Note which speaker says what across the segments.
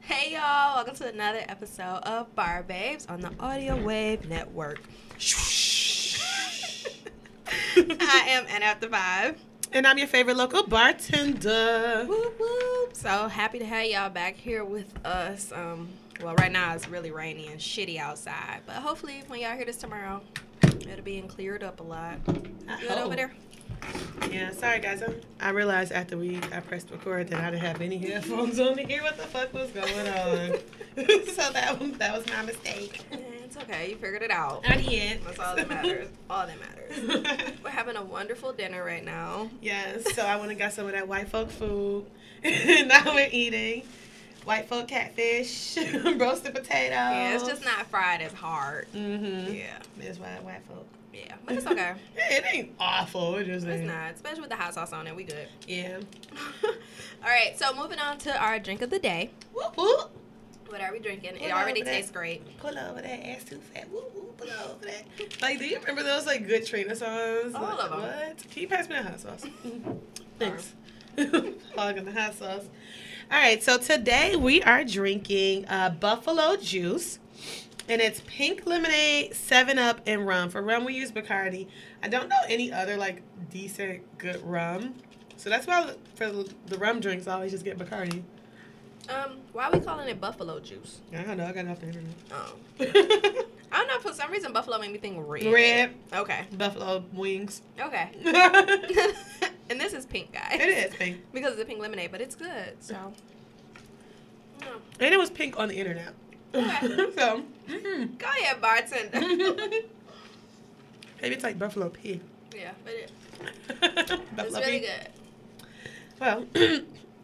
Speaker 1: Hey y'all, welcome to another episode of Bar Babes on the Audio Wave Network. I am N at the vibe.
Speaker 2: And I'm your favorite local bartender.
Speaker 1: Whoop whoop. So happy to have y'all back here with us. Um, well, right now it's really rainy and shitty outside, but hopefully when y'all hear this tomorrow, it'll be and cleared up a lot.
Speaker 2: I
Speaker 1: Good over
Speaker 2: hope.
Speaker 1: there.
Speaker 2: Oh, Yeah, sorry guys. i I realized after we I pressed record that I didn't have any headphones on to hear what the fuck was going on. so that was- that was my mistake.
Speaker 1: Eh, It's okay, you figured it out.
Speaker 2: I did.
Speaker 1: That's all that matters. All that matters. We're having a wonderful dinner right now.
Speaker 2: yes. So I went and got some of that white folk food. now we're eating white folk catfish, roasted potatoes.
Speaker 1: Yeah, it's just not fried as hard.
Speaker 2: Mm-hmm. Yeah.
Speaker 1: Yeah,
Speaker 2: It's white white folk.
Speaker 1: yeah, but it's okay.
Speaker 2: Yeah, it ain't awful. It just
Speaker 1: It's
Speaker 2: ain't.
Speaker 1: not, especially with the hot sauce on it. We good.
Speaker 2: Yeah.
Speaker 1: All right, so moving on to our drink of the day.
Speaker 2: Whoop whoop.
Speaker 1: What are we drinking? It
Speaker 2: Hold on
Speaker 1: already
Speaker 2: over there.
Speaker 1: tastes great.
Speaker 2: Pull over that ass too fat. Woo woo, pull over that. Like, do you remember those like good Trina songs?
Speaker 1: All
Speaker 2: Like,
Speaker 1: of 'em.
Speaker 2: What? Can you pass me the hot sauce? Thanks. Plug in the hot sauce. All right, so today we are drinking uh, buffalo juice. And it's pink lemonade, seven up, and rum. For rum, we use Bacardi. I don't know any other like decent good rum, so that's why for the rum drinks, I always just get Bacardi.
Speaker 1: Um, why are we calling it buffalo juice?
Speaker 2: I don't know. I got it off the internet.
Speaker 1: Oh, I don't know. For some reason, buffalo made me think red.
Speaker 2: Red
Speaker 1: Okay.
Speaker 2: buffalo wings.
Speaker 1: Okay.
Speaker 2: it
Speaker 1: and this is pink, guys.
Speaker 2: is pink.
Speaker 1: because it's a pink lemonade, but it's good. So. Mm.
Speaker 2: And it was pink on the internet.
Speaker 1: Okay.
Speaker 2: so,
Speaker 1: Go ahead, bartender.
Speaker 2: maybe it's like buffalo pig.
Speaker 1: yeah, but it, it's
Speaker 2: buffalo
Speaker 1: really
Speaker 2: pig.
Speaker 1: good.
Speaker 2: Well,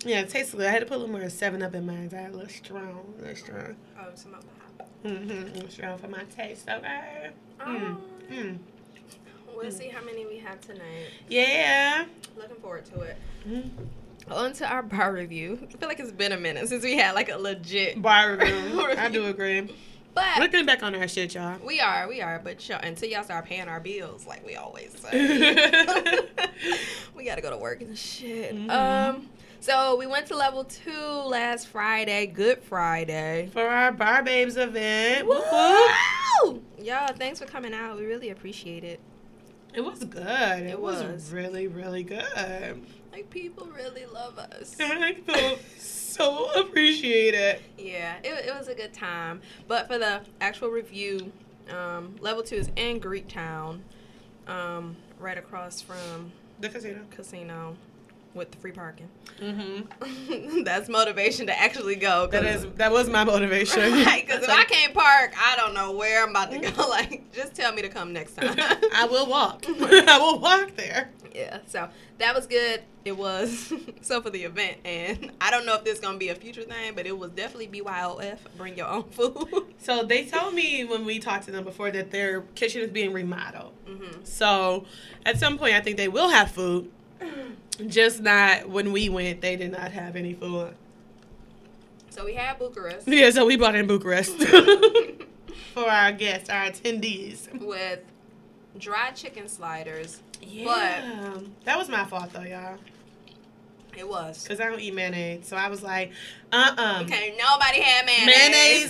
Speaker 2: yeah, it tastes good. I had to put a little more 7 up in mine. I had a little strong, a little strong.
Speaker 1: Oh, it's about the hot.
Speaker 2: Mm-hmm. Strong for my taste, okay? Mm.
Speaker 1: Um,
Speaker 2: Mm.
Speaker 1: We'll see how many we have tonight.
Speaker 2: Yeah.
Speaker 1: Looking forward to it.
Speaker 2: Mm.
Speaker 1: On to our bar review. I feel like it's been a minute since we had like a legit.
Speaker 2: Bar review. I do agree.
Speaker 1: But
Speaker 2: Looking back on our shit, y'all.
Speaker 1: we are, we are. But y'all, until y'all start paying our bills, like we always say,
Speaker 2: mm-hmm.
Speaker 1: we gotta go to work and shit.
Speaker 2: Mhm.
Speaker 1: Um, so we went to level two last Friday, Good Friday.
Speaker 2: For our Bar Babes event. Woo! woo.
Speaker 1: Woo! Y'all, thanks for coming out. We really appreciate it.
Speaker 2: It was good. It, was.
Speaker 1: was.
Speaker 2: really, really good.
Speaker 1: Like people really love us.
Speaker 2: I feel so appreciated.
Speaker 1: Yeah, it, it was a good time. But for the actual review, um, level two is in Greek Town, um, right across from
Speaker 2: The casino.
Speaker 1: casino with the free parking.
Speaker 2: Mm-hmm.
Speaker 1: That's motivation to actually go.
Speaker 2: That is that was my motivation.
Speaker 1: because if I can't park, I don't know where I'm about to go. Like, just tell me to come next time.
Speaker 2: I will walk. I will walk there.
Speaker 1: yeah, so that was good. It was so for the event, and I don't know if this gonna be a future thing, but it was definitely BYOF. Bring your own food.
Speaker 2: So they told me when we talked to them before that their kitchen is being remodeled.
Speaker 1: hmm
Speaker 2: So at some point, I think they will have food. Just not when we went, they did not have any food.
Speaker 1: So we had Bucharest
Speaker 2: Yeah, so we brought in Bucharest for our guests, our attendees.
Speaker 1: with dry chicken sliders.
Speaker 2: Yeah. that was my fault though, y'all,
Speaker 1: It was.
Speaker 2: because I don't eat mayonnaise. So I was like, uh uh
Speaker 1: Okay, nobody had mayonnaise.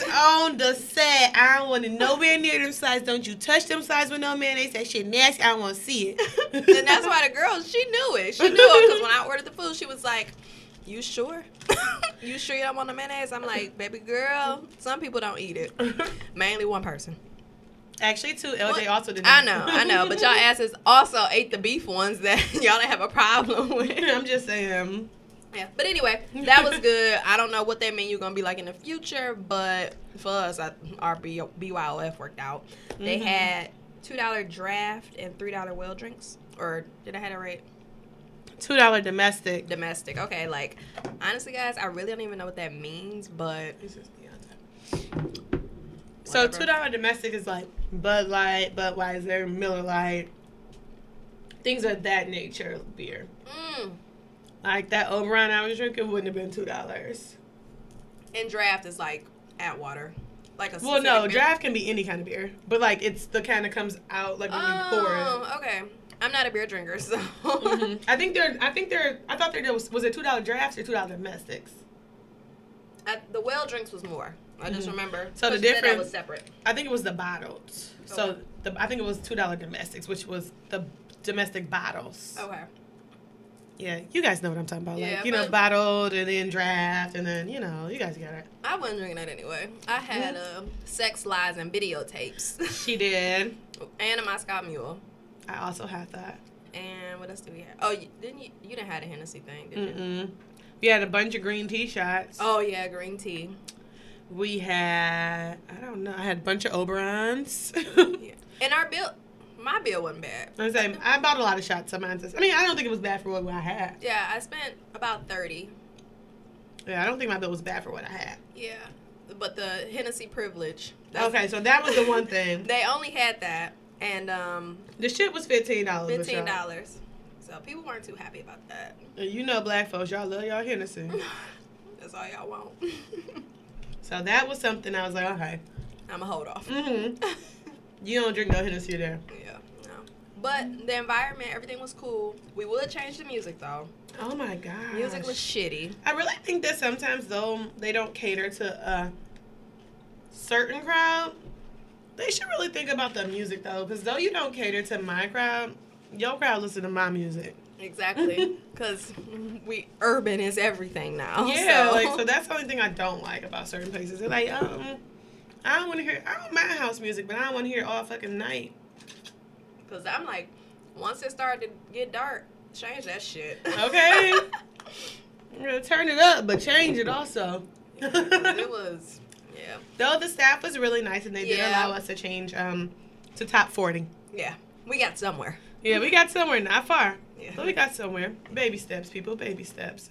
Speaker 2: Mayonnaise on the set. I don't want it nowhere near them sides. Don't you touch them sides with no mayonnaise. That shit nasty. I don't want to see it.
Speaker 1: and that's why the girl, she knew it. She knew it because when I ordered the food, she was like, "You sure? you sure you don't want the mayonnaise?" I'm like, "Baby girl, some people don't eat it. Mainly one person.
Speaker 2: Actually, too, LJ
Speaker 1: What?
Speaker 2: also did.
Speaker 1: I
Speaker 2: not.
Speaker 1: know, I know. But y'all asses also ate the beef ones that y'all didn't have a problem with.
Speaker 2: I'm just saying.
Speaker 1: Yeah. But anyway, that was good. I don't know what that menu gonna be like in the future, but for us, I, our B- BYOF worked out. They
Speaker 2: Mhm.
Speaker 1: had two dollar draft and three dollar well drinks. Or did I have it right?
Speaker 2: Two dollar domestic.
Speaker 1: Domestic. Okay, like honestly, guys, I really don't even know what that means, but
Speaker 2: So
Speaker 1: Whatever.
Speaker 2: two dollar domestic is like Bud Light, Budweiser, Miller Lite, things of that nature of beer.
Speaker 1: mm,
Speaker 2: Like that Oberon I was drinking wouldn't have been two dollars.
Speaker 1: and draft is like at water, like a
Speaker 2: Well, no,
Speaker 1: specific beer.
Speaker 2: draft can be any kind of beer, but like it's the kind that comes out like when you pour it.
Speaker 1: Oh, Mm-hmm. okay. I'm not a beer drinker, so
Speaker 2: Mm-hmm. Mhm. I think they're. I think they're. I thought they was was it two dollar drafts or two dollar domestics.
Speaker 1: I, the well drinks was more. I just remember.
Speaker 2: Mm-hmm. So the
Speaker 1: But she said that
Speaker 2: difference-
Speaker 1: was separate.
Speaker 2: I think it was the bottles. So
Speaker 1: Okay.
Speaker 2: the, I think it was two dollar domestics, which was the domestic bottles.
Speaker 1: Okay.
Speaker 2: Yeah, you guys know what I'm talking about. Like
Speaker 1: Yeah,
Speaker 2: you know,
Speaker 1: but-
Speaker 2: bottled and then draft and then you know, you guys got it.
Speaker 1: I wasn't drinking that anyway. I had uh, sex lies and videotapes,
Speaker 2: She did.
Speaker 1: and a Moscow Mule.
Speaker 2: I also had that.
Speaker 1: And what else did we have? Oh, you, didn't you? You didn't have the Hennessy thing, did you?
Speaker 2: Mm-mm. We had a bunch of green tea shots.
Speaker 1: Oh yeah, green tea.
Speaker 2: We had I don't know. I had a bunch of Oberons.
Speaker 1: Yeah. And our bill, my bill wasn't bad.
Speaker 2: I'm saying I bought a lot of shots. Sometimes I mean I don't think it was bad for what I had.
Speaker 1: Yeah, I spent about thirty.
Speaker 2: Yeah, I don't think my bill was bad for what I had.
Speaker 1: Yeah, but the Hennessy privilege.
Speaker 2: Okay, so that was the one thing.
Speaker 1: They only had that and um,
Speaker 2: The shit was fifteen dollars.
Speaker 1: fifteen dollars. So people weren't too happy about that.
Speaker 2: You know, black folks, y'all love y'all Hennessy.
Speaker 1: That's all y'all want.
Speaker 2: So that was something I was like, okay,
Speaker 1: I'ma hold off.
Speaker 2: mm-hmm. you don't drink no Hennessy there.
Speaker 1: yeah, no. But the environment, everything was cool. We would change the music though.
Speaker 2: Oh my god,
Speaker 1: Music was shitty.
Speaker 2: I really think that sometimes though they don't cater to a certain crowd. They should really think about the music though, because though you don't cater to my crowd, your crowd listen to my music.
Speaker 1: Exactly. Cause we urban is everything now. Oh,
Speaker 2: yeah,
Speaker 1: so.
Speaker 2: like so that's the only thing I don't like about certain places. They're like, um, I don't want to hear. I don't mind house music, but I don't want to hear it all fucking night.
Speaker 1: Cause I'm like, once it started to get dark, change that shit.
Speaker 2: Okay. I'm gonna turn it up, but change it also.
Speaker 1: it was, yeah,
Speaker 2: Though the staff was really nice and they did
Speaker 1: Yeah.
Speaker 2: allow us to change um to top forty.
Speaker 1: yeah. We got somewhere.
Speaker 2: Yeah, we got somewhere, not far.
Speaker 1: Yeah.
Speaker 2: But we got somewhere. Baby steps, people, baby steps.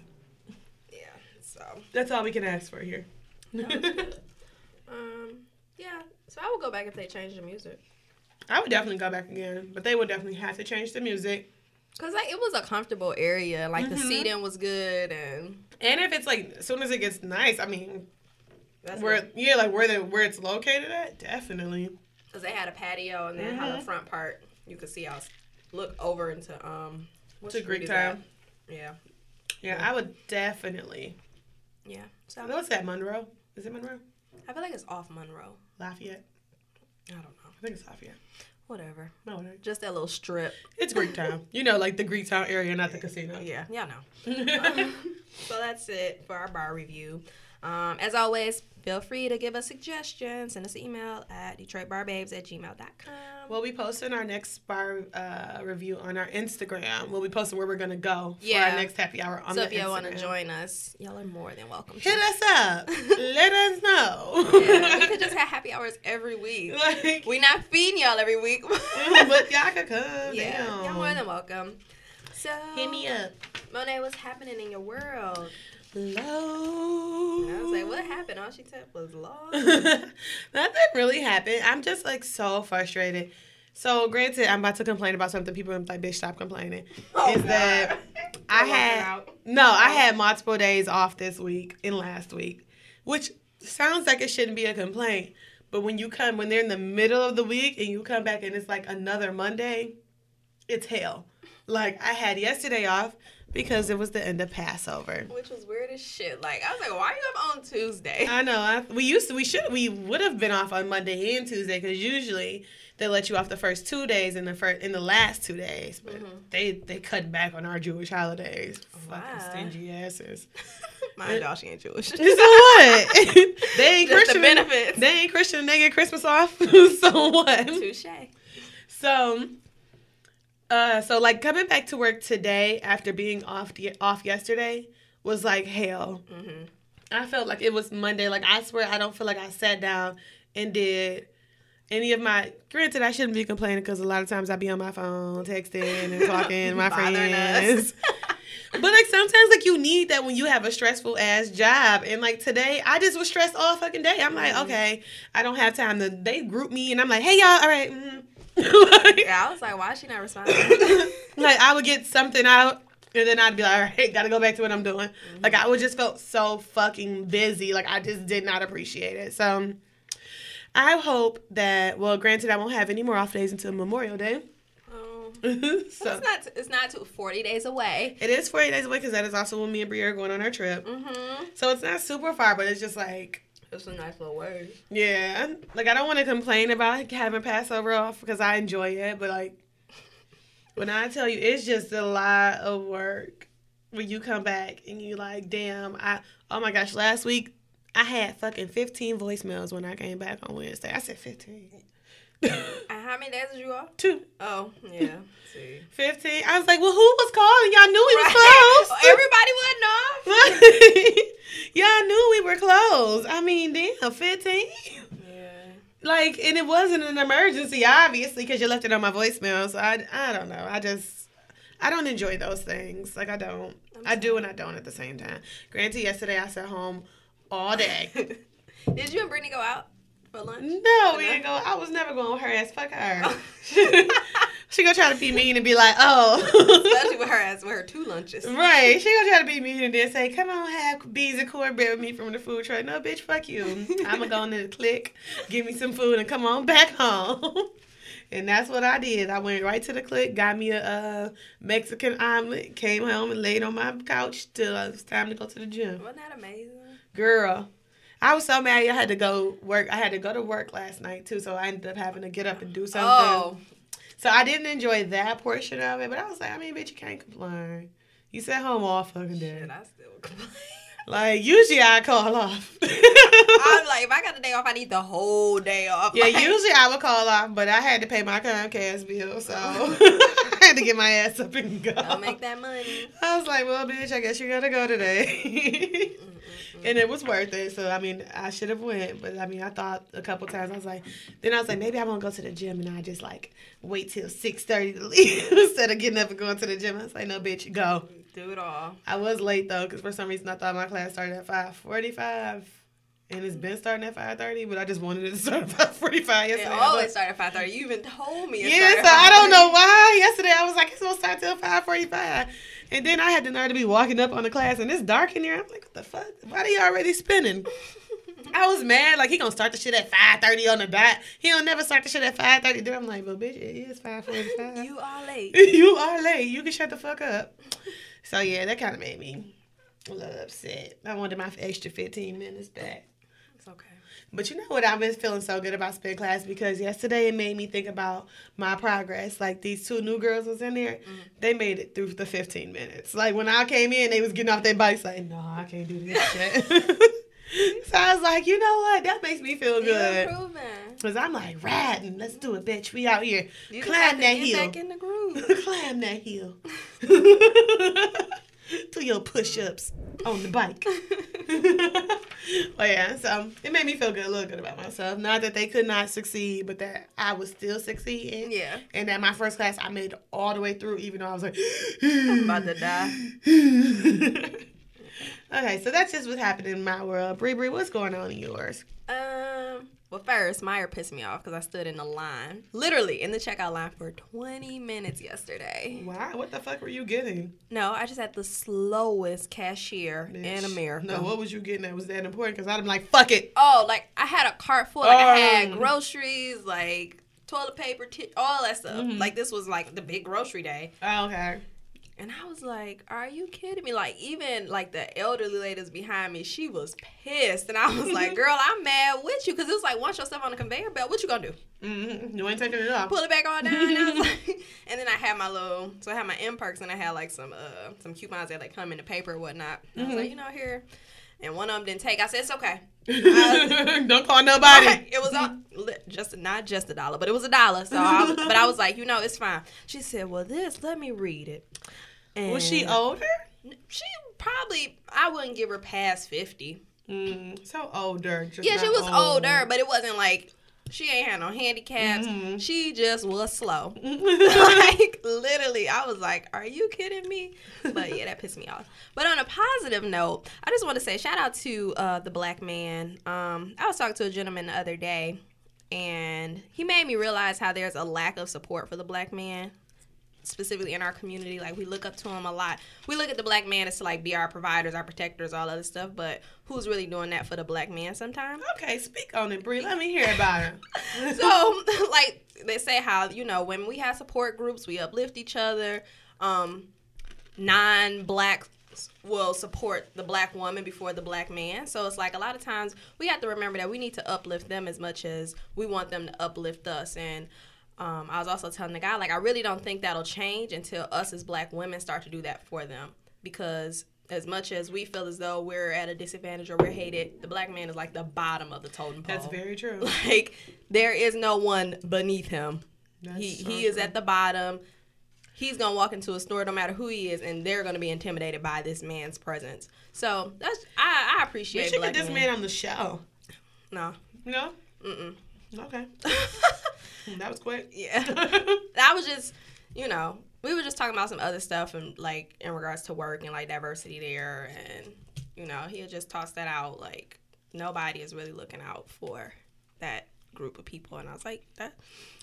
Speaker 1: Yeah. So,
Speaker 2: That's all we can ask for here.
Speaker 1: um, yeah. So I would go back if they changed the music.
Speaker 2: I would definitely go back again, but they would definitely have to change the music.
Speaker 1: Cause like it was a comfortable area. Like the
Speaker 2: Mhm.
Speaker 1: seating was good, and
Speaker 2: And if it's like as soon as it gets nice, I mean
Speaker 1: that's
Speaker 2: where
Speaker 1: where
Speaker 2: yeah, like where they where it's located at, definitely.
Speaker 1: because they had a patio, and then how the
Speaker 2: Mhm.
Speaker 1: front part you could see us look over into um what
Speaker 2: To
Speaker 1: street
Speaker 2: Greek
Speaker 1: is that?
Speaker 2: Town.
Speaker 1: Yeah.
Speaker 2: Yeah, I would definitely.
Speaker 1: Yeah. So
Speaker 2: What's that, Monroe? Is it Monroe?
Speaker 1: I feel like it's off Monroe.
Speaker 2: Lafayette?
Speaker 1: I don't know.
Speaker 2: I think it's Lafayette.
Speaker 1: Whatever.
Speaker 2: No, it ain't.
Speaker 1: Just that little strip.
Speaker 2: It's Greek Town. You know, like the Greek Town area, not the casino.
Speaker 1: Yeah. Oh, Y'all know. so that's it for our bar review. Um, as always, feel free to give us suggestions. Send us an email at DetroitBarBabes at gmail.com.
Speaker 2: we'll be posting our next bar uh, review on our Instagram. We'll be posting where we're gonna go for
Speaker 1: Yeah.
Speaker 2: our next happy hour on
Speaker 1: so
Speaker 2: the
Speaker 1: if y'all want to
Speaker 2: Instagram.
Speaker 1: join us, y'all are more than welcome.
Speaker 2: hit
Speaker 1: to.
Speaker 2: us up. Let us know.
Speaker 1: Yeah, we could just have happy hours every week.
Speaker 2: like,
Speaker 1: we not feeding y'all every week.
Speaker 2: but y'all can come.
Speaker 1: yeah,
Speaker 2: down.
Speaker 1: y'all more than welcome. So,
Speaker 2: Hit me up.
Speaker 1: Monet, what's happening in your world?
Speaker 2: Low.
Speaker 1: And I was like, what happened? All she said was lost.
Speaker 2: Nothing really happened. I'm just like so frustrated. So granted, I'm about to complain about something. People are like, bitch, stop complaining.
Speaker 1: Oh,
Speaker 2: is that
Speaker 1: God.
Speaker 2: I
Speaker 1: Don't work it
Speaker 2: had
Speaker 1: out.
Speaker 2: no, I had multiple days off this week and last week, which sounds like it shouldn't be a complaint. But when you come, when they're in the middle of the week and you come back and it's like another Monday, it's hell. Like I had yesterday off because it was the end of Passover.
Speaker 1: which was weird as shit. Like I was like, why are you up on Tuesday?
Speaker 2: I know. I, we used to. We should. We would have been off on Monday and Tuesday because usually they let you off the first two days and the first in the last two days. But they they cut back on our Jewish holidays.
Speaker 1: Why?
Speaker 2: Fucking stingy asses.
Speaker 1: Mind y'all, she ain't Jewish.
Speaker 2: So what? they ain't
Speaker 1: Just the
Speaker 2: Christian.
Speaker 1: benefits.
Speaker 2: They ain't Christian. and They get Christmas off. so what?
Speaker 1: Touche.
Speaker 2: So, uh, so like coming back to work today after being off the, off yesterday was like hell.
Speaker 1: Mhm.
Speaker 2: I felt like it was Monday. Like I swear, I don't feel like I sat down and did any of my. Granted, I shouldn't be complaining because a lot of times I be on my phone texting and talking to my
Speaker 1: Bothering
Speaker 2: friends.
Speaker 1: us.
Speaker 2: but like sometimes, like you need that when you have a stressful ass job. And like today, I just was stressed all fucking day. I'm like,
Speaker 1: Mm-hmm.
Speaker 2: okay, I don't have time. To, they group me, and I'm like, hey y'all, all right. mhm. Like-
Speaker 1: Yeah, I was like, why is she not responding?
Speaker 2: like I would get something out and then I'd be like, all right, gotta go back to what I'm doing.
Speaker 1: Mm-hmm.
Speaker 2: Like I would just felt so fucking busy. Like I just did not appreciate it. So I hope that well, granted I won't have any more off days until Memorial Day.
Speaker 1: um,
Speaker 2: so
Speaker 1: It's not. It's not too, forty days away.
Speaker 2: it is 48 days away because that is also when me and Brie are going on our trip.
Speaker 1: Mm-hmm.
Speaker 2: So it's not super far, but it's just like,
Speaker 1: It's a nice little word.
Speaker 2: yeah. Like, I don't want to complain about like, having Passover off because I enjoy it, but like, when I tell you, it's just a lot of work when you come back and you like, damn, I, oh my gosh, last week I had fucking 15 voicemails when I came back on Wednesday. I said 15.
Speaker 1: And how many days is you off?
Speaker 2: Two.
Speaker 1: Oh, yeah. See.
Speaker 2: 15. I was like, well, who was calling? Y'all knew we was
Speaker 1: Right.
Speaker 2: closed.
Speaker 1: Everybody wasn't off.
Speaker 2: Y'all knew we were closed. I mean, damn, 15?
Speaker 1: Yeah.
Speaker 2: Like, and it wasn't an emergency, obviously, because you left it on my voicemail. So I, I don't know. I just, I don't enjoy those things. Like, I don't.
Speaker 1: I'm
Speaker 2: I do and I don't at the same time. Granted, yesterday I sat home all day.
Speaker 1: Did you and Brittany go out for lunch?
Speaker 2: No, we didn't go. I was never going with her ass. Fuck
Speaker 1: Oh.
Speaker 2: her. she gonna try to be mean and be like, oh.
Speaker 1: Especially with her as with her two lunches.
Speaker 2: Right. She gonna try to be mean and then say, Come on, have beans and cornbread with me from the food truck. No, bitch, fuck you. I'ma go into the click, give me some food and come on back home. And that's what I did. I went right to the click, got me a uh, Mexican omelet, came home and laid on my couch till it was time to go to the gym.
Speaker 1: Wasn't that amazing?
Speaker 2: Girl, I was so mad I had to go work. I had to go to work last night too, so I ended up having to get up and do something.
Speaker 1: Oh,
Speaker 2: So I didn't enjoy that portion of it, but I was like, I mean, bitch, you can't complain. You sat home all fucking day.
Speaker 1: shit, I still would complain.
Speaker 2: Like usually I call off.
Speaker 1: I'm like, if I got a day off, I need the whole day off.
Speaker 2: yeah,
Speaker 1: Like,
Speaker 2: usually I would call off, but I had to pay my Comcast bill, so I had to get my ass up and go.
Speaker 1: Don't make that money.
Speaker 2: I was like, well, bitch, I guess you gotta go today. and it was worth it. So I mean, I should have went, but I mean, I thought a couple times. I was like, then I was like, maybe I won't go to the gym, and I just like wait till six thirty to leave instead of getting up and going to the gym. I was like, no, bitch, go.
Speaker 1: Do it all.
Speaker 2: I was late though, cause for some reason I thought my class started at five forty-five, and it's been starting at five thirty, but I just wanted it to start at five forty-five
Speaker 1: It
Speaker 2: yesterday. I
Speaker 1: always
Speaker 2: thought-
Speaker 1: started at five thirty. You even told me. It
Speaker 2: yeah,
Speaker 1: started
Speaker 2: so I
Speaker 1: at
Speaker 2: don't
Speaker 1: 5:30.
Speaker 2: know why. Yesterday I was like, it's gonna start till five forty-five, and then I had the nerve to be walking up on the class, and it's dark in here. I'm like, what the fuck? Why are you already spinning? I was mad. Like he gonna start the shit at five thirty on the dot. He'll never start the shit at five thirty. Then I'm like, but bitch, it is five forty-five.
Speaker 1: You are late.
Speaker 2: you are late. You can shut the fuck up. So yeah, that kind of made me a little upset. I wanted my extra fifteen minutes back.
Speaker 1: It's okay.
Speaker 2: But you know what? I've been feeling so good about spin class because yesterday it made me think about my progress. Like these two new girls was in there,
Speaker 1: Mm.
Speaker 2: they made it through the 15 minutes. Like when I came in, they was getting off their bikes like, no, I can't do this shit. so I was like, you know what? That makes me feel
Speaker 1: You
Speaker 2: good.
Speaker 1: improving.
Speaker 2: Cause I'm like, riding, let's do it, bitch. We out here.
Speaker 1: You just have
Speaker 2: Climb
Speaker 1: to
Speaker 2: that
Speaker 1: get
Speaker 2: hill.
Speaker 1: back in the groove.
Speaker 2: Climb that hill. Do your push ups on the bike. well, yeah, so it made me feel good, a little good about myself. Not that they could not succeed, but that I was still succeeding.
Speaker 1: yeah.
Speaker 2: And that my first class, I made all the way through, even though I was like,
Speaker 1: About to die.
Speaker 2: okay, so that's just what happened in my world. Bree Bree, what's going on in yours?
Speaker 1: Um. Well, first, Meyer pissed me off because I stood in the line, literally in the checkout line for 20 minutes yesterday.
Speaker 2: Why? What the fuck were you getting?
Speaker 1: No, I just had the slowest cashier in
Speaker 2: Bitch.
Speaker 1: America.
Speaker 2: No, what was you getting that was that important? Because I'm like, fuck it.
Speaker 1: Oh, like I had a cart full. Like I had
Speaker 2: Oh.
Speaker 1: groceries, like toilet paper, t- all that stuff.
Speaker 2: Mm-hmm.
Speaker 1: Like this was like the big grocery day.
Speaker 2: Oh, okay.
Speaker 1: And I was like, "Are you kidding me?" Like even like the elderly ladies behind me, she was pissed, and I was like, "Girl, I'm mad with you," because it was like once your stuff on the conveyor belt, what you gonna do?
Speaker 2: Mm-hmm. You ain't taking it off.
Speaker 1: Pull it back all down. And, I was like, and then I had my little, so I had my M perks, and I had like some uh some coupons that like come in the paper and whatnot. And I was like, you know, here. And one of them didn't take. I said, "It's okay."
Speaker 2: Don't call nobody.
Speaker 1: It was a, li- just not just a dollar, but it was a dollar. So, I was, but I was like, you know, it's fine. She said, "Well, this, let me read it." And
Speaker 2: Was she older?
Speaker 1: She probably I wouldn't give her past fifty.
Speaker 2: Mm, so older. just
Speaker 1: Yeah, she
Speaker 2: not
Speaker 1: was
Speaker 2: old.
Speaker 1: older, but it wasn't like Mm-hmm. she ain't had no handicaps. She just was slow. like literally, I was like, "Are you kidding me?" But yeah, that pissed me off. But on a positive note, I just want to say shout out to uh, the black man. Um, I was talking to a gentleman the other day, and he made me realize how there's a lack of support for the black man specifically in our community, like we look up to them a lot. We look at the black man as to like be our providers, our protectors, all other stuff. But who's really doing that for the black man sometimes?
Speaker 2: Okay, speak on it, Bree. Let me hear about it.
Speaker 1: so like they say how you know when we have support groups, we uplift each other. Um, non-black will support the black woman before the black man. So it's like a lot of times we have to remember that we need to uplift them as much as we want them to uplift us. And um, I was also telling the guy, like, I really don't think that'll change until us as black women start to do that for them. Because as much as we feel as though we're at a disadvantage or we're hated, the black man is like the bottom of the totem pole.
Speaker 2: That's very true.
Speaker 1: Oh. Like, there is no one beneath him.
Speaker 2: That's
Speaker 1: he
Speaker 2: so
Speaker 1: he is
Speaker 2: true.
Speaker 1: at the bottom he's gonna walk into a store no matter who he is and they're gonna be intimidated by this man's presence so that's i, I
Speaker 2: We
Speaker 1: appreciate
Speaker 2: should
Speaker 1: black
Speaker 2: get this
Speaker 1: men.
Speaker 2: man on the show.
Speaker 1: no
Speaker 2: No?
Speaker 1: Mm-mm.
Speaker 2: Okay. That was quick.
Speaker 1: yeah that was just you know we were just talking about some other stuff and like in regards to work and like diversity there and you know he had just tossed that out like nobody is really looking out for that group of people and i was like that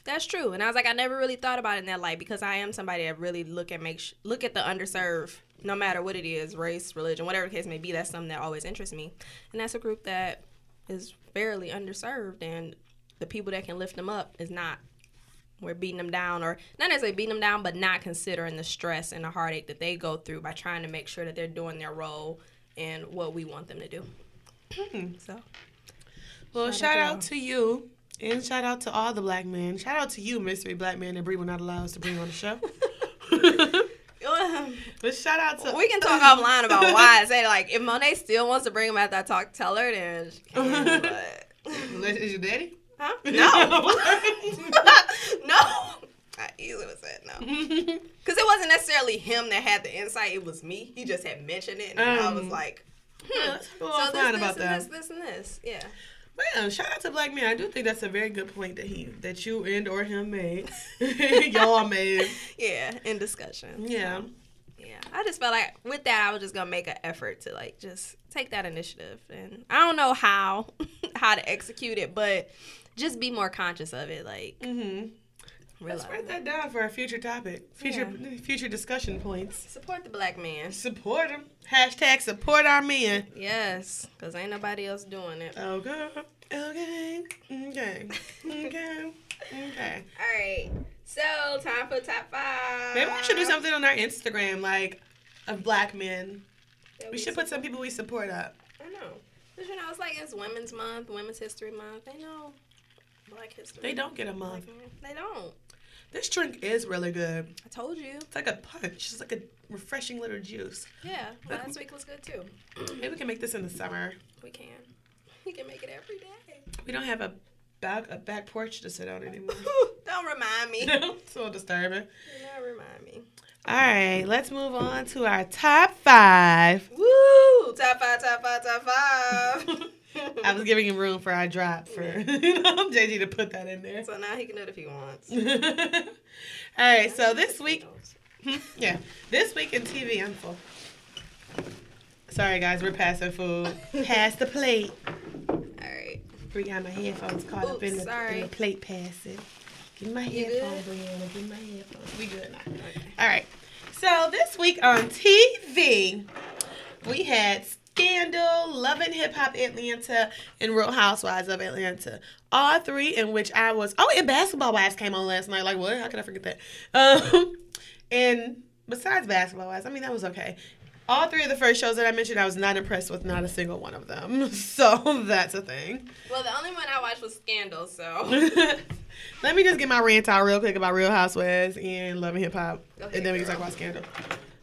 Speaker 1: that's true and i was like i never really thought about it in that light because i am somebody that really look at make sh- look at the underserved no matter what it is race religion whatever the case may be that's something that always interests me and that's a group that is fairly underserved and the people that can lift them up is not we're beating them down or not necessarily beating them down but not considering the stress and the heartache that they go through by trying to make sure that they're doing their role and what we want them to do
Speaker 2: Hmm.
Speaker 1: so
Speaker 2: Well,
Speaker 1: Shout out
Speaker 2: shout
Speaker 1: to
Speaker 2: out
Speaker 1: y'all.
Speaker 2: to you. And shout out to all the black men. Shout out to you, mystery black man that Bree will not allow us to bring on the show. but shout out to
Speaker 1: we can talk offline about why i say like if monet still wants to bring him after i talk tell her then she can, but
Speaker 2: Is your daddy?
Speaker 1: huh? no no i easily would say no
Speaker 2: Mm-hmm.
Speaker 1: because it wasn't necessarily him that had the insight it was me he just had mentioned it and i was
Speaker 2: Um,
Speaker 1: like
Speaker 2: Yeah,
Speaker 1: hmm.
Speaker 2: let's go
Speaker 1: so this,
Speaker 2: offline
Speaker 1: this,
Speaker 2: about
Speaker 1: and
Speaker 2: that.
Speaker 1: this, this, and this, yeah.
Speaker 2: But yeah, shout out to Black Men. I do think that's a very good point that he that you and or him made. Y'all made.
Speaker 1: Yeah, in discussion.
Speaker 2: Yeah.
Speaker 1: Yeah. I just felt like with that I was just gonna make an effort to like just take that initiative and I don't know how how to execute it, but just be more conscious of it, like
Speaker 2: Mm-hmm.
Speaker 1: realize
Speaker 2: Let's write that down for our future topic. Future future discussion points.
Speaker 1: support the black man.
Speaker 2: Support him. Hashtag support our men.
Speaker 1: Yes, cause ain't nobody else doing it.
Speaker 2: Okay. Okay. Okay. Okay. Okay.
Speaker 1: All right, so time for top five.
Speaker 2: Maybe we should do something on our Instagram, like of black men.
Speaker 1: That
Speaker 2: We should put some people we support up.
Speaker 1: I know, but you know, it's like it's Women's Month, Women's History Month. They know Black History.
Speaker 2: They don't get a
Speaker 1: Black
Speaker 2: month.
Speaker 1: men. They don't.
Speaker 2: This drink is really good.
Speaker 1: I told you.
Speaker 2: It's like a punch. It's like a refreshing little juice.
Speaker 1: Yeah, last week was good too.
Speaker 2: Maybe we can make this in the summer.
Speaker 1: We can. We can make it every day.
Speaker 2: We don't have a back a back porch to sit on anymore.
Speaker 1: Don't remind me. Do
Speaker 2: it's so disturbing.
Speaker 1: not remind me.
Speaker 2: All right, let's move on to our top five.
Speaker 1: Woo! Top five, top five, top five.
Speaker 2: I was giving him room for our drop for you know, JG to put that in there.
Speaker 1: so now he can do it if he wants.
Speaker 2: All right, so this week, yeah, this week in TV, I'm full. Sorry, guys, we're passing food. Pass the plate.
Speaker 1: All right.
Speaker 2: Bring out my headphones caught up in
Speaker 1: Oops,
Speaker 2: the, in
Speaker 1: sorry.
Speaker 2: the plate passing. Give me my
Speaker 1: You
Speaker 2: headphones,
Speaker 1: good?
Speaker 2: Brianna. Give me my headphones. We good now.
Speaker 1: Okay.
Speaker 2: All right. So this week on TV, we had Scandal, Love and Hip Hop Atlanta, and Real Housewives of Atlanta. All three in which I was. Oh, and Basketball Wives came on last night. Like, what? How could I forget that? Um, and besides Basketball Wives, I mean, that was okay. All three of the first shows that I mentioned, I was not impressed with not a single one of them. So that's a thing.
Speaker 1: Well, the only one I watched was Scandal, so.
Speaker 2: Let me just get my rant out real quick about Real Housewives and Love and Hip Hop,
Speaker 1: Go ahead,
Speaker 2: and then we can
Speaker 1: girl.
Speaker 2: talk about Scandal.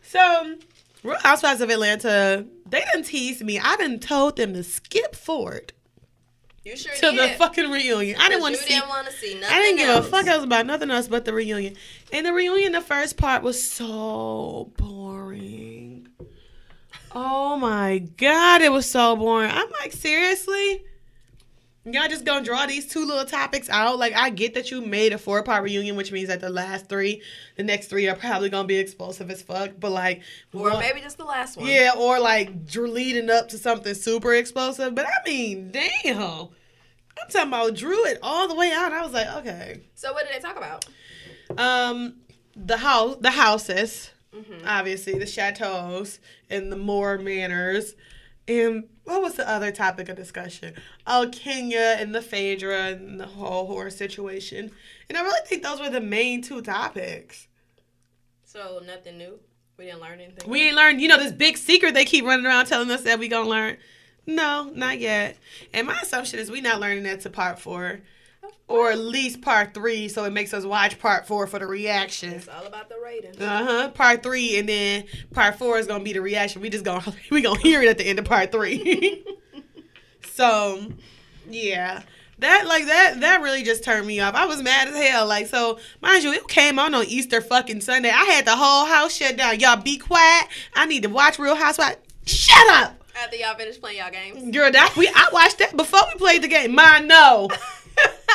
Speaker 2: So, Real Housewives of Atlanta, they done teased me. I done told them to skip forward
Speaker 1: You sure
Speaker 2: to
Speaker 1: did.
Speaker 2: the fucking reunion. I didn't want to
Speaker 1: you
Speaker 2: see.
Speaker 1: didn't want to see nothing.
Speaker 2: I didn't give
Speaker 1: else.
Speaker 2: a fuck else about nothing else but the reunion. And the reunion, the first part was so boring. Oh my god, it was so boring. I'm like, seriously? Y'all just gonna draw these two little topics out? Like, I get that you made a four part reunion, which means that the last three, the next three are probably gonna be explosive as fuck. But like,
Speaker 1: Or
Speaker 2: what-
Speaker 1: maybe just the last one.
Speaker 2: yeah, or like dr- leading up to something super explosive. But I mean, damn. I'm talking about drew it all the way out. I was like, okay.
Speaker 1: So what did they talk about?
Speaker 2: Um, the house, the houses, obviously the chateaus and the Moor manors, and what was the other topic of discussion? Oh, Kenya and the Phaedra and the whole horse situation. And I really think those were the main two topics.
Speaker 1: So nothing new. We didn't learn anything.
Speaker 2: We ain't learned, you know, this big secret they keep running around telling us that we gonna learn. No, not yet. And my assumption is we not learning that to part four. Or at least part three, so it makes us watch part four for the reaction.
Speaker 1: It's all about the ratings.
Speaker 2: Uh huh. Part three, and then part four is gonna be the reaction. We just gonna we gonna hear it at the end of part three. so, yeah, that like that that really just turned me off. I was mad as hell. Like so, mind you, it came on on Easter fucking Sunday. I had the whole house shut down. Y'all be quiet. I need to watch Real Housewives. Shut up,
Speaker 1: After y'all finish playing y'all games.
Speaker 2: girl. That we I watched that before we played the game. My no,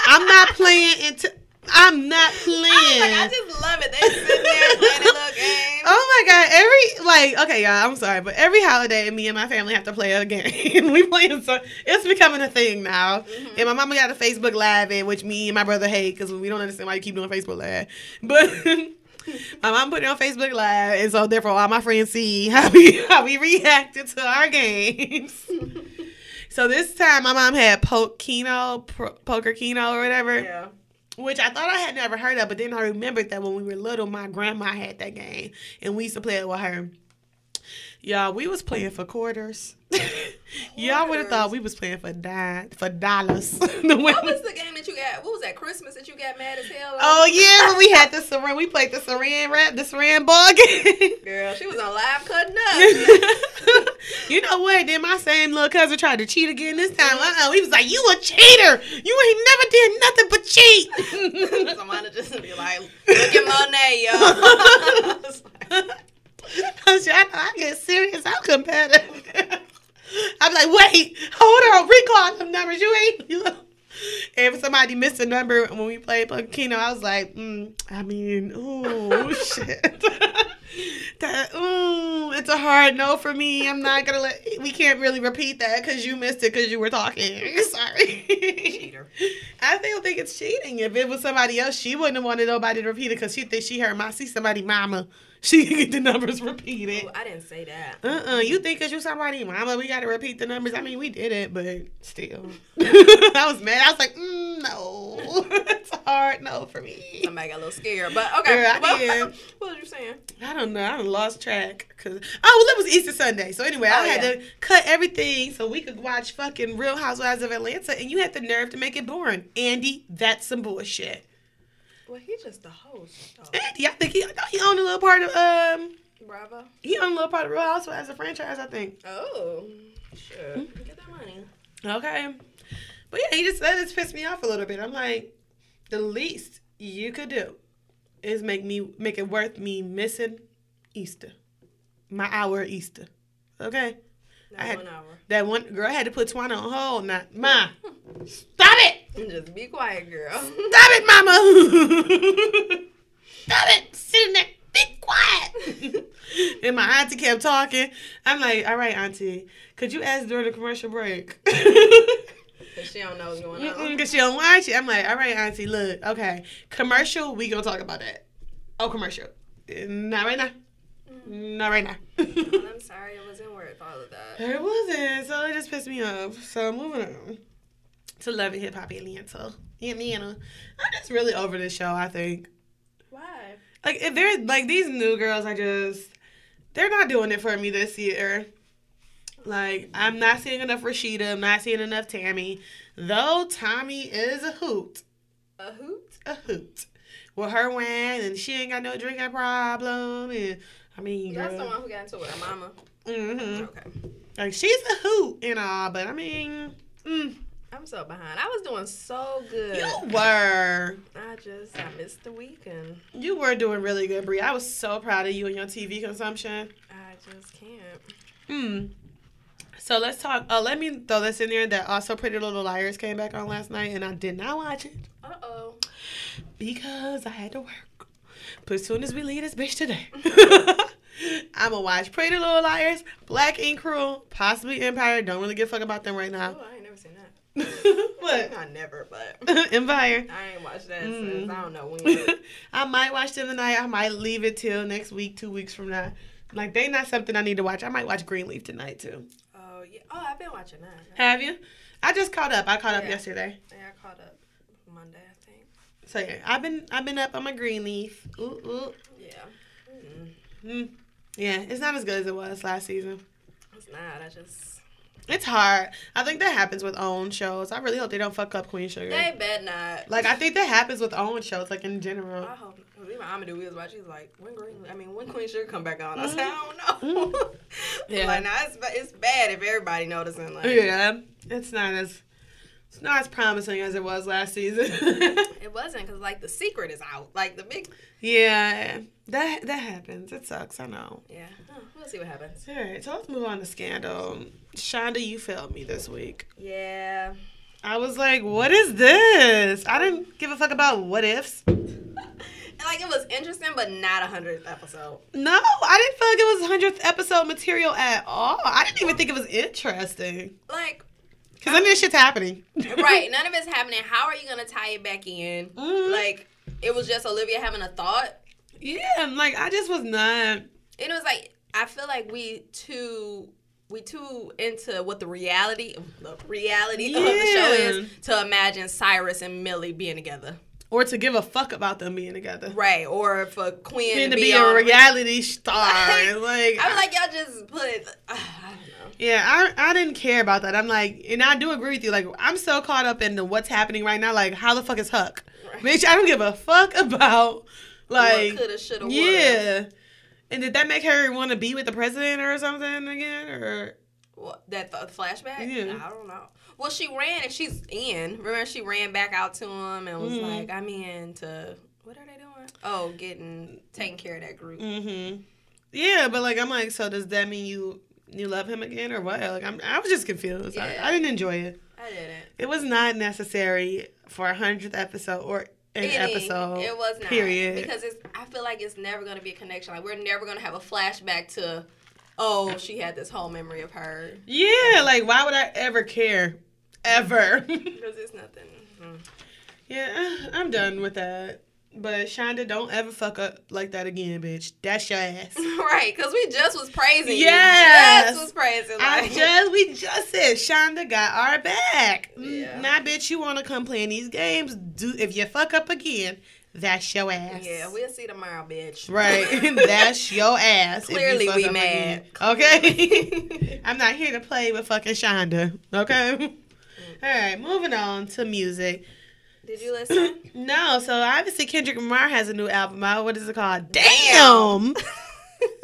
Speaker 2: I'm not playing into. I'm not playing.
Speaker 1: I, was like, I just love it. They sit there playing a little game.
Speaker 2: Oh my god! Every like, okay, y'all. I'm sorry, but every holiday, me and my family have to play a game. we playing so it's becoming a thing now.
Speaker 1: Mm-hmm.
Speaker 2: And my mama got a Facebook Live in, which me and my brother hate because we don't understand why you keep doing Facebook Live. But my mom put it on Facebook Live, and so therefore all my friends see how we how we reacted to our games. so this time, my mom had Pokino, Pro- Poker Kino, or whatever
Speaker 1: Yeah.
Speaker 2: which I thought I had never heard of, but then I remembered that when we were little, my grandma had that game, and we used to play it with her. Y'all, we was playing for quarters. Y'all would have thought we was playing for dime, for dollars. The way
Speaker 1: What
Speaker 2: we-
Speaker 1: was the game that you got? What was that Christmas that you got mad as hell?
Speaker 2: oh yeah, when we had the saran, we played the saran wrap, the saran ball game.
Speaker 1: Girl, she was on live cutting up.
Speaker 2: you know what? Then my same little cousin tried to cheat again this time. Uh-uh. He was like, "You a cheater! You ain't never did nothing but cheat."
Speaker 1: Somebody just be like, look at Monet, y'all. I was like,
Speaker 2: I, said, I, I get serious. I'm competitive. I'm like, wait, hold on, recall some numbers. You ain't. You know. If somebody missed a number when we played Pokino, I was like, mm, I mean, ooh, shit. that, ooh, it's a hard no for me. I'm not gonna let. We can't really repeat that because you missed it because you were talking. Sorry.
Speaker 1: Cheater.
Speaker 2: I still think it's cheating. If it was somebody else, she wouldn't have wanted nobody to repeat it because she thinks she heard my see somebody mama. She can get the numbers repeated.
Speaker 1: Ooh, I didn't say that.
Speaker 2: Uh uh you think 'cause you somebody mama, we gotta repeat the numbers. I mean, we did it, but still, I was mad. I was like, mm, no, it's a hard no for me.
Speaker 1: Somebody got a little scared, but okay.
Speaker 2: Girl, I
Speaker 1: Well,
Speaker 2: did.
Speaker 1: what was you saying?
Speaker 2: I don't know. I done lost track. Cause oh, well, it was Easter Sunday. So anyway, I
Speaker 1: Oh,
Speaker 2: had
Speaker 1: yeah.
Speaker 2: to cut everything so we could watch fucking Real Housewives of Atlanta, and you had the nerve to make it boring, Andy. That's some bullshit.
Speaker 1: Well, he's just the host. Oh,
Speaker 2: Andy, I think he, I thought he owned a little part of um,
Speaker 1: bravo.
Speaker 2: he owned a little part of Real Housewives as a franchise, I think.
Speaker 1: Oh, sure.
Speaker 2: Hmm?
Speaker 1: Get that money.
Speaker 2: Okay. But yeah, he just that just pissed me off a little bit. I'm like, the least you could do is make me make it worth me missing Easter. My hour of Easter. Okay? I
Speaker 1: Not
Speaker 2: had-
Speaker 1: one hour.
Speaker 2: That one girl I had to put Twana on hold, not ma. Stop it!
Speaker 1: Just be quiet, girl.
Speaker 2: Stop it, mama! Stop it! Sitting there, be quiet! and my auntie kept talking. I'm like, all right, auntie, could you ask during the commercial break?
Speaker 1: Cause she don't know what's going on.
Speaker 2: Because she don't watch it. I'm like, all right, auntie, look, okay. Commercial, we gonna talk about that. Oh, commercial. Eh, Not right now. Not right now.
Speaker 1: Well, I'm sorry, it wasn't worth all of that.
Speaker 2: there wasn't, so it just pissed me off. So I'm moving on to Love and Hip Hop Atlanta. Atlanta. I'm just really over this show, I think.
Speaker 1: Why?
Speaker 2: Like, if they're, like, these new girls are just, they're not doing it for me this year. Like, I'm not seeing enough Rashida. I'm not seeing enough Tammy. Though Tommy is a hoot.
Speaker 1: A hoot?
Speaker 2: a hoot with her wine, and she ain't got no drinking problem. And I mean,
Speaker 1: That's the
Speaker 2: girl,
Speaker 1: one who got into it. Her mama.
Speaker 2: hmm
Speaker 1: Okay.
Speaker 2: like she's a hoot and all, but I mean, mm,
Speaker 1: I'm so behind. I was doing so good.
Speaker 2: you were
Speaker 1: I just I missed the weekend.
Speaker 2: you were doing really good, Brie. I was so proud of you and your TV consumption.
Speaker 1: I just can't.
Speaker 2: Mm. So let's talk. Uh, let me throw this in there that also Pretty Little Liars came back on last night, and I did not watch it
Speaker 1: Uh oh.
Speaker 2: because I had to work. But as soon as we leave this bitch today, I'ma watch Pretty Little Liars, Black Ink Cruel, possibly Empire. Don't really give a fuck about them right
Speaker 1: Oh,
Speaker 2: now.
Speaker 1: I ain't never seen that.
Speaker 2: what?
Speaker 1: I never, but
Speaker 2: Empire.
Speaker 1: I ain't watched that
Speaker 2: Mm.
Speaker 1: since I don't know when.
Speaker 2: I might watch them tonight. I might leave it till next week, two weeks from now. Like they not something I need to watch. I might watch Greenleaf tonight too.
Speaker 1: oh yeah. Oh, I've been watching that.
Speaker 2: Have you? I just caught up. I caught up
Speaker 1: Yeah.
Speaker 2: yesterday.
Speaker 1: Yeah, I caught up Monday, I think.
Speaker 2: So yeah, I've been I've been up on my Greenleaf. Ooh ooh.
Speaker 1: Yeah. Mm.
Speaker 2: Mm. Yeah, it's not as good as it was last season.
Speaker 1: It's not. I just
Speaker 2: It's hard. I think that happens with own shows. I really hope they don't fuck up Queen Sugar.
Speaker 1: they bet not.
Speaker 2: like I think that happens with own shows, like in general.
Speaker 1: I hope because even Amadou was watching. He's like, when Green, I mean, when Queen Sugar come back on? I said, I don't know.
Speaker 2: Mm-hmm. Yeah.
Speaker 1: Like, now it's, ba- it's bad if everybody noticing. Like,
Speaker 2: Yeah, it's not as it's not as promising as it was last season.
Speaker 1: it wasn't because like the secret is out. Like the big,
Speaker 2: yeah, that that happens. It sucks. I know.
Speaker 1: yeah. Oh, we'll see what happens.
Speaker 2: All right, so let's move on to scandal. Shonda, you failed me this week.
Speaker 1: Yeah.
Speaker 2: I was like, what is this? I didn't give a fuck about what ifs.
Speaker 1: And like it was interesting, but not a hundredth episode.
Speaker 2: No, I didn't feel like it was 100th episode material at all. I didn't even think it was interesting.
Speaker 1: Like,
Speaker 2: Because I mean, this shit's happening.
Speaker 1: right? None of it's happening. How are you gonna tie it back in?
Speaker 2: Mhm.
Speaker 1: Like, it was just Olivia having a thought.
Speaker 2: Yeah, I'm like, I just was not.
Speaker 1: And it was like I feel like we too we too into what the reality the reality of the show is to imagine Cyrus and Millie being together.
Speaker 2: Or to give a fuck about them being together.
Speaker 1: Right. Or for Quinn
Speaker 2: Being
Speaker 1: to
Speaker 2: to
Speaker 1: be,
Speaker 2: be
Speaker 1: on
Speaker 2: a reality star.
Speaker 1: Like,
Speaker 2: Like,
Speaker 1: I was like, y'all just put uh, I don't know.
Speaker 2: yeah, I, I didn't care about that. I'm like, and I do agree with you. Like, I'm so caught up in the what's happening right now. Like, how the fuck is Huck?
Speaker 1: Right.
Speaker 2: Bitch, I don't give a fuck about, like,
Speaker 1: what coulda, shoulda, woulda.
Speaker 2: yeah. And did that make her want to be with the president or something again? Or
Speaker 1: What, that th- flashback?
Speaker 2: Yeah.
Speaker 1: I don't know. Well, she ran and she's in. Remember, she ran back out to him and was
Speaker 2: Mhm.
Speaker 1: like, "I'm in to what are they doing? Oh, getting taking care of that group."
Speaker 2: hmm Yeah, but like I'm like, so does that mean you you love him again or what? Like I'm, I was just confused.
Speaker 1: Yeah.
Speaker 2: I, I didn't enjoy it.
Speaker 1: I didn't.
Speaker 2: It was not necessary for a hundredth episode or an
Speaker 1: Any-
Speaker 2: episode.
Speaker 1: It was not.
Speaker 2: Period.
Speaker 1: Because it's. I feel like it's never going to be a connection. Like we're never going to have a flashback to. Oh, she had this whole memory of her.
Speaker 2: yeah, like why would I ever care? Ever.
Speaker 1: Because it's nothing. Mm.
Speaker 2: yeah, I'm done with that. But Shonda, don't ever fuck up like that again, bitch. That's your ass.
Speaker 1: Right, because we just was praising you.
Speaker 2: Yes.
Speaker 1: Just was praising.
Speaker 2: I
Speaker 1: Like,
Speaker 2: just we just said Shonda got our back. Mm,
Speaker 1: Yeah.
Speaker 2: Now, bitch, you want to come play in these games? Do if you fuck up again, that's your ass.
Speaker 1: Yeah, we'll see tomorrow, bitch.
Speaker 2: right. that's your ass. if you
Speaker 1: Clearly
Speaker 2: fuck
Speaker 1: we
Speaker 2: up
Speaker 1: mad.
Speaker 2: again. Okay. I'm not here to play with fucking Shonda. Okay. All right, moving on to music.
Speaker 1: Did you listen?
Speaker 2: No, so obviously Kendrick Lamar has a new album out. What is it called?
Speaker 1: Damn.
Speaker 2: Damn.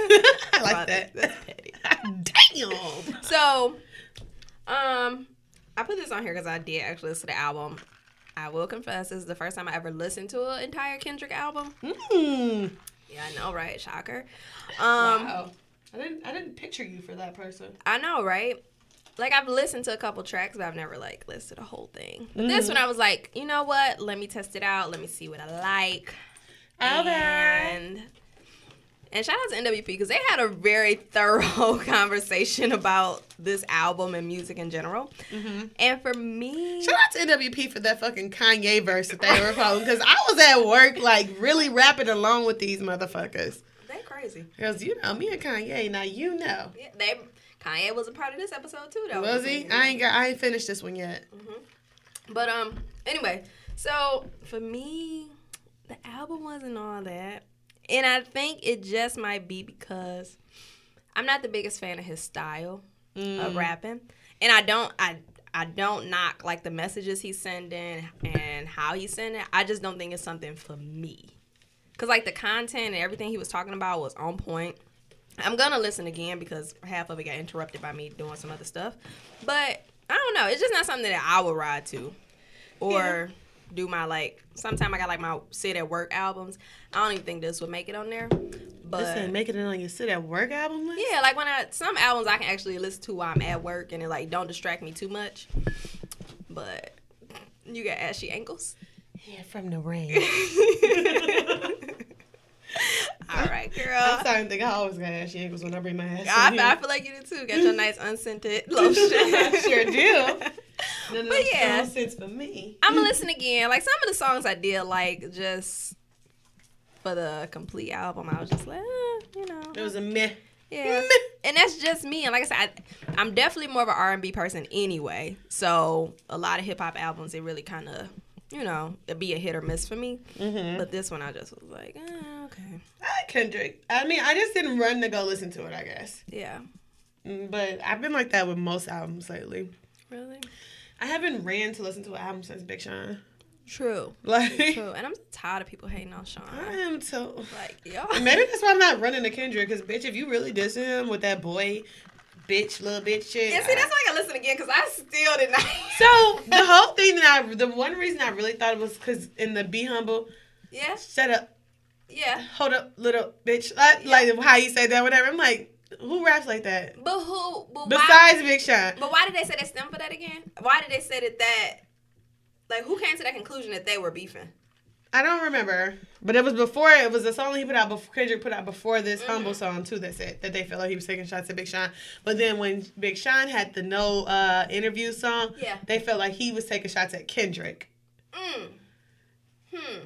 Speaker 2: I
Speaker 1: Love
Speaker 2: like
Speaker 1: it.
Speaker 2: that.
Speaker 1: That's petty.
Speaker 2: Damn.
Speaker 1: So, um, I put this on here because I did actually listen to the album. I will confess, this is the first time I ever listened to an entire Kendrick album.
Speaker 2: Mm.
Speaker 1: Yeah, I know, right? Shocker. Um,
Speaker 2: wow. I didn't I didn't picture you for that person.
Speaker 1: I know, right? Like I've listened to a couple tracks, but I've never like listed a whole thing. But this
Speaker 2: Mm.
Speaker 1: one, I was like, you know what? Let me test it out. Let me see what I like. And and shout out to NWP because they had a very thorough conversation about this album and music in general.
Speaker 2: Mm-hmm.
Speaker 1: And for me,
Speaker 2: Shout out to NWP for that fucking Kanye verse that they were following because I was at work like really rapping along with these motherfuckers.
Speaker 1: they crazy.
Speaker 2: Because you know me and Kanye, now you know.
Speaker 1: Yeah, they Kanye was a part of this episode too, though.
Speaker 2: Was he? I ain't got I ain't finished this one yet.
Speaker 1: But um, anyway, so for me, the album wasn't all that, and I think it just might be because I'm not the biggest fan of his style of rapping, and I don't I. I don't knock like the messages he's sending and how he's sending. it. I just don't think it's something for me. Cause like the content and everything he was talking about was on point. I'm gonna listen again because half of it got interrupted by me doing some other stuff. But I don't know. It's just not something that I would ride to, or do my like. Sometime I got like my sit at work albums. I don't even think this would make it on there. But
Speaker 2: This ain't making it on your sit at work album list.
Speaker 1: yeah, like when I some albums I can actually listen to while I'm at work and it like don't distract me too much. But you got ashy ankles.
Speaker 2: Yeah, from the rain.
Speaker 1: All right, girl.
Speaker 2: I'm starting to think I always got ashy ankles when I bring my ass.
Speaker 1: I,
Speaker 2: in
Speaker 1: I
Speaker 2: here.
Speaker 1: feel like you do too. Got your nice unscented lotion.
Speaker 2: sure do. None of
Speaker 1: But
Speaker 2: those
Speaker 1: yeah.
Speaker 2: common sense for me.
Speaker 1: I'm gonna listen again. Like some of the songs I did like just for the complete album. I was just like, uh, you know,
Speaker 2: It was a meh.
Speaker 1: yeah. And that's just me. And like I said, I, I'm definitely more of an R&B person anyway. So a lot of hip hop albums, it really kind of, you know, it'd be a hit or miss for me.
Speaker 2: Mm-hmm.
Speaker 1: But this one, I just was like, eh, okay,
Speaker 2: Kendrick. I mean, I just didn't run to go listen to it. I guess,
Speaker 1: yeah,
Speaker 2: Mm, but I've been like that with most albums lately.
Speaker 1: really,
Speaker 2: I haven't ran to listen to an album since Big Sean.
Speaker 1: true,
Speaker 2: Like
Speaker 1: true. And I'm tired of people hating on Sean.
Speaker 2: I am so.
Speaker 1: Like, yo,
Speaker 2: Maybe that's why I'm not running to Kendrick. Cause bitch, if you really diss him with that boy, bitch, little bitch shit.
Speaker 1: and see, that's why I can listen again because I still did not.
Speaker 2: so the whole thing that I, the one reason I really thought it was because in the Be Humble,
Speaker 1: yeah,
Speaker 2: shut up,
Speaker 1: yeah.
Speaker 2: hold up, little bitch, like, like how you say that, whatever. I'm like, who raps like that?
Speaker 1: But who? But why,
Speaker 2: Besides Big Sean,
Speaker 1: but why did they say that stem for that again? Why did they say that that? Like, who came to that conclusion that they were beefing?
Speaker 2: I don't remember, but it was before. It was a song he put out before Kendrick put out before this
Speaker 1: Mm-hmm.
Speaker 2: humble song too. That said that they felt like he was taking shots at Big Sean, but then when Big Sean had the no uh, interview song,
Speaker 1: Yeah.
Speaker 2: they felt like he was taking shots at Kendrick
Speaker 1: Mm. Hmm.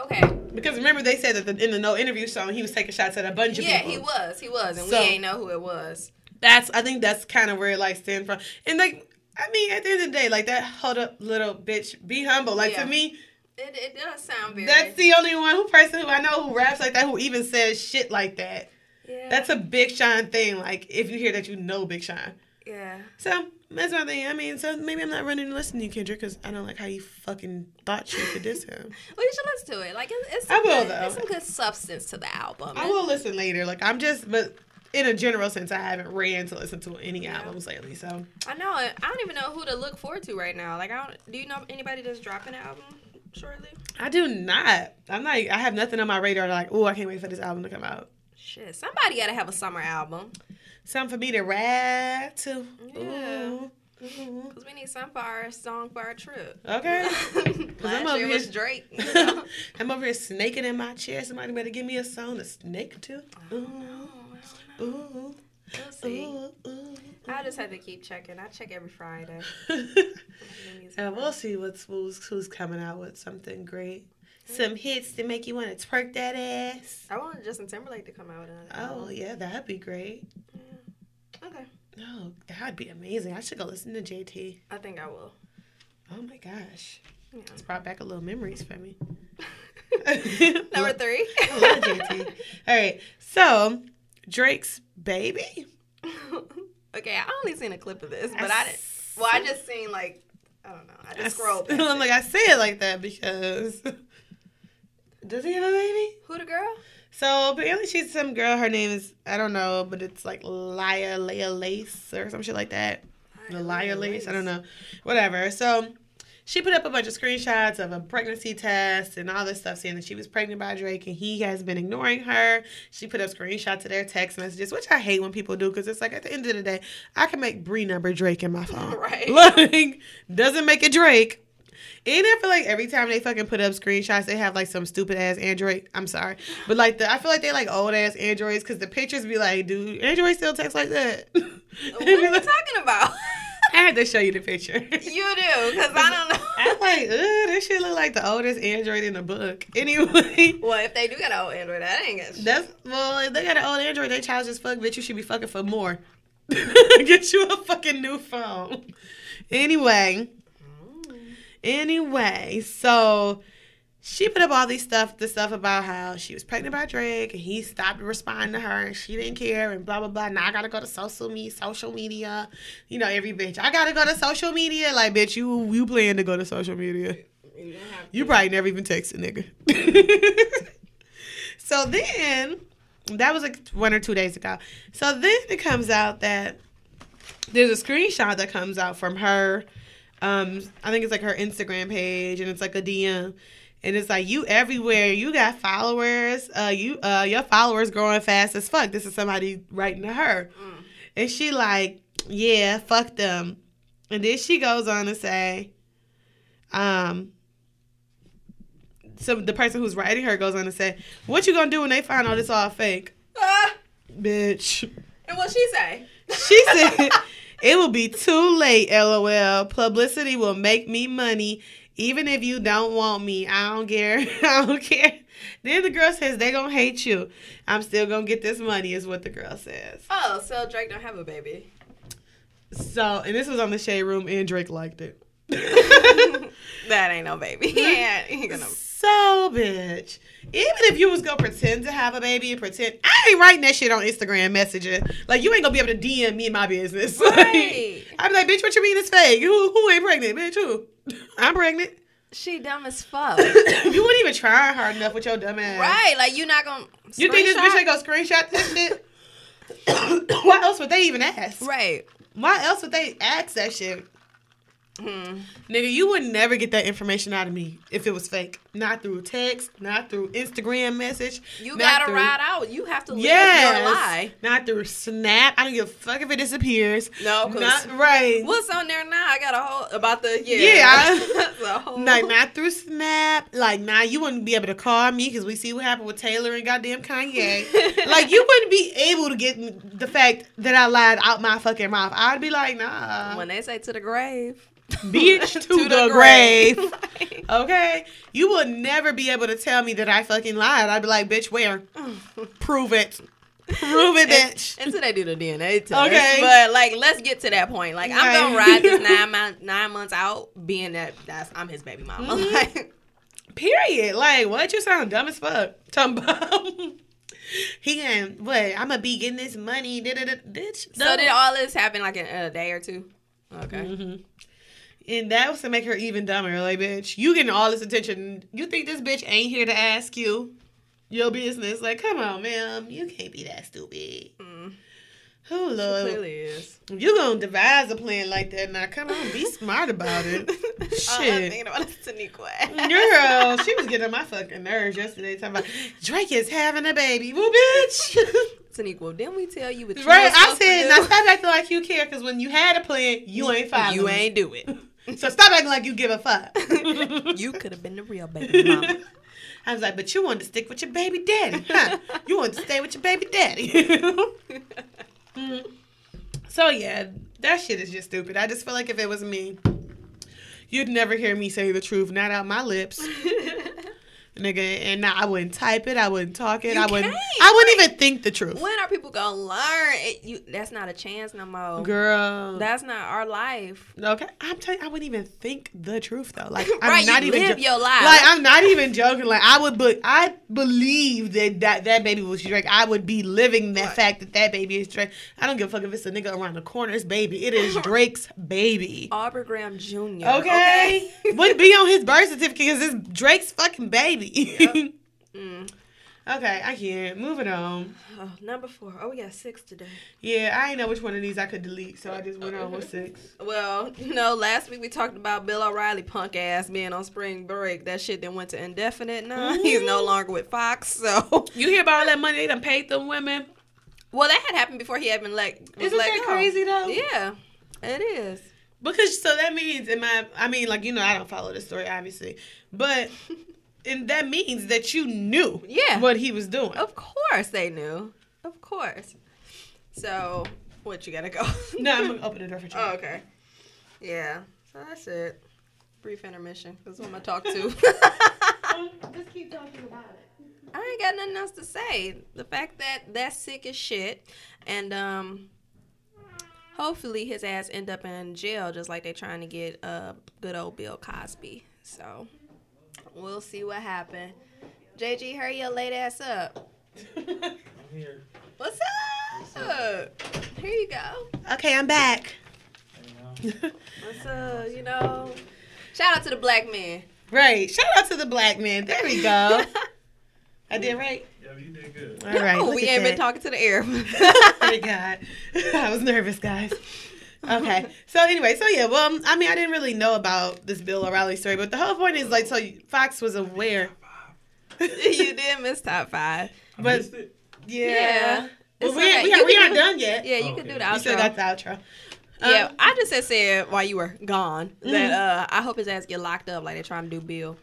Speaker 1: Okay.
Speaker 2: because remember they said that the, in the no interview song he was taking shots at a bunch of
Speaker 1: Yeah,
Speaker 2: people.
Speaker 1: he was. He was, and
Speaker 2: So-
Speaker 1: we ain't know who it was.
Speaker 2: That's I think that's kind of where it like stands from. And like I mean, at the end of the day, like that hold up little bitch, be humble. Like
Speaker 1: Yeah.
Speaker 2: to me,
Speaker 1: It, it does sound very.
Speaker 2: that's the only one who person who I know who raps like that who even says shit like that.
Speaker 1: yeah.
Speaker 2: That's a Big Sean thing. Like if you hear that, you know Big Sean.
Speaker 1: yeah.
Speaker 2: So that's my thing. I mean, so maybe I'm not running to listen to you, Kendrick, because I don't like how you fucking thought you could diss him.
Speaker 1: Well, you should listen to it. Like, it's, it's
Speaker 2: I
Speaker 1: some
Speaker 2: will,
Speaker 1: good,
Speaker 2: though.
Speaker 1: It's some good substance to the album.
Speaker 2: I will listen later. Like I'm just, but in a general sense, I haven't ran to listen to any albums lately. So
Speaker 1: I know. I don't even know who to look forward to right now. Like, I don't. Do you know anybody that's dropping an album shortly?
Speaker 2: I do not. I'm not. I have nothing on my radar. Like, oh, I can't wait for this album to come out.
Speaker 1: Shit, somebody gotta have a summer album
Speaker 2: Something for me to rap to. Ooh.
Speaker 1: Yeah.
Speaker 2: Ooh.
Speaker 1: because we need some for our song for our trip.
Speaker 2: Okay. I'm
Speaker 1: Last
Speaker 2: over
Speaker 1: year was
Speaker 2: here-
Speaker 1: Drake. you know?
Speaker 2: I'm over here snaking in my chair. Somebody better give me a song to snake to. Ooh.
Speaker 1: Oh, I don't know.
Speaker 2: Ooh.
Speaker 1: We'll see.
Speaker 2: Ooh, ooh,
Speaker 1: I just have to keep checking. I check every Friday.
Speaker 2: ooh.
Speaker 1: The music.
Speaker 2: and Uh, we'll see what's who's, who's coming out with something great. Some hits to make you want to twerk that ass.
Speaker 1: I want Justin Timberlake to come out with another.
Speaker 2: Oh
Speaker 1: album.
Speaker 2: yeah, that'd be great.
Speaker 1: Okay.
Speaker 2: No, that'd be amazing. I should go listen to JT.
Speaker 1: I think I will.
Speaker 2: Oh my gosh,
Speaker 1: Yeah.
Speaker 2: it's brought back a little memories for me.
Speaker 1: Number three.
Speaker 2: I love JT. All right, so Drake's baby.
Speaker 1: okay, I only seen a clip of this, but I didn't. Well, I just seen like I don't know. I
Speaker 2: I
Speaker 1: just scrolled. past
Speaker 2: am
Speaker 1: it.
Speaker 2: like I say it like that because does he have a baby?
Speaker 1: Who the girl?
Speaker 2: So apparently she's some girl. Her name is I don't know, but it's like Lia Leia Lace or some shit like that. The Lia Lace, I don't know, whatever. So she put up a bunch of screenshots of a pregnancy test and all this stuff, saying that she was pregnant by Drake and he has been ignoring her. She put up screenshots of their text messages, which I hate when people do because it's like at the end of the day, I can make Bree number Drake in my phone.
Speaker 1: Right.
Speaker 2: Like doesn't make it Drake. And I feel like every time they fucking put up screenshots, they have like some stupid ass Android. I'm sorry, but like the I feel like they like old ass Androids because the pictures be like, dude, Android still text like that.
Speaker 1: What are you talking about?
Speaker 2: I had to show you the picture.
Speaker 1: you do, because I
Speaker 2: I'm
Speaker 1: don't know.
Speaker 2: like, Ugh, this shit look like the oldest Android in the book. Anyway,
Speaker 1: well, if they do got an old Android, that ain't got shit.
Speaker 2: that's well, if they got an old Android, they child's as fuck. Bitch, you should be fucking for more. Get you a fucking new phone. Anyway, anyway, so she put up all these stuff, the stuff about how she was pregnant by Drake and he stopped responding to her and she didn't care and blah blah blah. Now I gotta go to social media, social media. You know, every bitch, I gotta go to social media. Like, bitch, you you plan to go to social media.
Speaker 1: You don't have
Speaker 2: You probably never even text a nigga. so then, that was like one or two days ago. So then it comes out that there's a screenshot that comes out from her. Um, I think it's like her Instagram page, and it's like a DM, and it's like you everywhere. You got followers. Uh, you uh, your followers growing fast as fuck. This is somebody writing to her,
Speaker 1: Mm.
Speaker 2: and she like, yeah, fuck them. And then she goes on to say, um, so the person who's writing her goes on to say, "What you gonna do when they find out it's all fake,
Speaker 1: Ah,
Speaker 2: bitch?"
Speaker 1: and what she say?
Speaker 2: She said, It will be too late, lol. Publicity will make me money. Even if you don't want me, I don't care. I don't care. Then the girl says they gonna hate you. I'm still gonna get this money, is what the girl says.
Speaker 1: Oh, so Drake don't have a baby.
Speaker 2: So, and this was on the shade room, and Drake liked it.
Speaker 1: That ain't no baby. yeah, he ain't gonna.
Speaker 2: So, bitch. Even if you was gonna pretend to have a baby and pretend, I ain't writing that shit on Instagram messaging. Like, you ain't gonna be able to DM me my business. Like,
Speaker 1: Right.
Speaker 2: I'd be like, bitch, what you mean it's fake? Who, who ain't pregnant? Bitch, who? I'm pregnant.
Speaker 1: She dumb as fuck.
Speaker 2: you wouldn't even try hard enough with your dumb ass.
Speaker 1: right? Like you not gonna.
Speaker 2: You think this
Speaker 1: screenshot?
Speaker 2: bitch ain't gonna screenshot this shit? Why else would they even ask?
Speaker 1: Right.
Speaker 2: Why else would they ask that shit?
Speaker 1: Hmm.
Speaker 2: Nigga, you would never get that information out of me if it was fake. Not through text, not through Instagram message.
Speaker 1: You
Speaker 2: not
Speaker 1: gotta
Speaker 2: through-
Speaker 1: ride out. You have to live
Speaker 2: Yes.
Speaker 1: your lie.
Speaker 2: Not through Snap. I don't give a fuck if it disappears.
Speaker 1: No, 'cause-
Speaker 2: Not right.
Speaker 1: What's on there now? I got a whole about the yeah.
Speaker 2: Yeah, I-
Speaker 1: the whole.
Speaker 2: Like not through Snap. Like nah, you wouldn't be able to call me because we see what happened with Taylor and goddamn Kanye. like you wouldn't be able to get the fact that I lied out my fucking mouth. I'd be like nah,
Speaker 1: when they say to the grave,
Speaker 2: bitch to, the, grave. Okay, you will never be able to tell me that I fucking lied. I'd be like, bitch, where? Prove it. Prove it, bitch.
Speaker 1: Until they do the DNA test.
Speaker 2: Okay.
Speaker 1: But like, let's get to that point. Like, I'm gonna
Speaker 2: Right.
Speaker 1: ride this nine month, nine months out, being that that's I'm his baby mama.
Speaker 2: Mhm.
Speaker 1: Like,
Speaker 2: Period. Like, what? You sound dumb as fuck. Talking about he can what? I'ma be getting this money. Da-da-da. Bitch.
Speaker 1: so
Speaker 2: no.
Speaker 1: did all this happen like in a day or two? Okay.
Speaker 2: Mhm. And that was to make her even dumber. Like, bitch, you getting all this attention. You think this bitch ain't here to ask you your business? Like, come on, ma'am. You can't be that stupid.
Speaker 1: Mm.
Speaker 2: Oh, Lord.
Speaker 1: Clearly is.
Speaker 2: You gonna devise a plan like that now? Come on, be smart about it.
Speaker 1: All I'm
Speaker 2: Oh, Shit.
Speaker 1: thinking about is Taniqua.
Speaker 2: Girl, she was getting on my fucking nerves yesterday talking about Drake is having a baby. Well, bitch.
Speaker 1: Taniqua, didn't we tell you what you
Speaker 2: right?
Speaker 1: was
Speaker 2: I
Speaker 1: supposed to
Speaker 2: said,
Speaker 1: do?
Speaker 2: now stop acting like you care because when you had a plan, you ain't following.
Speaker 1: You ain't do it.
Speaker 2: it. So stop acting like you give a fuck.
Speaker 1: you could have been the real baby mama.
Speaker 2: I was like, but you wanted to stick with your baby daddy, huh? You wanted to stay with your baby daddy.
Speaker 1: Mm-hmm.
Speaker 2: Mm. So yeah, that shit is just stupid. I just feel like if it was me, you'd never hear me say the truth, not out my lips, nigga. And now I wouldn't type it, I wouldn't talk it,
Speaker 1: You
Speaker 2: I wouldn't,
Speaker 1: can't,
Speaker 2: I wouldn't even think the truth,
Speaker 1: when are people gonna learn? It, you, that's not a chance no more.
Speaker 2: girl.
Speaker 1: That's not our life.
Speaker 2: okay, I'm telling you, I wouldn't even think the truth though. Like I'm
Speaker 1: right,
Speaker 2: not
Speaker 1: you
Speaker 2: even.
Speaker 1: live
Speaker 2: jo-
Speaker 1: your life.
Speaker 2: like I'm not even joking. Like I would, but I believe that, that that baby was Drake. I would be living that
Speaker 1: Right.
Speaker 2: fact that that baby is Drake. I don't give a fuck if it's a nigga around the corner. It's baby. It is Drake's baby.
Speaker 1: Aubrey Graham Jr.
Speaker 2: Okay.
Speaker 1: okay?
Speaker 2: Wouldn't be on his birth certificate because it's Drake's fucking baby.
Speaker 1: Yep. Mm.
Speaker 2: okay, I can't. Moving on.
Speaker 1: Oh, number four. Oh, we got six today.
Speaker 2: Yeah, I didn't know which one of these I could delete, so I just went on with six.
Speaker 1: Well, you know, last week we talked about Bill O'Reilly punk ass being on spring break. That shit then went to indefinite now. He's
Speaker 2: Mm-hmm.
Speaker 1: no longer with Fox, so
Speaker 2: You hear about all that money they done paid them women?
Speaker 1: Well, that had happened before he had been let. was
Speaker 2: Isn't
Speaker 1: let
Speaker 2: that
Speaker 1: go.
Speaker 2: crazy though?
Speaker 1: Yeah, it is.
Speaker 2: Because so that means in my I mean, like, you know, I don't follow this story obviously. But and that means that you knew
Speaker 1: Yeah. Oh,
Speaker 2: what he was doing.
Speaker 1: Of course they knew. Of course. So, what you gotta go?
Speaker 2: No, I'm gonna open the door for you.
Speaker 1: oh, okay. Yeah. So that's it. Brief intermission. That's what I'm gonna talk to.
Speaker 2: Um, Just keep talking about it.
Speaker 1: I ain't got nothing else to say. The fact that that's sick as shit, and um, hopefully his ass end up in jail just like they trying to get uh good old Bill Cosby. So we'll see what happen. JG, hurry your late ass up.
Speaker 3: Here.
Speaker 1: What's up? Here you go.
Speaker 2: okay, I'm back.
Speaker 1: What's up? You know. Shout out to the black man.
Speaker 2: right. Shout out to the black man. There we go. I did right.
Speaker 3: Yeah, you did good.
Speaker 2: All right.
Speaker 1: Oh,
Speaker 2: look
Speaker 1: we
Speaker 2: at
Speaker 1: ain't been
Speaker 2: that.
Speaker 1: talking to the air.
Speaker 2: Thank God. I was nervous, guys. Okay. So anyway, so yeah, well, um, I mean, I didn't really know about this Bill O'Reilly story, but the whole point is like, so Fox was aware.
Speaker 1: you did miss top five.
Speaker 3: I
Speaker 2: But-
Speaker 3: missed it.
Speaker 1: Yeah.
Speaker 2: Well,
Speaker 1: It's
Speaker 2: we,
Speaker 1: okay.
Speaker 2: we,
Speaker 1: You
Speaker 2: are, we
Speaker 1: can
Speaker 2: aren't
Speaker 1: do-
Speaker 2: done yet.
Speaker 1: Yeah, you uh, can
Speaker 3: Okay.
Speaker 1: do the outro.
Speaker 2: We still got the outro.
Speaker 1: Yeah,
Speaker 2: Um,
Speaker 1: I just had said while you were gone that uh,
Speaker 2: Mhm.
Speaker 1: I hope his ass get locked up like they're trying to do Bill.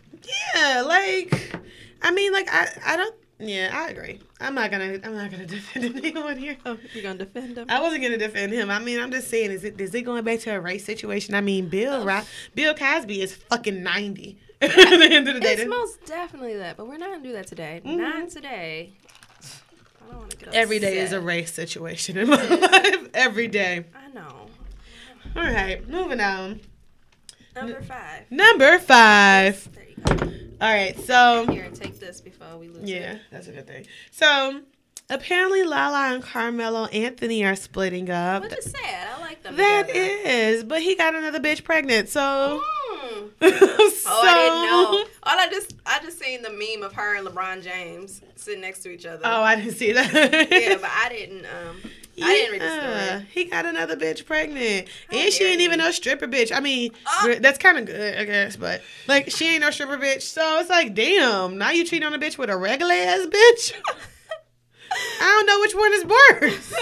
Speaker 2: yeah, like, I mean, like, I, I don't Yeah, I agree. I'm not gonna. I'm not gonna defend anyone here.
Speaker 1: You're gonna defend him.
Speaker 2: I wasn't gonna defend him. I mean, I'm just saying, is it is it going back to a race situation? I mean, Bill, right? Bill Cosby is fucking ninety. At the end of the day,
Speaker 1: It's
Speaker 2: that-
Speaker 1: most definitely that, but we're not gonna do that today. Not today. I don't want to get upset.
Speaker 2: Mm-hmm. every day is a race situation in my life. Every day.
Speaker 1: I know.
Speaker 2: All right, moving on. Mm-hmm.
Speaker 1: Number five.
Speaker 2: Number five.
Speaker 1: There you go.
Speaker 2: All right, so
Speaker 1: Here, take this before we lose.
Speaker 2: Yeah, that's a good thing. So apparently, Lala and Carmelo Anthony are splitting up.
Speaker 1: Which is sad. I like them.
Speaker 2: That
Speaker 1: together.
Speaker 2: is, but he got another bitch pregnant. So,
Speaker 1: Hmm. Oh,
Speaker 2: so
Speaker 1: I didn't know. All I just I just seen the meme of her and LeBron James sitting next to each other.
Speaker 2: Oh, I didn't see that.
Speaker 1: yeah, but I didn't. Um, I didn't read the
Speaker 2: Yeah,
Speaker 1: story.
Speaker 2: He got another bitch pregnant,
Speaker 1: How
Speaker 2: and she
Speaker 1: dare
Speaker 2: ain't even
Speaker 1: you.
Speaker 2: no stripper bitch. I mean,
Speaker 1: Ah.
Speaker 2: gr- that's kind of good, I guess, but like she ain't no stripper bitch. So it's like, damn, now you cheating on a bitch with a regular ass bitch. I don't know which one is worse.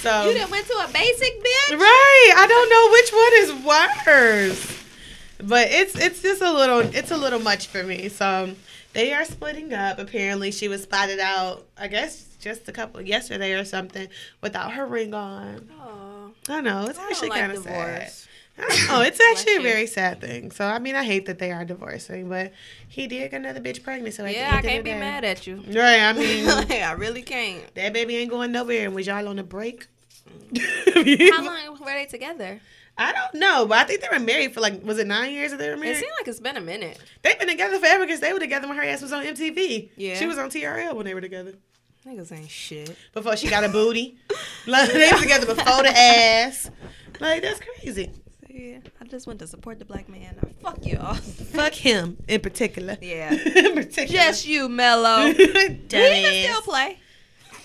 Speaker 2: So
Speaker 1: you done went to a basic bitch.
Speaker 2: Right. I don't know which one is worse. But it's it's just a little it's a little much for me. So um, they are splitting up. Apparently she was spotted out, I guess just a couple yesterday or something, without her ring on.
Speaker 1: Oh,
Speaker 2: I know, it's
Speaker 1: I
Speaker 2: actually
Speaker 1: don't like
Speaker 2: kinda sad.
Speaker 1: divorce.
Speaker 2: Oh, it's actually a
Speaker 1: Bless you.
Speaker 2: very sad thing. So I mean I hate that they are divorcing, but he did get another bitch pregnant, so at
Speaker 1: Yeah, I
Speaker 2: the end
Speaker 1: can't
Speaker 2: of
Speaker 1: be
Speaker 2: the day-
Speaker 1: mad at you.
Speaker 2: Right, I mean
Speaker 1: like, I really can't.
Speaker 2: that baby ain't going nowhere and was y'all on a break?
Speaker 1: How long were they together?
Speaker 2: I don't know, but I think they were married for like was it nine years that they were
Speaker 1: It
Speaker 2: married?
Speaker 1: seemed like it's been a minute.
Speaker 2: They've been together forever because they were together when her ass was on MTV.
Speaker 1: Yeah.
Speaker 2: she was on TRL when they were together
Speaker 1: Niggas ain't shit.
Speaker 2: before she got a booty. Like, they were together before the ass. Like that's crazy.
Speaker 1: So, yeah, I just went to support the black man. Now, fuck y'all.
Speaker 2: Fuck him in particular.
Speaker 1: Yeah.
Speaker 2: in particular.
Speaker 1: Just you, Mello. he can still
Speaker 2: Dumbass.
Speaker 1: play.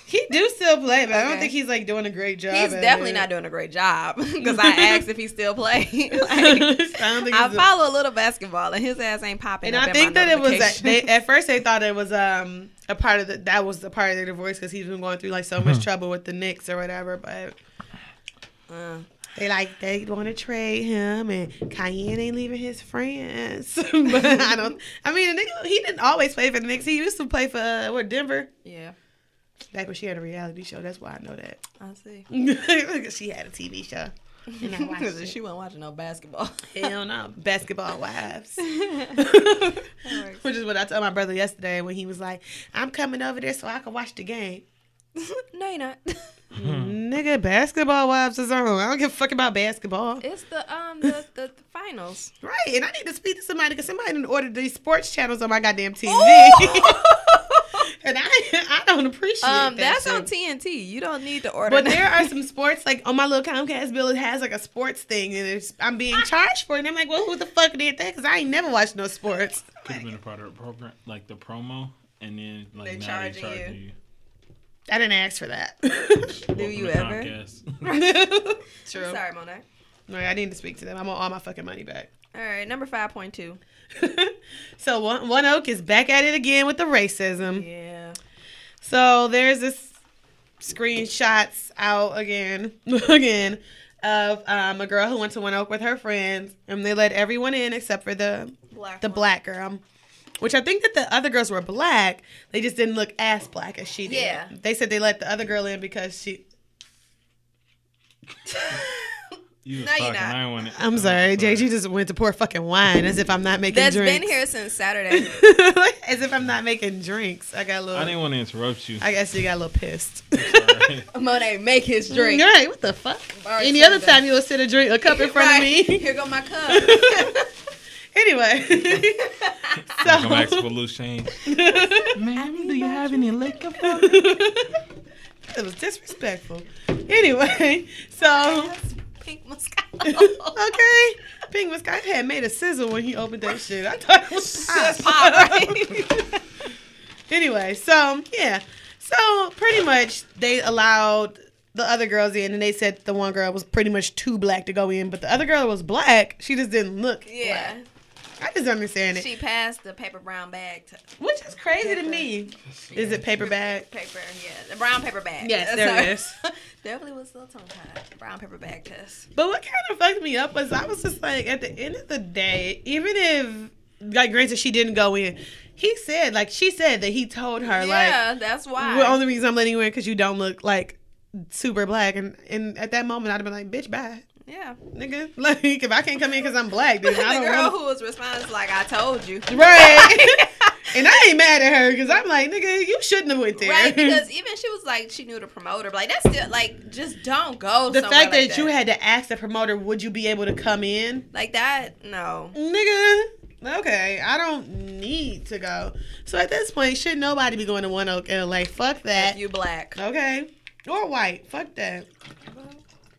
Speaker 2: He do still play, but I don't
Speaker 1: Okay.
Speaker 2: think he's like doing a great job.
Speaker 1: He's
Speaker 2: at
Speaker 1: definitely
Speaker 2: it.
Speaker 1: not doing a great job because I asked if he still played. like,
Speaker 2: I don't think
Speaker 1: I
Speaker 2: he's a-
Speaker 1: follow a little basketball and his ass ain't popping.
Speaker 2: And
Speaker 1: up
Speaker 2: I
Speaker 1: in
Speaker 2: think
Speaker 1: my
Speaker 2: that it was
Speaker 1: notifications.
Speaker 2: they, at first they thought it was um a part of the that was the part of their divorce because he's been going through like so much trouble with the Knicks or whatever. But
Speaker 1: Uh,
Speaker 2: they like they want to trade him, and Cayenne ain't leaving his friends. but I don't. I mean, the nigga, he didn't always play for the Knicks. He used to play for uh, what Denver
Speaker 1: yeah,
Speaker 2: back when she had a reality show. That's why I know that
Speaker 1: I see.
Speaker 2: 'Cause she had a TV show. And I watched
Speaker 1: Because
Speaker 2: it.
Speaker 1: she wasn't watching no basketball.
Speaker 2: Hell no, basketball wives.
Speaker 1: works.
Speaker 2: Which is what I told my brother yesterday when he was like, I'm coming over there so I can watch the game.
Speaker 1: no, you're not.
Speaker 2: Nigga, basketball wives is on. I don't give a fuck about basketball.
Speaker 1: It's the um the the, the finals.
Speaker 2: Right, and I need to speak to somebody because somebody didn't order these sports channels on my goddamn TV. and I I don't appreciate
Speaker 1: um,
Speaker 2: that
Speaker 1: that's
Speaker 2: shit.
Speaker 1: on TNT. You don't need to order.
Speaker 2: But
Speaker 1: that.
Speaker 2: there are some sports like on my little Comcast bill. It has like a sports thing, and it's, I'm being charged for it. And I'm like, well, who the fuck did that? Because I ain't never watched no sports.
Speaker 3: Could have been a part of the program, like the promo, and then like
Speaker 1: They
Speaker 3: now
Speaker 1: charging
Speaker 3: they charging you.
Speaker 2: I didn't ask for that.
Speaker 1: Do
Speaker 3: Welcome
Speaker 1: you
Speaker 3: to
Speaker 1: ever?
Speaker 3: Comcast.
Speaker 2: True.
Speaker 1: I'm sorry, Monet.
Speaker 2: All right, I need to speak to them. I want all my fucking money back.
Speaker 1: All right, number five point two.
Speaker 2: so one, one Oak is back at it again with the racism.
Speaker 1: Yeah.
Speaker 2: So there's this screenshots out again, again, of um, a girl who went to One Oak with her friends, and they let everyone in except for the
Speaker 1: Black.
Speaker 2: the
Speaker 1: one.
Speaker 2: black girl. Which I think that the other girls were black. They just didn't look as black as she did.
Speaker 1: Yeah.
Speaker 2: They said they let the other girl in because she.
Speaker 3: You was
Speaker 1: No, you're
Speaker 3: talking.
Speaker 1: not.
Speaker 3: I ain't want it.
Speaker 2: I'm sorry, JG just went to pour fucking wine as if I'm not making
Speaker 1: That's
Speaker 2: drinks.
Speaker 1: been here since Saturday.
Speaker 2: as if I'm not making drinks. I got a
Speaker 3: I
Speaker 2: little.
Speaker 3: didn't want to interrupt you.
Speaker 2: I guess you got a little pissed.
Speaker 3: Sorry.
Speaker 1: Monet, make his drink.
Speaker 2: You're right. What the fuck?
Speaker 1: Bartender.
Speaker 2: Any other time you'll sit a drink, a cup in front
Speaker 1: Right.
Speaker 2: of me.
Speaker 1: Here go my cup.
Speaker 2: anyway.
Speaker 3: Come back
Speaker 2: so.
Speaker 3: for loose change. Ma'am, do you have any liquor for me?
Speaker 2: it was disrespectful. Anyway, so.
Speaker 1: Pink Moscato.
Speaker 2: okay. Ping was I had made a sizzle when he opened that shit. I thought it was
Speaker 1: That's
Speaker 2: pop.
Speaker 1: pop, right?
Speaker 2: anyway, so yeah. So pretty much they allowed the other girls in and they said the one girl was pretty much too black to go in, but the other girl was black. She just didn't look
Speaker 1: yeah.
Speaker 2: black. I just don't understand it.
Speaker 1: She passed the paper brown bag to
Speaker 2: Which is crazy to me. Is it paper bag?
Speaker 1: paper, yeah, the brown paper bag.
Speaker 2: Yes,
Speaker 1: That's
Speaker 2: there it
Speaker 1: her.
Speaker 2: is.
Speaker 1: Definitely was still tongue tied. Brown paper bag test.
Speaker 2: But what kind of fucked me up was I was just like, at the end of the day, even if like granted she didn't go in. He said, like she said that he told her,
Speaker 1: yeah, that's
Speaker 2: like
Speaker 1: why.
Speaker 2: the only reason I'm letting you in because you don't look like super black. And and at that moment I'd have been like, bitch, bye,
Speaker 1: yeah.
Speaker 2: nigga. Like if I can't come in because I'm black, then I
Speaker 1: The
Speaker 2: don't
Speaker 1: girl
Speaker 2: want
Speaker 1: who was responding like, I told you.
Speaker 2: right. and I ain't mad at her because I'm like, nigga, you shouldn't have went there.
Speaker 1: Right, because even she was like, she knew the promoter, but like that's still like, just don't go.
Speaker 2: the
Speaker 1: somewhere
Speaker 2: fact
Speaker 1: like
Speaker 2: that, you had to ask the promoter, would you be able to come in,
Speaker 1: like that, no.
Speaker 2: nigga? Okay, I don't need to go. So at this point, should nobody be going to One Oak, LA? Fuck that.
Speaker 1: If you black,
Speaker 2: Okay. Or white. Fuck that.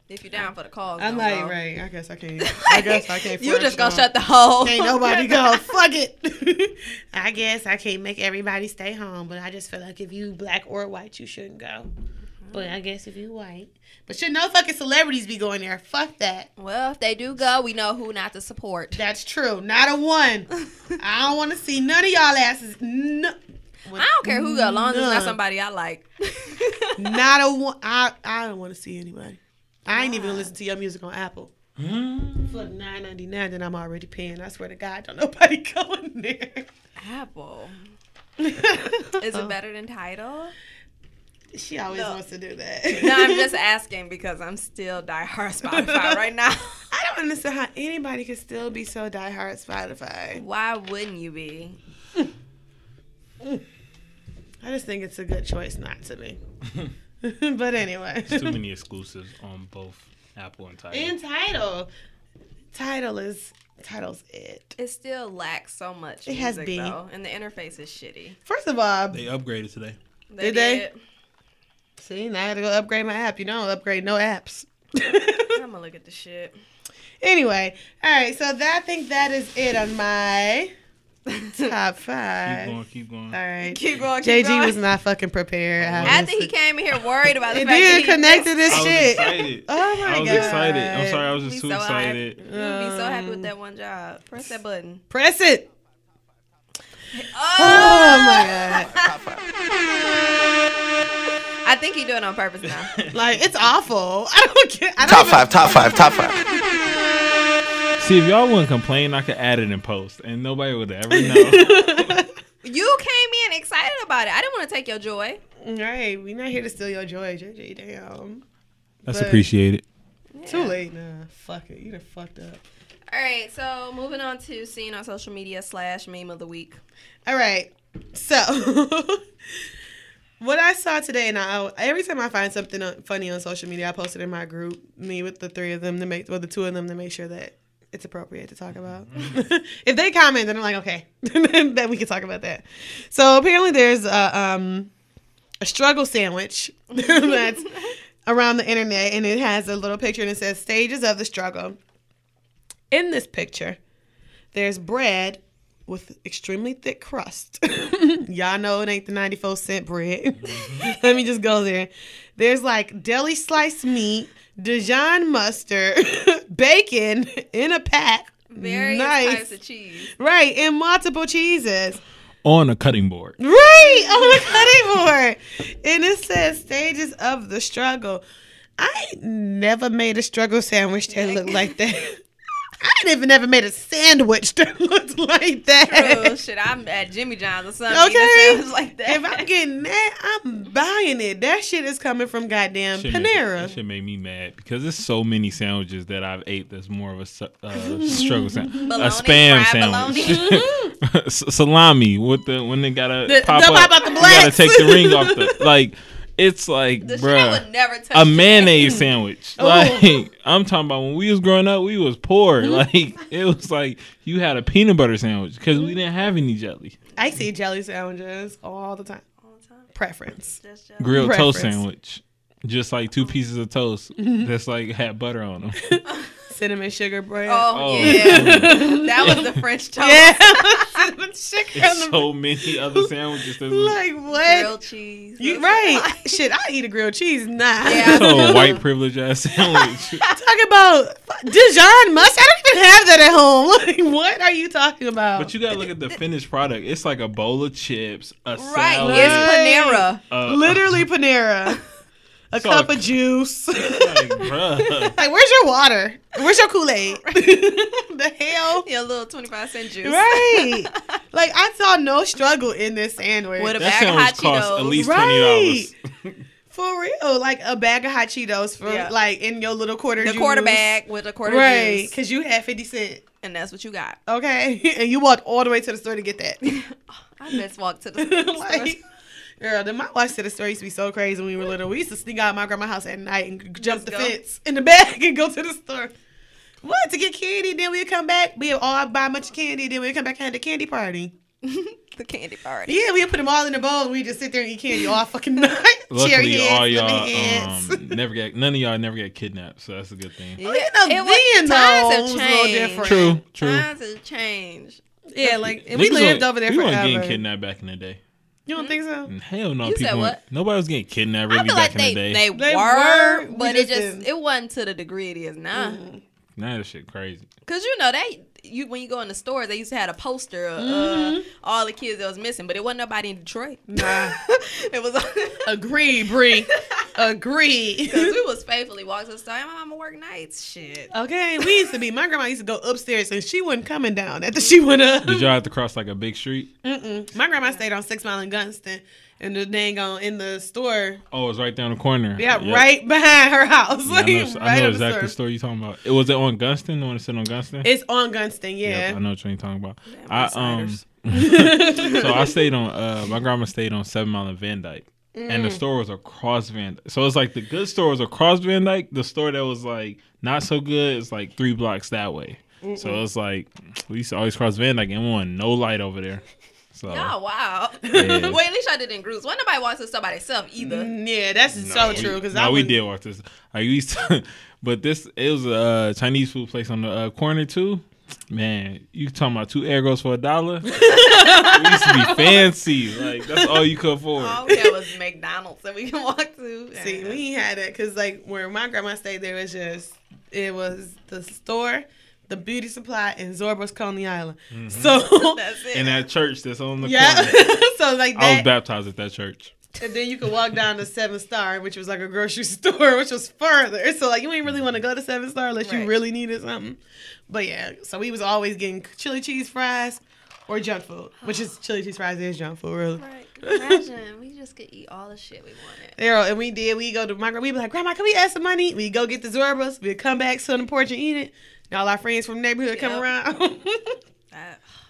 Speaker 1: if you down for the cause, don't
Speaker 2: I'm like,
Speaker 1: go.
Speaker 2: right. I guess I can't. I guess I can't.
Speaker 1: you
Speaker 2: force
Speaker 1: just gonna
Speaker 2: y'all.
Speaker 1: shut the whole.
Speaker 2: Can't nobody go. Fuck it. I guess I can't make everybody stay home, but I just feel like if you black or white, you shouldn't go. But I guess if you white, but should no fucking celebrities be going there? Fuck that.
Speaker 1: Well, if they do go, we know who not to support.
Speaker 2: That's true. Not a one. I don't want to see none of y'all asses. No.
Speaker 1: I don't care who go, as long as it's
Speaker 2: None.
Speaker 1: not somebody I like.
Speaker 2: Not a one. I I don't want to see anybody. I ain't even gonna listen to your music on Apple.
Speaker 3: Mm.
Speaker 2: for nine ninety nine that I'm already paying. I swear to God, don't nobody go in there.
Speaker 1: Apple. Is
Speaker 2: Is
Speaker 1: it better than Title?
Speaker 2: She always
Speaker 1: No.
Speaker 2: wants to do that.
Speaker 1: No, I'm just asking because I'm still diehard Spotify right now.
Speaker 2: I don't understand how anybody could still be so diehard Spotify.
Speaker 1: Why wouldn't you be?
Speaker 2: I just think it's a good choice not to be. but anyway,
Speaker 3: Too many exclusives on both Apple and Title.
Speaker 2: and title, title is title's it.
Speaker 1: It still lacks so much.
Speaker 2: It has
Speaker 1: music,
Speaker 2: been.
Speaker 1: though, and the interface is shitty.
Speaker 2: First of all,
Speaker 3: they upgraded today.
Speaker 1: They
Speaker 2: Did they?
Speaker 1: did-
Speaker 2: see now I had to go upgrade my app. You don't upgrade no apps.
Speaker 1: I'm gonna look at the shit.
Speaker 2: anyway, all right. So that I think that is it on my top
Speaker 3: Keep
Speaker 2: five.
Speaker 3: going, keep going.
Speaker 2: All right.
Speaker 1: Keep going. Keep
Speaker 2: JG
Speaker 1: going.
Speaker 2: was not fucking prepared.
Speaker 1: After he
Speaker 2: honestly.
Speaker 1: came in here worried about the
Speaker 2: And
Speaker 1: fact that
Speaker 2: then
Speaker 1: he
Speaker 2: connected this
Speaker 3: I was
Speaker 2: shit.
Speaker 3: excited.
Speaker 2: Oh my god.
Speaker 3: I was excited. I'm sorry, I was
Speaker 1: Be
Speaker 3: just too
Speaker 1: so
Speaker 3: excited.
Speaker 1: You'd be so happy with
Speaker 2: Um,
Speaker 1: that one job. Press that button.
Speaker 2: Press it.
Speaker 1: Oh,
Speaker 2: Oh my
Speaker 1: I think he doing it on purpose now.
Speaker 2: god. Like it's awful. I don't care. I don't
Speaker 4: Top
Speaker 2: even-
Speaker 4: five, top five, top five.
Speaker 3: See, if y'all wouldn't complain, I could add it in post, and nobody would ever know.
Speaker 1: you came in excited about it. I didn't want to take your joy.
Speaker 2: All right, we're not here to steal your joy, JJ. Damn.
Speaker 3: That's
Speaker 2: But-
Speaker 3: appreciated.
Speaker 2: Too late. Nah. Fuck it. You done fucked up.
Speaker 1: All right, so moving on to seeing on social media slash meme of the week.
Speaker 2: All right. So, what I saw today, and I every time I find something on- funny on social media, I post it in my group, me with the three of them to make, well, the two of them to make sure that it's appropriate to talk about. if they comment, then I'm like, okay, then we can talk about that. So apparently, there's a, um, a struggle sandwich that's around the internet, and it has a little picture, and it says stages of the struggle. In this picture, there's bread with extremely thick crust. Y'all know it ain't the 94 cent bread. Let me just go there. There's like deli sliced meat, Dijon mustard, bacon in a pack.
Speaker 1: Various
Speaker 2: Nice.
Speaker 1: types of cheese.
Speaker 2: Right, and multiple cheeses.
Speaker 3: On a cutting board.
Speaker 2: Right! Oh my God, board. And it says stages of the struggle. I ain't never made a struggle sandwich that looked like that. I ain't even never made a sandwich that looked like that.
Speaker 1: Oh shit, I'm at Jimmy John's or something.
Speaker 2: Okay.
Speaker 1: Okay, like that.
Speaker 2: If I'm getting that, I'm buying it. That shit is coming from goddamn
Speaker 3: Shit Made, that
Speaker 2: Panera.
Speaker 3: shit made me mad because there's so many sandwiches that I've ate that's more of a su- uh, struggle sandwich. a
Speaker 1: Bologna,
Speaker 3: spam
Speaker 1: fried
Speaker 3: sandwich. S- salami with the when they gotta
Speaker 2: The-
Speaker 3: pop
Speaker 2: the-
Speaker 3: up,
Speaker 2: about the
Speaker 3: you gotta
Speaker 2: blacks.
Speaker 3: take the ring off the like. It's like,
Speaker 1: the shit I would
Speaker 3: bruh,
Speaker 1: never touch.
Speaker 3: a mayonnaise sandwich.
Speaker 2: Oh.
Speaker 3: Like I'm talking about when we was growing up, we was poor. Like it was like you had a peanut butter sandwich because we didn't have any jelly.
Speaker 2: I see jelly sandwiches all the time.
Speaker 1: All the time.
Speaker 2: Preference.
Speaker 1: That's just-
Speaker 3: Grilled toast
Speaker 2: Preference.
Speaker 3: sandwich, just like two pieces of toast
Speaker 2: Mm-hmm.
Speaker 3: that's like had butter on them.
Speaker 2: Cinnamon sugar bread.
Speaker 1: Oh,
Speaker 3: Oh.
Speaker 1: yeah, that was the French toast.
Speaker 2: Yeah. Cinnamon sugar on
Speaker 3: There's
Speaker 2: the
Speaker 3: so many other sandwiches. That's
Speaker 2: Like what?
Speaker 1: grilled cheese.
Speaker 2: You right. Shit, I eat a grilled cheese. Nah.
Speaker 1: Yeah.
Speaker 3: so white privilege ass sandwich.
Speaker 2: Talk about Dijon mustard. I don't even have that at home. Like, what are you talking about?
Speaker 3: But you gotta look at the finished product. It's like a bowl of chips, a
Speaker 1: Right,
Speaker 3: salad.
Speaker 2: Right.
Speaker 1: it's Panera.
Speaker 3: a-
Speaker 2: Literally Panera. a
Speaker 3: So
Speaker 2: cup
Speaker 3: a
Speaker 2: of juice.
Speaker 3: Like, bruh.
Speaker 2: Like, where's your water? Where's your Kool Aid? the hell?
Speaker 1: Your little 25 cent juice.
Speaker 2: Right. Like, I saw no struggle in this sandwich.
Speaker 1: What a
Speaker 3: That
Speaker 1: bag of hot
Speaker 3: sandwich cost
Speaker 1: Cheetos.
Speaker 3: at least
Speaker 2: Right.
Speaker 3: $20.
Speaker 2: for real. Like, a bag of hot Cheetos for,
Speaker 1: Yeah.
Speaker 2: like, in your little quarter
Speaker 1: The
Speaker 2: juice.
Speaker 1: quarter bag with a quarter
Speaker 2: Right.
Speaker 1: juice.
Speaker 2: Because you had 50 cents.
Speaker 1: And that's what you got.
Speaker 2: Okay. And you walked all the way to the store to get that.
Speaker 1: I best walk to the
Speaker 2: like, girl, then my wife said the store used to be so crazy when we were little. We used to sneak out of my grandma's house at night and g- jump
Speaker 1: Just
Speaker 2: the
Speaker 1: go.
Speaker 2: fence in the back and go to the store. What to get candy? Then we'd come back. We'd all buy a bunch of candy. Then we'd come back and have the candy party.
Speaker 1: store. the candy party.
Speaker 2: Yeah, we'd put them all in a bowl and we'd just sit there and eat candy all fucking night. Cherry
Speaker 3: Luckily,
Speaker 2: heads,
Speaker 3: all
Speaker 2: lemon
Speaker 3: y'all
Speaker 2: heads.
Speaker 3: um, never got none of y'all never got kidnapped, so that's a good thing.
Speaker 2: Well, Oh, you know,
Speaker 1: It was- times
Speaker 2: then though,
Speaker 1: have
Speaker 2: it was a
Speaker 1: changed.
Speaker 2: little different.
Speaker 3: True, true.
Speaker 1: Times have changed.
Speaker 2: Yeah, like and we
Speaker 3: Niggas
Speaker 2: lived
Speaker 3: wa-
Speaker 2: over there
Speaker 3: we weren't
Speaker 2: forever.
Speaker 3: getting kidnapped Mm. back in the day.
Speaker 2: You don't think so?
Speaker 3: And hell no,
Speaker 1: You said
Speaker 3: people. weren't-
Speaker 1: what?
Speaker 3: Nobody was getting kidnapped really
Speaker 1: I feel
Speaker 3: back
Speaker 1: like they,
Speaker 3: in the day.
Speaker 1: they,
Speaker 2: They
Speaker 1: were,
Speaker 2: were, we
Speaker 1: but it
Speaker 2: just
Speaker 1: just
Speaker 2: didn't. Mm-hmm.
Speaker 1: it wasn't to the degree it is now.
Speaker 3: Nah, that shit crazy.
Speaker 1: Cause you know that you when you go in the store, they used to have a poster of uh, all the kids that was missing, but it wasn't nobody in Detroit.
Speaker 2: Mm-hmm. Nah.
Speaker 1: it was
Speaker 2: Agree, Bree. Agree.
Speaker 1: because we was faithfully walking to the store. My mama work nights, shit.
Speaker 2: Okay, we used to be. My grandma used to go upstairs, and she wasn't coming down after she went up.
Speaker 3: Did y'all have to cross like a big street?
Speaker 2: Mm-mm. My grandma stayed on Six Mile and Gunston, and the dang on in the store.
Speaker 3: Oh, it was right down the corner.
Speaker 2: Yeah,
Speaker 3: Yep.
Speaker 2: right behind her house.
Speaker 3: Yeah, I
Speaker 2: like,
Speaker 3: know, I
Speaker 2: right
Speaker 3: know
Speaker 2: up
Speaker 3: exactly the
Speaker 2: the store.
Speaker 3: story you're talking about. It was it on Gunston? The one that said on Gunston?
Speaker 2: It's on Gunston,
Speaker 3: Yep, I
Speaker 2: yeah.
Speaker 3: know what you're talking about.
Speaker 1: Damn,
Speaker 3: I um
Speaker 1: outsiders.
Speaker 3: so I stayed on uh my grandma stayed on Seven Mile and Van Dyke. And
Speaker 1: Mm.
Speaker 3: the store was across Van Dyke. So it's like the good store was across Van Dyke. The store that was like not so good is like three blocks that way. So it's like we used to always cross Van Dyke and we want no light over there. So
Speaker 1: Oh wow.
Speaker 3: Yeah.
Speaker 1: well, at least I did in groups. Why nobody walks to the store by themselves either?
Speaker 2: Mm, yeah, that's so true. Because
Speaker 3: now we did walk this. I used to, but this it was a uh, Chinese food place on the uh, corner too. Man, you talking about two ergos for a dollar? we used to be fancy, like that's all you could afford.
Speaker 1: All
Speaker 2: Oh,
Speaker 1: we had was McDonald's that we can walk to.
Speaker 2: See,
Speaker 1: And-
Speaker 2: we ain't had it because like where my grandma stayed, there was just it was the store, the beauty supply, and Zorba's Coney Island. So
Speaker 1: That's it.
Speaker 3: And that church Mm-hmm. that's on the
Speaker 2: yeah,
Speaker 3: corner,
Speaker 2: so like
Speaker 3: I was
Speaker 2: that,
Speaker 3: baptized at that church.
Speaker 2: and then you could walk down to Seven Star, which was like a grocery store, which was further. So like you ain't really want to go to Seven Star unless you
Speaker 1: Right.
Speaker 2: really needed something. But yeah, so we was always getting chili cheese fries or junk food, which is chili cheese fries is junk food really.
Speaker 1: Right. Imagine we just could eat all the shit we wanted.
Speaker 2: Arrow, and we did. We go to my grandma. We be like, Grandma, can we add some money? We go get the Zorbas. We come back, sit on the porch and eat it. And all our friends from the neighborhood come
Speaker 1: Yep.
Speaker 2: around.
Speaker 1: That- oh,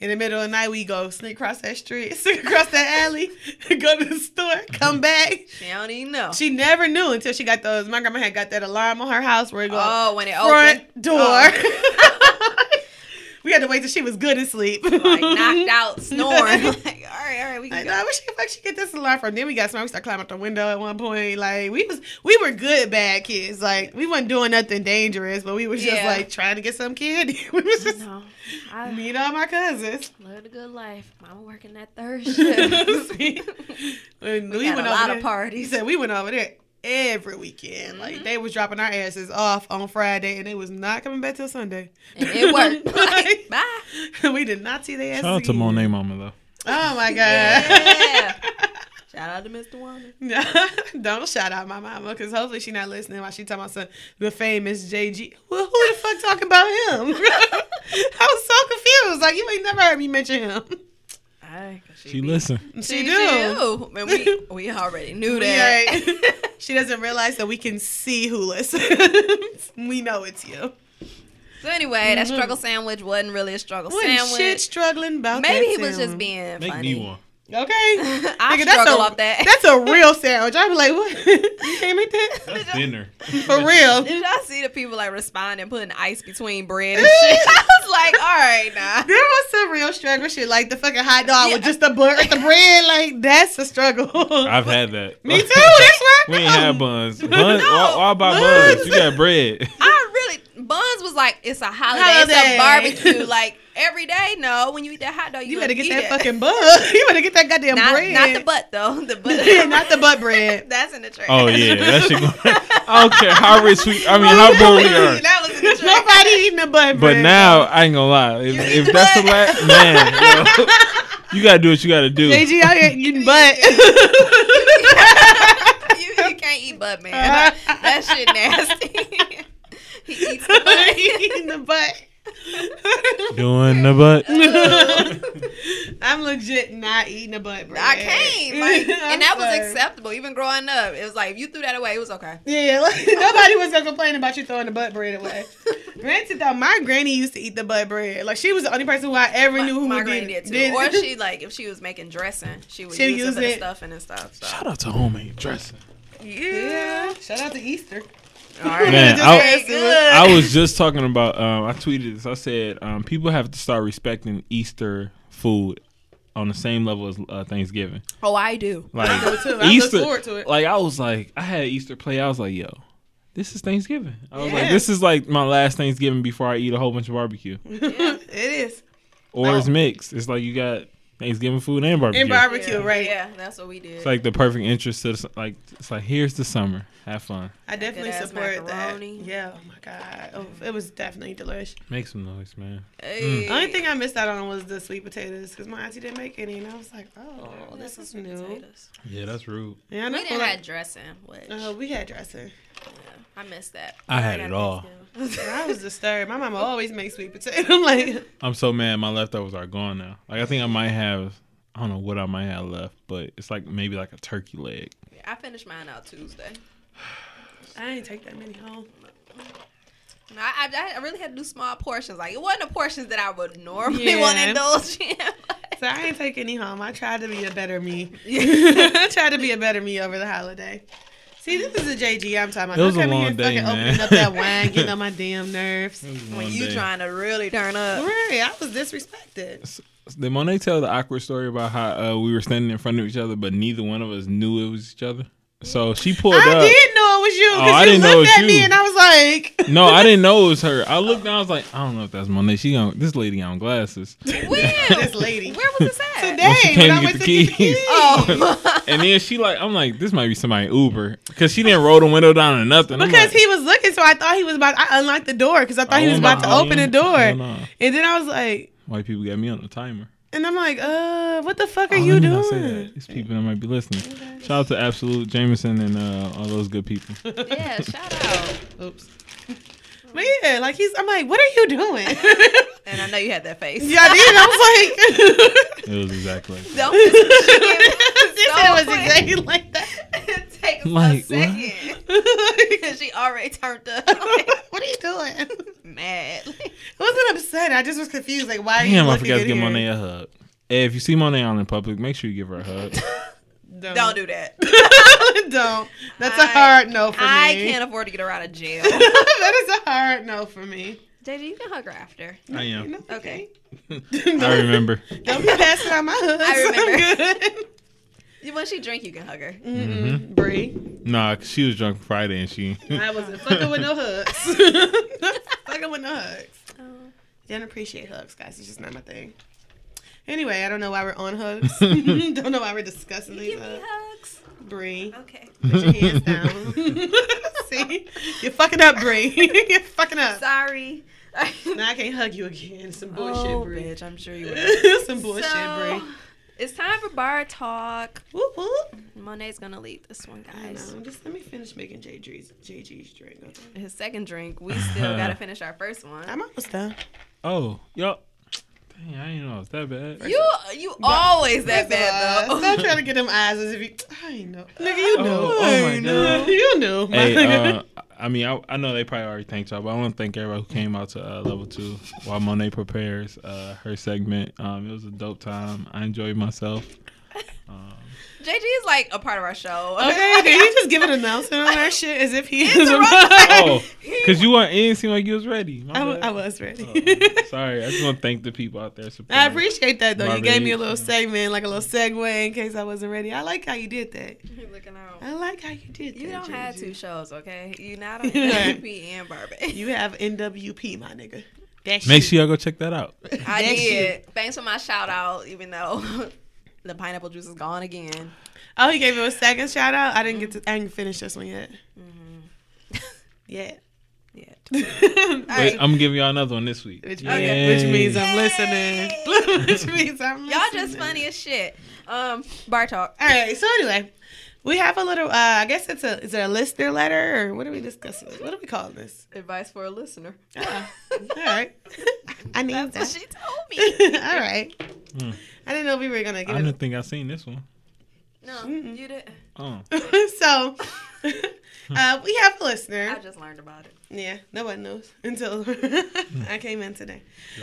Speaker 2: In the middle of the night, we go sneak across that street, sneak across that alley, go to the store, come back.
Speaker 1: She don't even know.
Speaker 2: She never knew until she got those. My grandma had got that alarm on her house where it goes
Speaker 1: oh, when it
Speaker 2: front
Speaker 1: opened,
Speaker 2: door.
Speaker 1: Oh.
Speaker 2: we had to wait till she was good and sleep.
Speaker 1: like knocked out, snoring. like, all right, all right, we
Speaker 2: I
Speaker 1: can
Speaker 2: know.
Speaker 1: go.
Speaker 2: Where she fuck she get this alarm from? Then we got smart. We started climbing up the window at one point. Like we was, we were good bad kids. Like we wasn't doing nothing dangerous, but we was just
Speaker 1: Yeah.
Speaker 2: like trying to get some candy. we was just
Speaker 1: No, I
Speaker 2: meet all my cousins.
Speaker 1: live the good life. Mama working that third shift.
Speaker 2: See? And we,
Speaker 1: had a lot of
Speaker 2: there- He
Speaker 1: parties.
Speaker 2: said we went over there every weekend.
Speaker 1: Mm-hmm.
Speaker 2: Like they was dropping our asses off on Friday, and they was not coming back till Sunday.
Speaker 1: And it worked.
Speaker 2: Like,
Speaker 1: Like, bye.
Speaker 2: we did not see their asses.
Speaker 3: Shout out to
Speaker 2: again.
Speaker 3: Monet Mama though.
Speaker 2: Oh my god.
Speaker 1: Yeah. Shout out to Mr. Wonder.
Speaker 2: No, don't shout out my mama because hopefully she not listening while she talking about some, the famous JG. Well, who the fuck talking about him? I was so confused. Like you ain't never heard me mention him.
Speaker 1: Aye, 'cause
Speaker 3: She
Speaker 1: be-
Speaker 3: listen.
Speaker 2: She
Speaker 1: she
Speaker 2: do.
Speaker 1: do. And we, we already knew
Speaker 2: We
Speaker 1: that.
Speaker 2: ain't- she doesn't realize that we can see who listens. we know it's you.
Speaker 1: So anyway, that struggle sandwich wasn't really a struggle
Speaker 2: Mm-hmm. What
Speaker 1: sandwich.
Speaker 2: shit struggling about?
Speaker 1: Maybe
Speaker 2: that
Speaker 1: he was just
Speaker 2: sandwich.
Speaker 1: being
Speaker 3: Make
Speaker 1: funny.
Speaker 3: me one.
Speaker 2: okay.
Speaker 1: I
Speaker 2: Nigga, that's
Speaker 1: struggle
Speaker 2: a-
Speaker 1: off that.
Speaker 2: That's a real sandwich. I'd be like, what? you can't make that
Speaker 3: That's dinner.
Speaker 2: for real.
Speaker 1: Did y'all see the people like responding, putting ice between bread and shit? I was like, all right, nah.
Speaker 2: There was some real struggle shit, like the fucking hot dog with
Speaker 1: Yeah.
Speaker 2: just the bun, the bread. Like that's a struggle.
Speaker 3: I've had that.
Speaker 2: Me too. That's where I
Speaker 3: we ain't
Speaker 2: come.
Speaker 3: had buns. Buns. why, why buy
Speaker 2: buns.
Speaker 3: buns? You got bread.
Speaker 1: I really buns was like, it's a holiday,
Speaker 2: Holiday.
Speaker 1: it's a barbecue. Like every day, no. When you eat that hot dog, you,
Speaker 2: You
Speaker 1: gonna
Speaker 2: better get
Speaker 1: eat
Speaker 2: that
Speaker 1: it.
Speaker 2: fucking bun. You better get that goddamn
Speaker 1: not,
Speaker 2: bread.
Speaker 1: not the butt though. The
Speaker 2: Yeah,
Speaker 1: butt,
Speaker 2: not the butt bread.
Speaker 1: That's in the trash.
Speaker 3: Oh yeah, that shit. Going, I don't care how rich we. I mean, how poor we are.
Speaker 1: that was in the trash.
Speaker 2: Nobody eating the butt bread.
Speaker 3: But now I ain't gonna lie. If, if that's the last man, bro, you gotta do what you gotta do.
Speaker 2: JG out here eating butt.
Speaker 1: you, you can't can't eat butt man. that shit nasty. he eats the butt.
Speaker 2: Eating the butt.
Speaker 3: Doing the butt.
Speaker 2: I'm legit not eating a butt. Bread.
Speaker 1: I can't. Like,
Speaker 2: I'm
Speaker 1: and that was
Speaker 2: sorry.
Speaker 1: acceptable. Even growing up, it was like if you threw that away, it was okay.
Speaker 2: Yeah, like, nobody was gonna complain about you throwing the butt bread away. Granted, though, my granny used to eat the butt bread. Like she was the only person who I ever
Speaker 1: My,
Speaker 2: knew who
Speaker 1: my
Speaker 2: would
Speaker 1: granny did
Speaker 2: did,
Speaker 1: too.
Speaker 2: did-
Speaker 1: Or she like if she was making dressing, she would
Speaker 2: She'll
Speaker 1: use,
Speaker 2: use
Speaker 1: it for the
Speaker 2: it.
Speaker 1: stuffing and stuff. So.
Speaker 3: Shout out to homemade dressing.
Speaker 1: Yeah.
Speaker 2: Yeah. Shout out to Easter.
Speaker 1: All right.
Speaker 3: Man,
Speaker 2: Just
Speaker 3: I-
Speaker 2: very good.
Speaker 3: I was just talking about. Um, I tweeted this. I said um, people have to start respecting Easter food on the same level as uh, Thanksgiving.
Speaker 1: Oh, I do.
Speaker 3: Like
Speaker 2: do too. I look
Speaker 3: Easter,
Speaker 2: forward to it.
Speaker 3: like I was like, I had Easter play. I was like, yo, this is Thanksgiving. I was like,
Speaker 2: Yeah.
Speaker 3: this is like my last Thanksgiving before I eat a whole bunch of barbecue.
Speaker 2: it is.
Speaker 3: Or it's
Speaker 2: Oh.
Speaker 3: mixed. It's like you got Thanksgiving food and barbecue.
Speaker 2: And barbecue,
Speaker 1: yeah.
Speaker 2: right?
Speaker 1: Yeah, that's what we did.
Speaker 3: it's like the perfect interest to the- like. It's like here's the summer. Have fun.
Speaker 2: I definitely
Speaker 1: Good-ass
Speaker 2: support that.
Speaker 1: macaroni.
Speaker 2: Yeah. Oh my god. Oh, it was definitely delicious.
Speaker 3: Make some noise, man.
Speaker 1: hey.
Speaker 2: The only thing I missed out on was the sweet potatoes because my auntie didn't make any, and I was like, oh, this is new.
Speaker 1: Potatoes.
Speaker 3: Yeah, that's rude.
Speaker 2: Yeah, I
Speaker 1: We
Speaker 2: know.
Speaker 1: didn't have
Speaker 2: like,
Speaker 1: dressing, which
Speaker 2: uh, we had dressing.
Speaker 1: I missed that.
Speaker 3: I had it all.
Speaker 2: I was disturbed. My mama always makes sweet potato. I'm like,
Speaker 3: I'm so mad. My leftovers are gone now. Like I think I might have. I don't know what I might have left, but it's like maybe like a turkey leg.
Speaker 1: I finished mine out Tuesday.
Speaker 2: I ain't take that many home.
Speaker 1: And I, I, I really had to do small portions. Like it wasn't the portions that I would normally
Speaker 2: Yeah.
Speaker 1: want to indulge in.
Speaker 2: So I ain't take any home. I tried to be a better me.
Speaker 1: Yeah.
Speaker 2: I tried to be a better me over the holiday. See, this is the JG I'm talking about.
Speaker 3: It was
Speaker 2: Don't
Speaker 3: a
Speaker 2: come in
Speaker 3: long
Speaker 2: here
Speaker 3: day,
Speaker 2: fucking
Speaker 3: man.
Speaker 2: opening up that wine, getting on my damn nerves.
Speaker 1: when you trying to really turn up.
Speaker 2: Right, I was disrespected.
Speaker 3: Did Monet tell the awkward story about how uh, we were standing in front of each other, but neither one of us knew it was each other? So she pulled
Speaker 2: I
Speaker 3: up.
Speaker 2: did know it was you because
Speaker 3: Oh, I
Speaker 2: you
Speaker 3: didn't know it
Speaker 2: looked
Speaker 3: was
Speaker 2: at me
Speaker 3: you.
Speaker 2: and I was like,
Speaker 3: No, I didn't know it was her. I looked down. I was like, I don't know if that's Monet. She on this lady on glasses.
Speaker 1: When?
Speaker 2: this lady.
Speaker 1: Where was this at?
Speaker 2: Today,
Speaker 3: When
Speaker 2: when
Speaker 3: she came
Speaker 2: I
Speaker 3: to
Speaker 2: went
Speaker 3: get the keys.
Speaker 1: Oh,
Speaker 3: and then she like, I'm like, this might be somebody Uber because she didn't roll the window down or nothing. I'm
Speaker 2: Because
Speaker 3: like,
Speaker 2: he was looking, so I thought he was about. I unlocked the door because I thought he
Speaker 3: oh,
Speaker 2: was about to
Speaker 3: nah,
Speaker 2: open the
Speaker 3: yeah,
Speaker 2: door,
Speaker 3: yeah, nah.
Speaker 2: and then I was like,
Speaker 3: White people got me on the timer.
Speaker 2: and I'm like, uh, what the fuck are
Speaker 3: Oh,
Speaker 2: you
Speaker 3: let me not say
Speaker 2: doing?
Speaker 3: that. It's people that might be listening. Shout out to Absolute Jameson and uh, all those good people.
Speaker 1: yeah. Shout out.
Speaker 2: Oops. But yeah, like he's. I'm like, what are you doing?
Speaker 1: And I know you had that face.
Speaker 2: yeah, I did. I was like,
Speaker 3: It was exactly. Like that.
Speaker 1: Don't just
Speaker 2: she said it was
Speaker 1: quick.
Speaker 2: exactly like
Speaker 1: take a
Speaker 3: Like,
Speaker 1: second
Speaker 2: that.
Speaker 1: because she already turned up
Speaker 2: what are you doing?
Speaker 1: mad.
Speaker 2: I wasn't upset. I just was confused. Like, why are you
Speaker 3: Damn, I
Speaker 2: looking
Speaker 3: forgot to
Speaker 2: at
Speaker 3: give
Speaker 2: here?
Speaker 3: Monet a hug. Hey, if you see Monet out in public, make sure you give her a hug.
Speaker 1: Don't do that.
Speaker 2: that. Don't. That's a
Speaker 1: I-
Speaker 2: hard no for
Speaker 1: I
Speaker 2: me.
Speaker 1: can't afford to get her out of jail.
Speaker 2: that is a hard no for me.
Speaker 1: JJ, you can hug her after.
Speaker 3: I
Speaker 2: You
Speaker 3: am.
Speaker 2: know,
Speaker 1: Okay.
Speaker 3: I remember.
Speaker 2: Don't be passing out my hoods.
Speaker 1: I
Speaker 2: I'm
Speaker 1: When she drink, you can hug her.
Speaker 2: good.
Speaker 3: Mm-hmm.
Speaker 2: Mm-mm. Bree.
Speaker 3: Nah, 'cause she was drunk Friday and she.
Speaker 2: I wasn't fucking with no hugs. Not fucking with no hugs.
Speaker 1: Oh.
Speaker 2: Don't appreciate hugs, guys. It's just not my thing. Anyway, I don't know why we're on hugs. don't know why we're discussing these
Speaker 1: Give
Speaker 2: uh,
Speaker 1: me
Speaker 2: hugs.
Speaker 1: hugs.
Speaker 2: Bree.
Speaker 1: Okay.
Speaker 2: Put your hands down. See? You're fucking up, Bree. You're fucking up.
Speaker 1: Uh, Sorry.
Speaker 2: Now I can't hug you again. Some bullshit,
Speaker 1: oh,
Speaker 2: Bree.
Speaker 1: bitch, I'm sure you would.
Speaker 2: Some bullshit,
Speaker 1: So,
Speaker 2: Bree.
Speaker 1: It's time for bar talk.
Speaker 2: Whoop, whoop.
Speaker 1: Monet's gonna lead this one,
Speaker 2: I
Speaker 1: guys.
Speaker 2: know. Just let me finish making JG's, JG's drink. okay?
Speaker 1: His second drink. We still gotta finish our first one.
Speaker 2: I'm almost done.
Speaker 3: Oh, yo. Dang, I didn't know it was that bad.
Speaker 1: You you always that bad
Speaker 2: Uh, Stop
Speaker 1: though.
Speaker 2: trying to get them eyes as if you. I know. Nigga, you
Speaker 3: Oh,
Speaker 2: knew.
Speaker 3: oh
Speaker 2: I
Speaker 3: my
Speaker 2: know.
Speaker 3: God.
Speaker 2: You knew. my
Speaker 3: Hey,
Speaker 2: nigga.
Speaker 3: uh, I mean, I, I know they probably already thanked y'all, but I want to thank everybody who came out to uh, level two while Monet prepares uh, her segment. Um, it was a dope time. I enjoyed myself. Um,
Speaker 1: JG is like a part of our show.
Speaker 2: okay, did he just give an announcement on our shit as if he is.
Speaker 3: oh, because you weren't in, it seemed like you was ready. My
Speaker 2: I, w-
Speaker 3: bad.
Speaker 2: I was ready.
Speaker 3: Oh, sorry, I just want to thank the people out there. Supporting.
Speaker 2: I appreciate that though. You
Speaker 3: Robert
Speaker 2: gave me a
Speaker 3: Eaton.
Speaker 2: little segment, like a little segue in case I wasn't ready. I like how you did that.
Speaker 1: You're looking out.
Speaker 2: I like how you did
Speaker 1: You
Speaker 2: that.
Speaker 1: don't have two
Speaker 2: Gigi.
Speaker 1: shows, okay? You not on
Speaker 2: Right.
Speaker 1: NWP and Barbie.
Speaker 2: You have NWP, my nigga. That's
Speaker 3: Make sure y'all go check that out.
Speaker 1: I
Speaker 2: That's
Speaker 1: did. Thanks for my shout out, even though the pineapple juice is gone again.
Speaker 2: Oh, he gave you a second shout out. I didn't get to. I didn't finish this one yet. Yet.
Speaker 1: Yeah.
Speaker 3: Wait,
Speaker 1: Alright.
Speaker 3: I'm gonna give y'all another one this week.
Speaker 2: Which, means,
Speaker 1: Okay.
Speaker 2: which means
Speaker 3: Yay.
Speaker 2: I'm listening. which means I'm listening.
Speaker 1: Y'all just funny as shit. Um, bar talk.
Speaker 2: All right. So anyway, We have a little. Uh, I guess it's a. Is it a listener letter or what are we discussing? What do we call this?
Speaker 1: Advice for a listener.
Speaker 2: Ah, all right. I need
Speaker 1: That's what
Speaker 2: that.
Speaker 1: she told me.
Speaker 2: all right.
Speaker 3: Hmm.
Speaker 2: I didn't know we were gonna
Speaker 3: I
Speaker 2: get
Speaker 3: don't think I've seen this one.
Speaker 1: No,
Speaker 2: Mm-mm.
Speaker 1: you didn't.
Speaker 3: Oh,
Speaker 2: it. so uh, we have a listener.
Speaker 1: I just learned about it.
Speaker 2: Yeah, no one knows until I came in today.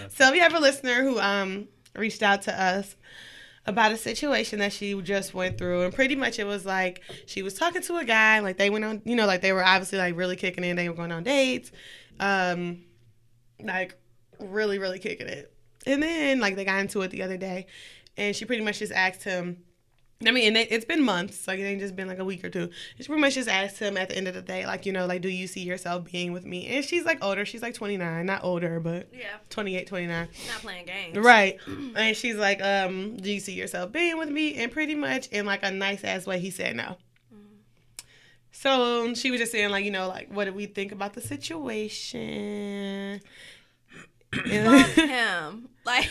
Speaker 2: So we have a listener who um reached out to us about a situation that she just went through and pretty much it was like she was talking to a guy like they went on you know like they were obviously like really kicking in they were going on dates um like really really kicking it and then like they got into it the other day and she pretty much just asked him I mean, and it, it's been months, like it ain't just been like a week or two. She pretty much just asked him at the end of the day, like, you know, like, do you see yourself being with me? And she's like older, she's like 29, not older, but
Speaker 1: Yeah,
Speaker 2: 28, 29.
Speaker 1: not playing games.
Speaker 2: Right. And she's like, um, do you see yourself being with me? And pretty much in like a nice ass way, he said no. So um, she was just saying, like, you know, like, what do we think about the situation?
Speaker 1: Fuck him. Like,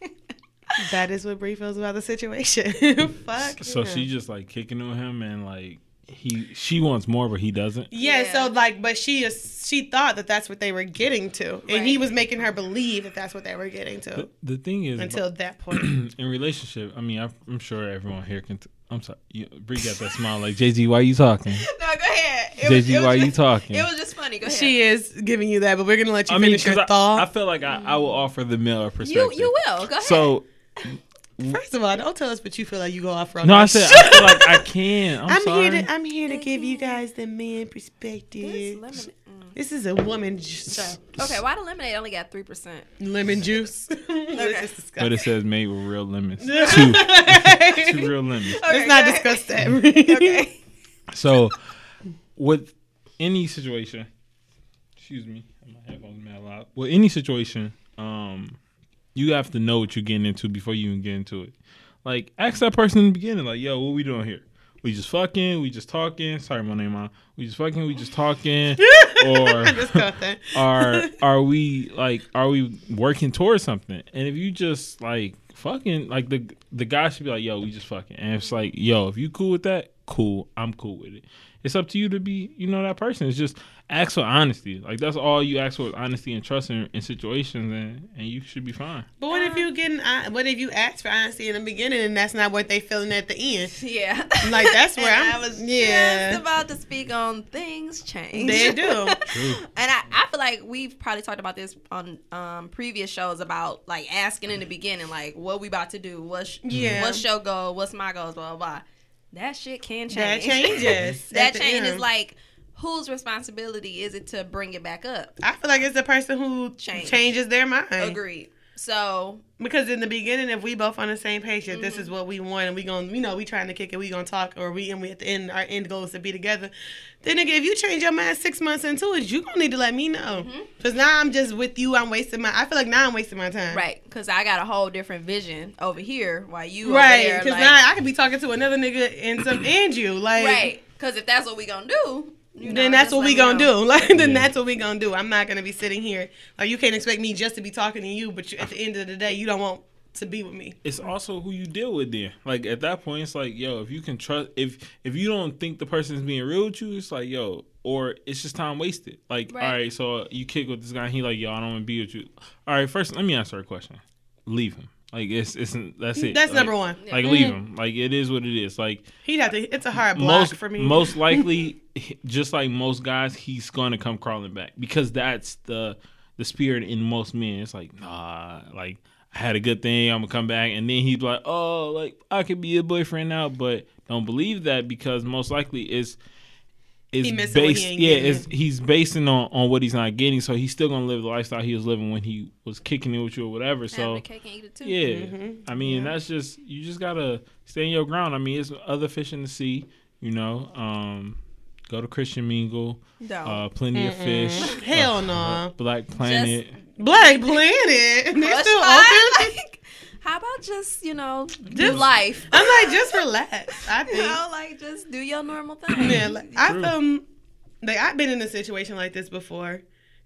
Speaker 2: that is what Brie feels about the situation. Fuck.
Speaker 3: so
Speaker 2: him.
Speaker 3: she's just like kicking on him, and like he, she wants more, but he doesn't.
Speaker 2: Yeah,
Speaker 1: Yeah.
Speaker 2: so like, but she is, she thought that that's what they were getting to, and he
Speaker 1: Right.
Speaker 2: was making her believe that that's what they were getting to
Speaker 3: But the thing is,
Speaker 2: until that point.
Speaker 3: in relationship, I mean, I'm, I'm sure everyone here can. T- I'm sorry, you, Bree got that smile like Jay Z. Why you talking?
Speaker 1: no, go ahead. It
Speaker 3: Jay Z,
Speaker 1: it
Speaker 3: why you
Speaker 1: just-
Speaker 3: talking?
Speaker 1: It was just funny. Go ahead.
Speaker 2: she is giving you that, but we're gonna let you
Speaker 3: I mean,
Speaker 2: finish
Speaker 3: because
Speaker 2: your
Speaker 3: I, I
Speaker 2: thought.
Speaker 3: feel like I, I will offer the male perspective.
Speaker 1: you you will go ahead.
Speaker 3: So
Speaker 2: First of all, don't tell us what you feel like you go off wrong.
Speaker 3: no, I said I feel like I can. I'm,
Speaker 2: I'm
Speaker 3: sorry.
Speaker 2: here to I'm here to give you guys the man
Speaker 1: This
Speaker 2: perspective.
Speaker 1: lemonade- mm.
Speaker 2: This is a woman juice.
Speaker 1: Okay, why the lemonade only got three percent?
Speaker 2: lemon juice.
Speaker 1: Okay.
Speaker 2: Let's discuss.
Speaker 3: but it says made with real lemons. Two, two
Speaker 2: Let's
Speaker 3: real lemons.
Speaker 2: not discuss that.
Speaker 1: Okay.
Speaker 3: So, with any situation, excuse me, my headphones mad loud. With any situation, um, you have to know what you're getting into before you even get into it. Like, ask that person in the beginning, like, "Yo, what we doing here? We just fucking? We just talking? Sorry, my name, on. We just fucking? We just talking? or
Speaker 2: discuss that.
Speaker 3: are are we like are we working towards something? And if you just like fucking like the the guy should be like, yo, we just fucking. And it's like, yo, if you cool with that, cool. I'm cool with it. It's up to you to be, you know, that person. It's just ask for honesty. Like that's all you ask for is honesty and trust in, in situations, and and you should be fine.
Speaker 2: But what
Speaker 1: Uh,
Speaker 2: if you getting? hon- What if you ask for honesty in the beginning and that's not what they feeling at the end?
Speaker 1: Yeah.
Speaker 2: Like, that's where
Speaker 1: And
Speaker 2: I'm-
Speaker 1: I was
Speaker 2: yeah.
Speaker 1: just about to speak on things change.
Speaker 2: They do.
Speaker 3: True.
Speaker 1: And I, I feel like we've probably talked about this on um, previous shows about like asking in the beginning, like what we about to do, what's
Speaker 2: Yeah.
Speaker 1: what's your goal, what's my goals, blah blah. blah. That shit can
Speaker 2: That
Speaker 1: change.
Speaker 2: changes. at
Speaker 1: that
Speaker 2: the
Speaker 1: change is
Speaker 2: end.
Speaker 1: like whose responsibility is it to bring it back up?
Speaker 2: I feel like it's the person who
Speaker 1: Change.
Speaker 2: changes their mind.
Speaker 1: Agreed. So
Speaker 2: Because in the beginning, if we both on the same page, that
Speaker 1: Mm-hmm.
Speaker 2: this is what we want, and we going you know, we trying to kick it, we gonna talk, or we and we at the end, our end goal is to be together. Then nigga, if you change your mind six months into it, you gonna need to let me know.
Speaker 1: Mm-hmm.
Speaker 2: Cause now I'm just with you, I'm wasting my. I feel like now I'm wasting my time.
Speaker 1: right, because I got a whole different vision over here, while you
Speaker 2: Right.
Speaker 1: over there,
Speaker 2: Because
Speaker 1: like,
Speaker 2: now I could be talking to another nigga and some and you like.
Speaker 1: right. Because if that's what we gonna do, you know,
Speaker 2: Then that's
Speaker 1: just
Speaker 2: what
Speaker 1: let
Speaker 2: we
Speaker 1: me
Speaker 2: gonna
Speaker 1: know.
Speaker 2: do. Like, then
Speaker 3: Yeah.
Speaker 2: that's what we gonna do. I'm not gonna be sitting here. Like, you can't expect me just to be talking to you, but you, at the end of the day, you don't want to be with me.
Speaker 3: it's also who you deal with then. Like at that point, it's like, yo, if you can trust, if if you don't think the person's being real with you, it's like, yo, or it's just time wasted. Like,
Speaker 1: Right.
Speaker 3: all right, so you kick with this guy, and he like, yo, I don't want to be with you. All right, first, let me answer a question. Leave him. Like it's it's that's it.
Speaker 2: That's
Speaker 3: Like-
Speaker 2: number one.
Speaker 3: Like leave him. Like it is what it is. Like
Speaker 2: He'd have to. It's a hard block
Speaker 3: most
Speaker 2: for me.
Speaker 3: most likely, he- just like most guys, he's gonna come crawling back because that's the the spirit in most men. It's like nah, like I had a good thing, I'm gonna come back, and then he's like, oh, like I could be your boyfriend now, but don't believe that because most likely it's. Is
Speaker 2: He missing what he
Speaker 3: based,
Speaker 2: ain't
Speaker 3: yeah.
Speaker 2: getting.
Speaker 3: Is he's basing on, on what he's not getting, so he's still gonna live the lifestyle he was living when he was kicking it with you or whatever.
Speaker 1: Having
Speaker 3: So
Speaker 1: a cake and eat it too.
Speaker 3: yeah,
Speaker 2: Mm-hmm.
Speaker 3: I mean that's just you just gotta stay in your ground. I mean, it's other fish in the sea, you know. Um, go to Christian Mingle,
Speaker 1: No.
Speaker 3: uh, plenty of fish,
Speaker 2: Oh. Hell no.
Speaker 3: uh, Black Planet.
Speaker 2: Black Planet. They
Speaker 1: Crush
Speaker 2: still
Speaker 1: fine?
Speaker 2: open.
Speaker 1: Like, how about just you know do
Speaker 2: Just-
Speaker 1: life?
Speaker 2: I'm like, just relax. I
Speaker 1: you
Speaker 2: think.
Speaker 1: know, like just do your normal thing.
Speaker 2: Yeah, like, I
Speaker 3: True.
Speaker 2: um, like I've been in a situation like this before,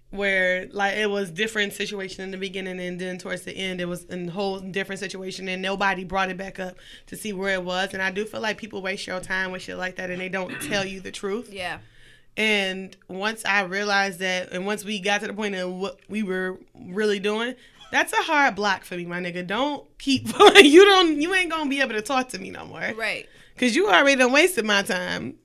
Speaker 2: where like it was different situation in the beginning and then towards the end it was a whole different situation and nobody brought it back up to see where it was and I do feel like people waste your time with shit like that and they don't tell you the truth.
Speaker 1: Yeah.
Speaker 2: And once I realized that, and once we got to the point of what we were really doing, that's a hard block for me, my nigga. Don't keep you don't you ain't gonna be able to talk to me no more,
Speaker 1: Right.
Speaker 2: Cause you already done wasted my time.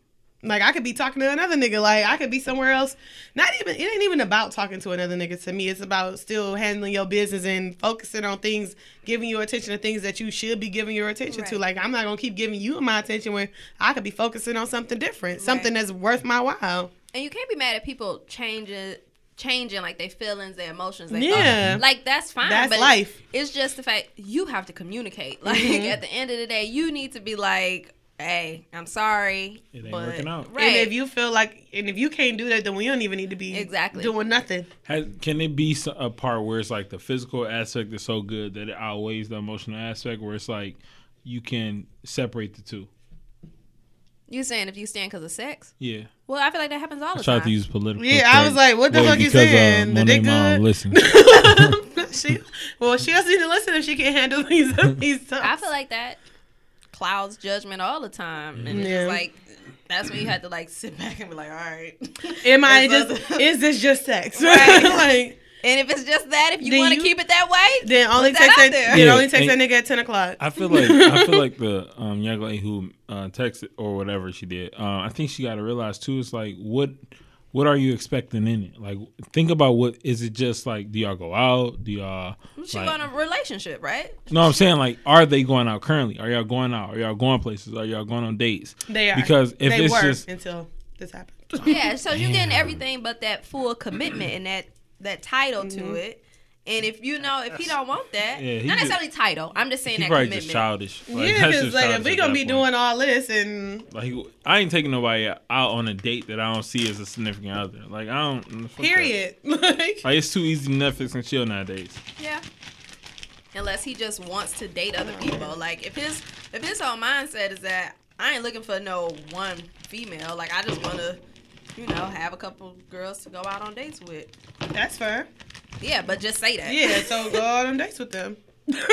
Speaker 2: Like I could be talking to another nigga. Like I could be somewhere else. Not even it ain't even about talking to another nigga. To me, it's about still handling your business and focusing on things, giving your attention to things that you should be giving your attention to.
Speaker 1: Right.
Speaker 2: Like I'm not gonna keep giving you my attention when I could be focusing on something different, something that's worth my while.
Speaker 1: And you can't be mad at people changing changing like their feelings, their emotions, their
Speaker 2: Yeah.
Speaker 1: thoughts. Like that's fine.
Speaker 2: That's
Speaker 1: but it-
Speaker 2: life. Mm-hmm.
Speaker 1: It's just the fact you have to communicate. Like at the end of the day, you need to be like, Hey, I'm sorry.
Speaker 3: It ain't
Speaker 1: but-
Speaker 3: working out.
Speaker 1: Right.
Speaker 2: And if you feel like, and if you can't do that, then we don't even need to be
Speaker 1: Exactly.
Speaker 2: doing nothing.
Speaker 3: Has, can it be s- a part where it's like the physical aspect is so good that it outweighs the emotional aspect, where it's like you can separate the two?
Speaker 1: you saying if you stand because of sex?
Speaker 3: Yeah,
Speaker 1: Well, I feel like that happens all
Speaker 3: I
Speaker 1: the
Speaker 3: tried
Speaker 1: time.
Speaker 3: to use political.
Speaker 2: Yeah, I was
Speaker 3: correct
Speaker 2: like, what the
Speaker 3: way
Speaker 2: fuck you
Speaker 3: because, uh,
Speaker 2: saying? The
Speaker 3: Monet
Speaker 2: dick
Speaker 3: Mom,
Speaker 2: good?
Speaker 3: Listen,
Speaker 2: she, well, she doesn't need to listen if she can't handle these. these times.
Speaker 1: I feel like that clouds judgment all the time, and
Speaker 2: Yeah.
Speaker 1: it's like that's when you had to like sit back and be like, all right.
Speaker 2: Am I
Speaker 1: It's
Speaker 2: just?
Speaker 1: other-
Speaker 2: Is this just sex?
Speaker 1: Right.
Speaker 2: like,
Speaker 1: and if it's just that, if you
Speaker 2: Then
Speaker 1: want to
Speaker 2: you-
Speaker 1: keep it that way,
Speaker 2: then only
Speaker 1: Put
Speaker 2: text
Speaker 1: that
Speaker 2: that.
Speaker 1: out there.
Speaker 2: It
Speaker 3: Yeah,
Speaker 2: only text that
Speaker 3: and-
Speaker 2: nigga at ten o'clock.
Speaker 3: I feel like I feel like the um, young lady who uh, texted or whatever she did. Uh, I think she got to realize too. It's like what what are you expecting in it? Like think about what is it just like? Do y'all go out? Do y'all?
Speaker 1: she
Speaker 3: like-
Speaker 1: want a relationship, right?
Speaker 3: No, I'm saying like, are they going out currently? Are y'all going out? Are y'all going places? Are y'all going on dates?
Speaker 2: They are
Speaker 3: because if
Speaker 2: they
Speaker 3: it's
Speaker 2: were
Speaker 3: just
Speaker 2: until this happened.
Speaker 1: Yeah, so you're getting
Speaker 3: Damn.
Speaker 1: everything but that full commitment and that that title
Speaker 2: Mm-hmm.
Speaker 1: to it. And if you know, if he don't want that,
Speaker 3: Yeah, he
Speaker 1: not
Speaker 3: just-
Speaker 1: necessarily title. I'm just saying
Speaker 3: he
Speaker 1: that
Speaker 3: probably
Speaker 1: commitment.
Speaker 3: just childish.
Speaker 2: yeah,
Speaker 3: that's
Speaker 2: because
Speaker 3: just
Speaker 2: like if
Speaker 3: childish
Speaker 2: we
Speaker 3: at
Speaker 2: gonna
Speaker 3: that
Speaker 2: be
Speaker 3: point.
Speaker 2: doing all this and
Speaker 3: like, I ain't taking nobody out on a date that I don't see as a significant other. Like I don't. fuck that.
Speaker 2: period, like
Speaker 3: Like it's too easy to Netflix and chill nowadays.
Speaker 1: Yeah. Unless he just wants to date other people. Like if his if his whole mindset is that I ain't looking for no one female. Like I just wanna, you know, have a couple girls to go out on dates with.
Speaker 2: that's fair.
Speaker 1: Yeah, but just say that.
Speaker 2: Yeah, so go out on dates with them.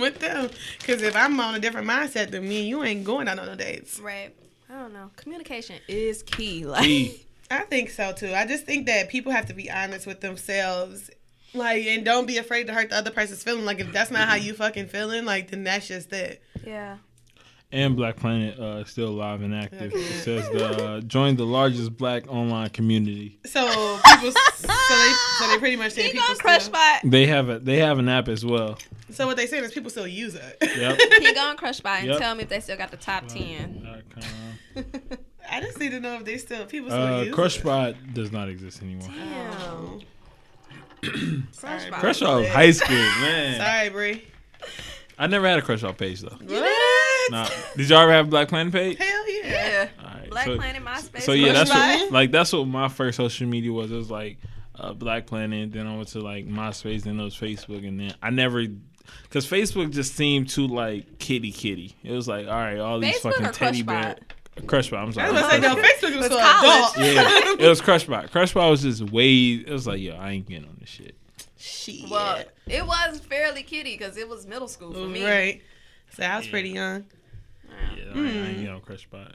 Speaker 2: with them, because if I'm on a different mindset than me, you ain't going out on no dates.
Speaker 1: right. I don't know. Communication is key. Like
Speaker 3: Key.
Speaker 2: I think so too. I just think that people have to be honest with themselves. Like, and don't be afraid to hurt the other person's feeling. Like, if that's not how you fucking feeling, like, then that's just it.
Speaker 1: Yeah.
Speaker 3: And Black Planet uh, is still live and active.
Speaker 2: Okay.
Speaker 3: It says the, uh, join the largest Black online community.
Speaker 2: So people, so they, so they pretty much say
Speaker 1: He
Speaker 2: people
Speaker 1: gonna crush
Speaker 2: still,
Speaker 1: by
Speaker 3: They have a they have an app as well.
Speaker 2: So what they saying is people still use it.
Speaker 3: Yep.
Speaker 1: he gonna crush by and
Speaker 3: Yep.
Speaker 1: tell me if they still got the top ten.
Speaker 3: Dot com.
Speaker 2: I just need to know if they still people still
Speaker 3: Uh,
Speaker 2: use it.
Speaker 3: Crushbot does not exist anymore.
Speaker 1: Damn. Crush
Speaker 2: Sorry,
Speaker 1: by.
Speaker 3: Crush off high school, man.
Speaker 2: Sorry, Brie.
Speaker 3: I never had a crush off page though.
Speaker 2: What?
Speaker 3: Nah. Did y'all ever have Black Planet page?
Speaker 2: Hell yeah.
Speaker 1: Yeah.
Speaker 3: All right.
Speaker 1: Black
Speaker 3: so,
Speaker 1: Planet, MySpace.
Speaker 3: So yeah, that's
Speaker 2: Crushbot?
Speaker 3: what, like that's what my first social media was. It was like uh, Black Planet, then I went to like MySpace, then it was Facebook, and then I never, cause Facebook just seemed too like kitty kitty. It was like all right, all these
Speaker 1: Facebook
Speaker 3: fucking
Speaker 1: or
Speaker 3: teddy bear, Crushbot. I'm
Speaker 2: I
Speaker 3: sorry.
Speaker 2: was gonna say no.
Speaker 3: Crushbot.
Speaker 2: Facebook was for
Speaker 1: college.
Speaker 2: adults.
Speaker 3: yeah, it was Crushbot. Crushbot was just way. It was like yo, I ain't getting on this shit.
Speaker 2: Shit.
Speaker 1: Well, it was fairly kitty because it was middle school for me.
Speaker 2: Right. So I was pretty young.
Speaker 3: Yeah, I, ain't, I
Speaker 1: Hmm.
Speaker 3: ain't getting on Crushbot.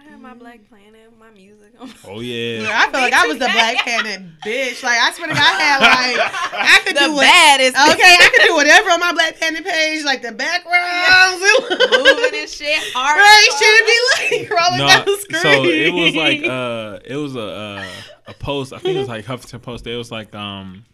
Speaker 1: I had my Black Planet, my music.
Speaker 3: Oh yeah.
Speaker 2: I felt like I was the black planet bitch. Like I swear to God, I had like I could do what,
Speaker 1: baddest.
Speaker 2: okay, I could do whatever on my black planet page, like the backgrounds,
Speaker 1: Moving and shit. Hard.
Speaker 2: right? Should it be like rolling down the screen?
Speaker 3: so it was like uh, it was a uh, a post. I think it was like Huffington Post. It was like um,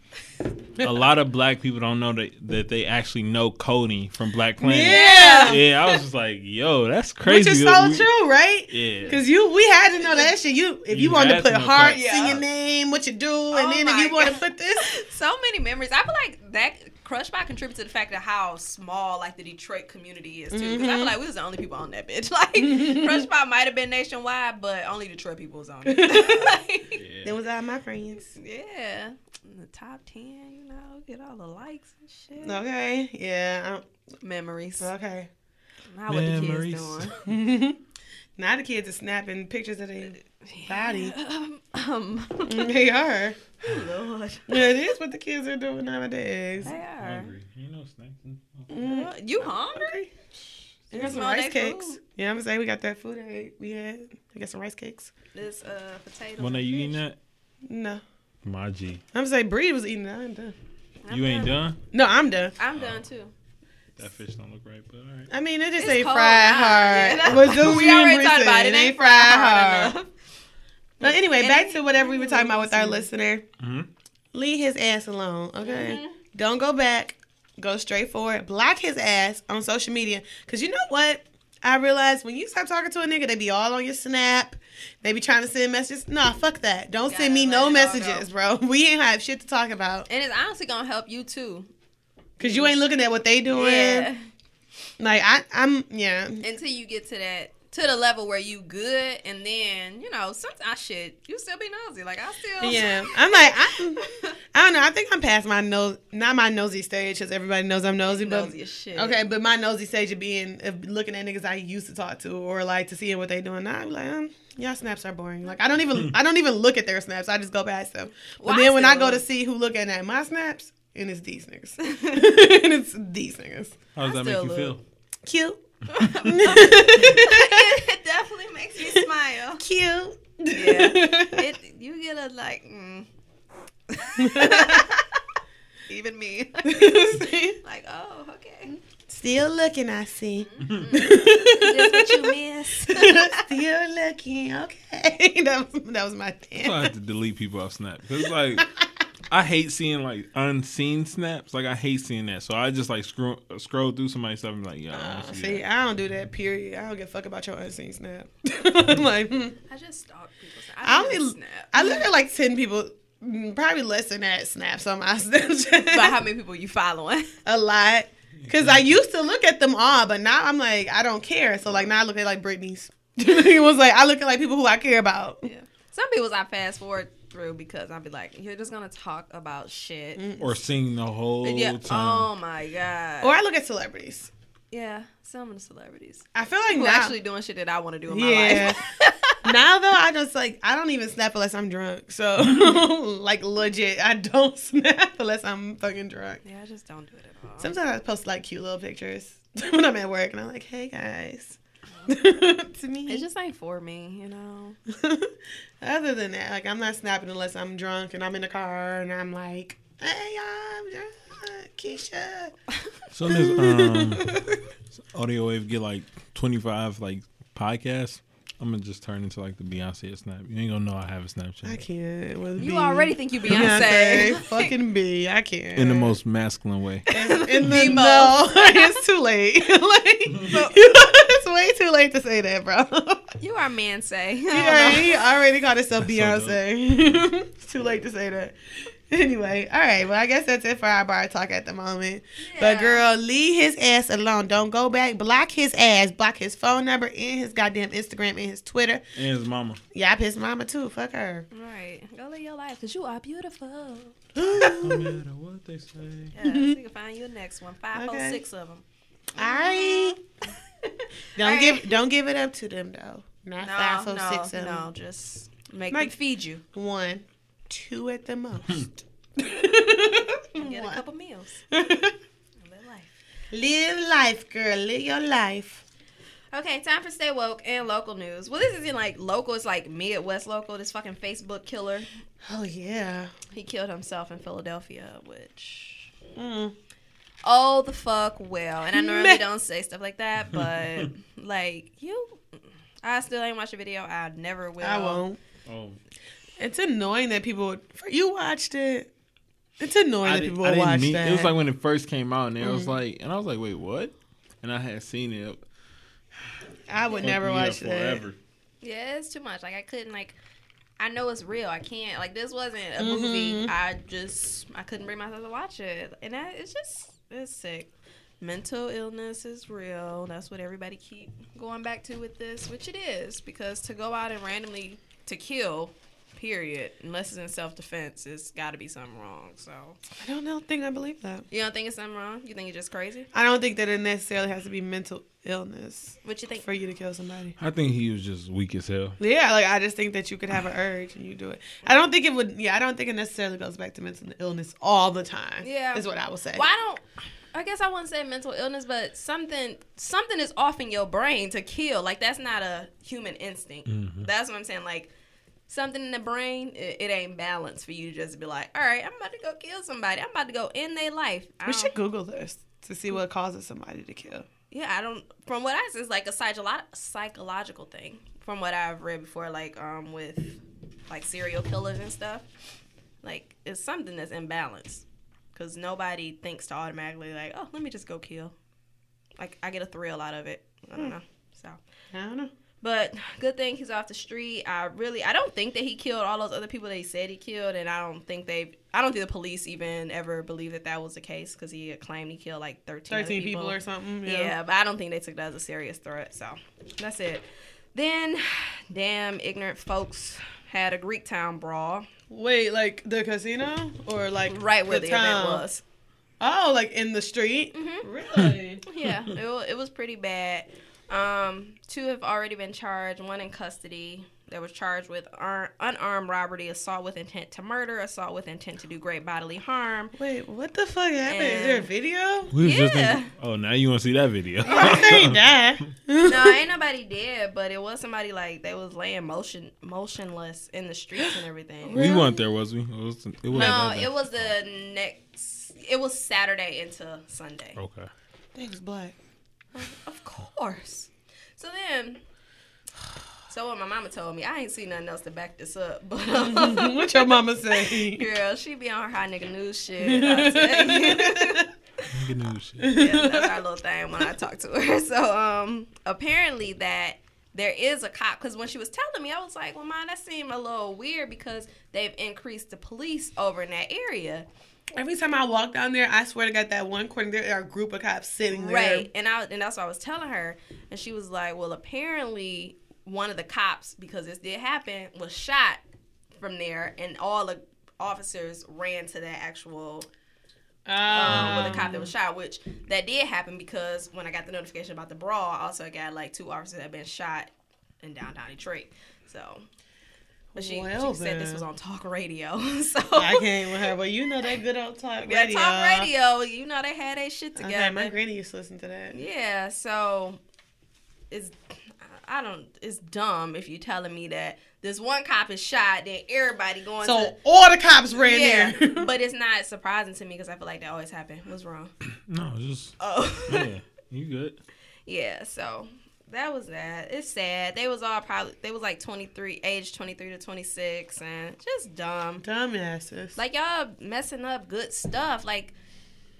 Speaker 3: a lot of black people don't know that, that they actually know Cody from Black Planet.
Speaker 2: yeah,
Speaker 3: Yeah, I was just like, yo, that's
Speaker 2: which
Speaker 3: crazy.
Speaker 2: is
Speaker 3: that
Speaker 2: so
Speaker 3: we-
Speaker 2: true, right?
Speaker 3: Yeah,
Speaker 2: Because you, we had to know that shit. You, if you,
Speaker 3: You
Speaker 2: wanted to
Speaker 3: had
Speaker 2: put
Speaker 3: to know
Speaker 1: that.
Speaker 2: hearts in
Speaker 1: Yeah.
Speaker 2: your name, what you do,
Speaker 1: Oh
Speaker 2: and then if
Speaker 1: my
Speaker 2: you want to
Speaker 1: God.
Speaker 2: put this,
Speaker 1: So many memories. I feel like that Crush by contributed to the fact of how small like the Detroit community is too. Because
Speaker 2: Mm-hmm.
Speaker 1: I feel like we was the only people on that bitch. Like Crush by might have been nationwide, but only Detroit people was on it. Like,
Speaker 3: yeah.
Speaker 2: then was all my friends.
Speaker 1: yeah. In the top ten, you know, get all the likes and shit.
Speaker 2: Okay, yeah,
Speaker 1: Memories.
Speaker 2: I'm- okay.
Speaker 1: Not what the kids
Speaker 3: Memories.
Speaker 1: doing.
Speaker 2: now the kids are snapping pictures of their body.
Speaker 1: Um, um,
Speaker 2: they are.
Speaker 1: Lord.
Speaker 2: It is what the kids are doing nowadays.
Speaker 1: They are.
Speaker 3: Hungry. You know snacks. and-
Speaker 1: What? You hungry?
Speaker 2: Hungry. We got some
Speaker 1: Smell
Speaker 2: rice
Speaker 1: they
Speaker 2: cakes.
Speaker 1: food.
Speaker 2: Yeah, I'm gonna say we got that food I ate. We had. We got some rice cakes.
Speaker 1: This uh potato.
Speaker 3: When are you eating that?
Speaker 2: No,
Speaker 3: My G.
Speaker 2: I'm gonna say Bree was eating. that. I'm done.
Speaker 3: You ain't done?
Speaker 2: No, I'm done.
Speaker 1: I'm done too.
Speaker 3: That fish don't look right, but all right.
Speaker 2: I mean, it just
Speaker 1: It's
Speaker 2: ain't
Speaker 1: cold
Speaker 2: fried
Speaker 1: now.
Speaker 2: hard.
Speaker 1: Yeah.
Speaker 2: But do
Speaker 1: we
Speaker 2: you
Speaker 1: already
Speaker 2: agree
Speaker 1: talked
Speaker 2: that
Speaker 1: about it. It ain't fried hard enough.
Speaker 2: But anyway,
Speaker 1: And
Speaker 2: back
Speaker 1: it-
Speaker 2: to whatever we were talking about with our listener.
Speaker 3: Mhm.
Speaker 2: Leave his ass alone, okay?
Speaker 1: Mm-hmm.
Speaker 2: Don't go back. Go straight forward. Block his ass on social media. Because you know what? I realized when you stop talking to a nigga, they be all on your snap. They be trying to send messages. Nah, fuck that. Don't
Speaker 1: Gotta
Speaker 2: send me
Speaker 1: let
Speaker 2: no
Speaker 1: it all go.
Speaker 2: messages, bro. We ain't have shit to talk about.
Speaker 1: And it's honestly gonna help you too.
Speaker 2: Because you ain't looking at what they doing.
Speaker 1: Yeah.
Speaker 2: Like, I, I'm, yeah.
Speaker 1: Until you get to that to the level where you good and then, you know, sometimes shit, you still be nosy. Like I still
Speaker 2: Yeah, I'm like I'm. I don't know. I think I'm past my nose, not my nosy stage, because everybody knows I'm nosy. But
Speaker 1: nosy as shit.
Speaker 2: okay, but my nosy stage of being of looking at niggas I used to talk to, or like to seeing what they doing. Now I'm like, um, y'all snaps are boring. Like I don't even, I don't even look at their snaps. I just go past them. But
Speaker 1: Well, I
Speaker 2: then when I
Speaker 1: still
Speaker 2: go to
Speaker 1: look.
Speaker 2: see who looking at my snaps, and it's these niggas, and it's these niggas.
Speaker 3: How does
Speaker 1: I
Speaker 3: that make
Speaker 1: still
Speaker 3: you feel?
Speaker 1: look.
Speaker 2: Cute,
Speaker 1: it definitely makes me smile.
Speaker 2: cute.
Speaker 1: Yeah. It you get a like mm. even me. like, oh, okay.
Speaker 2: Still looking, I see.
Speaker 1: Just what you miss.
Speaker 2: Mm-hmm. Still looking. Okay. that, was, that was my
Speaker 3: So I
Speaker 2: dance.
Speaker 3: have to delete people off Snap. 'Cause, like I hate seeing like unseen snaps. Like I hate seeing that. So I just like scroll scroll through somebody's stuff and be like, yeah, I don't see
Speaker 2: Ah, See,
Speaker 3: that.
Speaker 2: I don't do that, period. I don't give a fuck about your unseen snap. I'm like, hmm.
Speaker 1: I just stalk people.
Speaker 2: I
Speaker 1: I,
Speaker 2: only-
Speaker 1: I only snap.
Speaker 2: I look at like 10 people, mm, probably less than that snaps on my
Speaker 1: But
Speaker 2: Snapchat.
Speaker 1: how many people you following?
Speaker 2: a lot. Because I used to look at them all, but now I'm like, I don't care. So, like, now I look at like Britney's. it was like, I look at like people who I care about.
Speaker 1: Yeah. Some people's I fast forward through because I'll be like, you're just gonna talk about shit.
Speaker 3: Or sing the whole
Speaker 1: Yeah.
Speaker 3: time.
Speaker 2: um,
Speaker 1: Oh my god.
Speaker 2: Or I look at celebrities.
Speaker 1: yeah. Some of the celebrities
Speaker 2: I feel like
Speaker 1: who
Speaker 2: now,
Speaker 1: actually doing shit that I want to do in my
Speaker 2: Yeah.
Speaker 1: life.
Speaker 2: now though i just like i don't even snap unless i'm drunk so like legit i don't snap unless i'm fucking drunk
Speaker 1: yeah, I just don't do it at all.
Speaker 2: sometimes i post like cute little pictures when i'm at work and i'm like hey guys to me
Speaker 1: it just ain't for me, you know.
Speaker 2: other than that like i'm not snapping unless i'm drunk and i'm in the car and i'm like hey y'all i'm drunk keisha
Speaker 3: Soon as um, Audio Wave get like twenty five like podcasts, I'm gonna just turn into like the Beyonce of Snap. You ain't gonna know I have a
Speaker 2: i
Speaker 3: Snapchat.
Speaker 2: can't with
Speaker 1: You
Speaker 2: B.
Speaker 1: already think you
Speaker 2: Beyonce,
Speaker 1: Beyonce.
Speaker 2: fucking B. I can't.
Speaker 3: In the most masculine way.
Speaker 2: in the
Speaker 1: Nemo.
Speaker 2: no, it's too late. like, it's way too late to say that, bro.
Speaker 1: you are Mansay.
Speaker 2: He already, he already called himself
Speaker 3: That's so
Speaker 2: Beyonce. it's too late to say that. Anyway, all right. Well, I guess that's it for our bar talk at the moment. But
Speaker 1: Yeah.
Speaker 2: girl, leave his ass alone. Don't go back. Block his ass. Block his phone number and his goddamn Instagram and his Twitter.
Speaker 3: And his mama.
Speaker 2: Yeah, I pissed mama too. Fuck her.
Speaker 1: Right. Go live your life because you are beautiful. Oh,
Speaker 3: No
Speaker 2: all
Speaker 3: matter what they say.
Speaker 1: Yeah, so you can find your next one. Five,
Speaker 2: Mm-hmm. Okay.
Speaker 1: oh, six of them.
Speaker 2: right. Don't
Speaker 1: All
Speaker 2: give
Speaker 1: right.
Speaker 2: don't give it up to them though. Not five
Speaker 1: No,
Speaker 2: oh
Speaker 1: no,
Speaker 2: six of them.
Speaker 1: no. Just make
Speaker 2: Like-
Speaker 1: them feed you.
Speaker 2: One, two at the most.
Speaker 1: and Hmm. Get a
Speaker 2: One.
Speaker 1: couple meals. and Live life.
Speaker 2: Live life, girl. Live your life.
Speaker 1: Okay, time for stay woke and local news. Well, this isn't like local. It's like Midwest local. This fucking Facebook killer.
Speaker 2: Oh yeah.
Speaker 1: He killed himself in Philadelphia, which
Speaker 2: Mm.
Speaker 1: oh the fuck well. And I
Speaker 2: Meh.
Speaker 1: normally don't say stuff like that, but like you, I still ain't watched the video. I never will.
Speaker 2: I won't.
Speaker 3: Oh,
Speaker 2: It's annoying that people. Would, you watched it. It's annoying
Speaker 3: I,
Speaker 2: that
Speaker 3: did,
Speaker 2: people
Speaker 3: I
Speaker 2: would
Speaker 3: didn't
Speaker 2: watch
Speaker 3: mean-
Speaker 2: that. Mm-hmm.
Speaker 3: It was like when it first came out, and it was like, and I was like, wait, what? And I had seen it.
Speaker 2: I would never
Speaker 3: Yeah,
Speaker 2: watch that.
Speaker 3: forever.
Speaker 1: Yeah, it's too much. Like I couldn't like I know it's real. I can't like this wasn't a movie.
Speaker 2: Mm-hmm.
Speaker 1: I just I couldn't bring myself to watch it. And I, it's just it's sick. Mental illness is real. That's what everybody keep going back to with this, which it is because to go out and randomly to kill Period. Unless it's in self defense, it's got to be something wrong. So
Speaker 2: I don't know. Think I believe that.
Speaker 1: you don't think it's something wrong? You think it's just crazy?
Speaker 2: I don't think that it necessarily has to be mental illness
Speaker 1: What you think?
Speaker 2: for you to kill somebody.
Speaker 3: I think he was just weak as hell.
Speaker 2: Yeah, like I just think that you could have an urge and you do it. I don't think it would. Yeah, I don't think it necessarily goes back to mental illness all the time.
Speaker 1: Yeah.
Speaker 2: is what I would say.
Speaker 1: Well, I don't. I guess I wouldn't say mental illness, but something something is off in your brain to kill. Like that's not a human instinct.
Speaker 2: Mm-hmm.
Speaker 1: That's what I'm saying. Like something in the brain, it, it ain't balanced for you to just be like, all right, I'm about to go kill somebody. I'm about to go end their life. I
Speaker 2: We
Speaker 1: don't-
Speaker 2: should Google this to see what causes somebody to kill.
Speaker 1: yeah, I don't. From what I see, it's like a psycholo- psychological thing. From what I've read before, like um with like serial killers and stuff, like it's something that's imbalanced. Cause nobody thinks to automatically like, oh, let me just go kill. Like I get a thrill out of it. I
Speaker 2: Hmm.
Speaker 1: don't know. So,
Speaker 2: I don't know.
Speaker 1: but good thing he's off the street. I really, I don't think that he killed all those other people that he said he killed, and I don't think they, I don't think the police even ever believed that that was the case because he had claimed he killed like thirteen, other
Speaker 2: Thirteen people or something.
Speaker 1: yeah. but I don't think they took that as a serious threat. So that's it. Then, damn ignorant folks had a Greek town brawl
Speaker 2: Wait, like the casino or like
Speaker 1: right where
Speaker 2: the
Speaker 1: the,
Speaker 2: town?
Speaker 1: event was. Mm-hmm.
Speaker 2: Oh, like in the street. Really?
Speaker 1: Yeah, it, wa- it was pretty bad. Um, two have already been charged, one in custody. They were charged with ar- unarmed robbery, assault with intent to murder, assault with intent to do great bodily harm.
Speaker 2: Wait, what the fuck happened? Is there a video?
Speaker 3: We was just
Speaker 1: Yeah.
Speaker 3: thinking, oh, now you want to see that video?
Speaker 2: they die.
Speaker 1: No, ain't nobody dead, but it was somebody like they was laying motion motionless in the streets and everything.
Speaker 3: we weren't there, was we? It was. It was
Speaker 1: No, it was the next. It was Saturday into Sunday.
Speaker 3: Okay.
Speaker 2: Thanks, Black.
Speaker 1: Of course. So then, so what my mama told me, I ain't seen nothing else to back this up. But um,
Speaker 2: what your mama say?
Speaker 1: girl, she be on her hot nigga news shit. I tell you.
Speaker 3: Good news. Shit.
Speaker 1: yeah, that's our little thing when I talk to her. So um, apparently that there is a cop because when she was telling me, I was like, well, mine, that seemed a little weird because they've increased the police over in that area.
Speaker 2: Every time I walk down there, I swear to God, that one corner there are a group of cops sitting there.
Speaker 1: Right. And I and that's what I was telling her. And she was like, Well, apparently one of the cops, because this did happen, was shot from there and all the officers ran to that actual um,
Speaker 2: Oh.
Speaker 1: with the cop that was shot, which that did happen because when I got the notification about the brawl, I also got like two officers that had been shot in downtown Detroit. So but she,
Speaker 2: Well,
Speaker 1: she said this
Speaker 2: then.
Speaker 1: was on talk radio. So
Speaker 2: I came with her, but you know that good old talk
Speaker 1: Oh. Yeah,
Speaker 2: radio.
Speaker 1: talk radio, you know they had their shit together.
Speaker 2: Okay, my granny used to listen to that.
Speaker 1: Yeah, so it's I don't it's dumb if you telling me that this one cop is shot, then everybody going
Speaker 2: So
Speaker 1: to
Speaker 2: all the cops ran
Speaker 1: yeah,
Speaker 2: there.
Speaker 1: but it's not surprising to me because I feel like that always happened. What's wrong?
Speaker 3: No, it's just
Speaker 1: Oh,
Speaker 3: yeah. You good?
Speaker 1: yeah. So that was that. It's sad. They was all probably they was like twenty three, age twenty three to twenty six, and just dumb.
Speaker 2: Dumbasses.
Speaker 1: Like y'all messing up good stuff. Like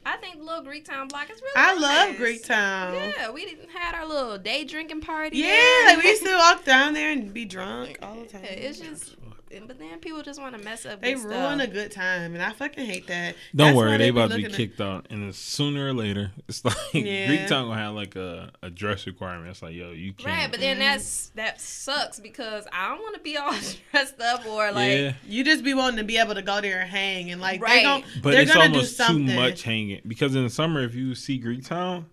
Speaker 1: I think Little Greek Town Block is really.
Speaker 2: I love
Speaker 1: nice.
Speaker 2: Greek Town. Yeah.
Speaker 1: Yeah, we didn't had our little day drinking party.
Speaker 2: like we used to walk down there and be drunk all the time.
Speaker 1: Yeah, it's just, but then people just want to mess up.
Speaker 2: they
Speaker 1: good
Speaker 2: ruin a
Speaker 1: stuff.
Speaker 2: good time, and I fucking hate that.
Speaker 3: Don't
Speaker 2: That's why
Speaker 3: worry, they about to be
Speaker 2: looking
Speaker 3: kicked out, and then sooner or later, it's like
Speaker 2: Yeah.
Speaker 3: Greek Town gonna have like a, a dress requirement. It's like, yo, you can't.
Speaker 1: right, but then that's that sucks because I don't want to be all dressed up or like.
Speaker 3: yeah,
Speaker 2: At, you just be wanting to be able to go there and hang, and like they
Speaker 1: Right.
Speaker 2: gon'
Speaker 3: but
Speaker 2: they're
Speaker 3: it's
Speaker 2: gonna do
Speaker 3: almost too
Speaker 2: something.
Speaker 3: much hanging because in the summer, if you see Greek Town,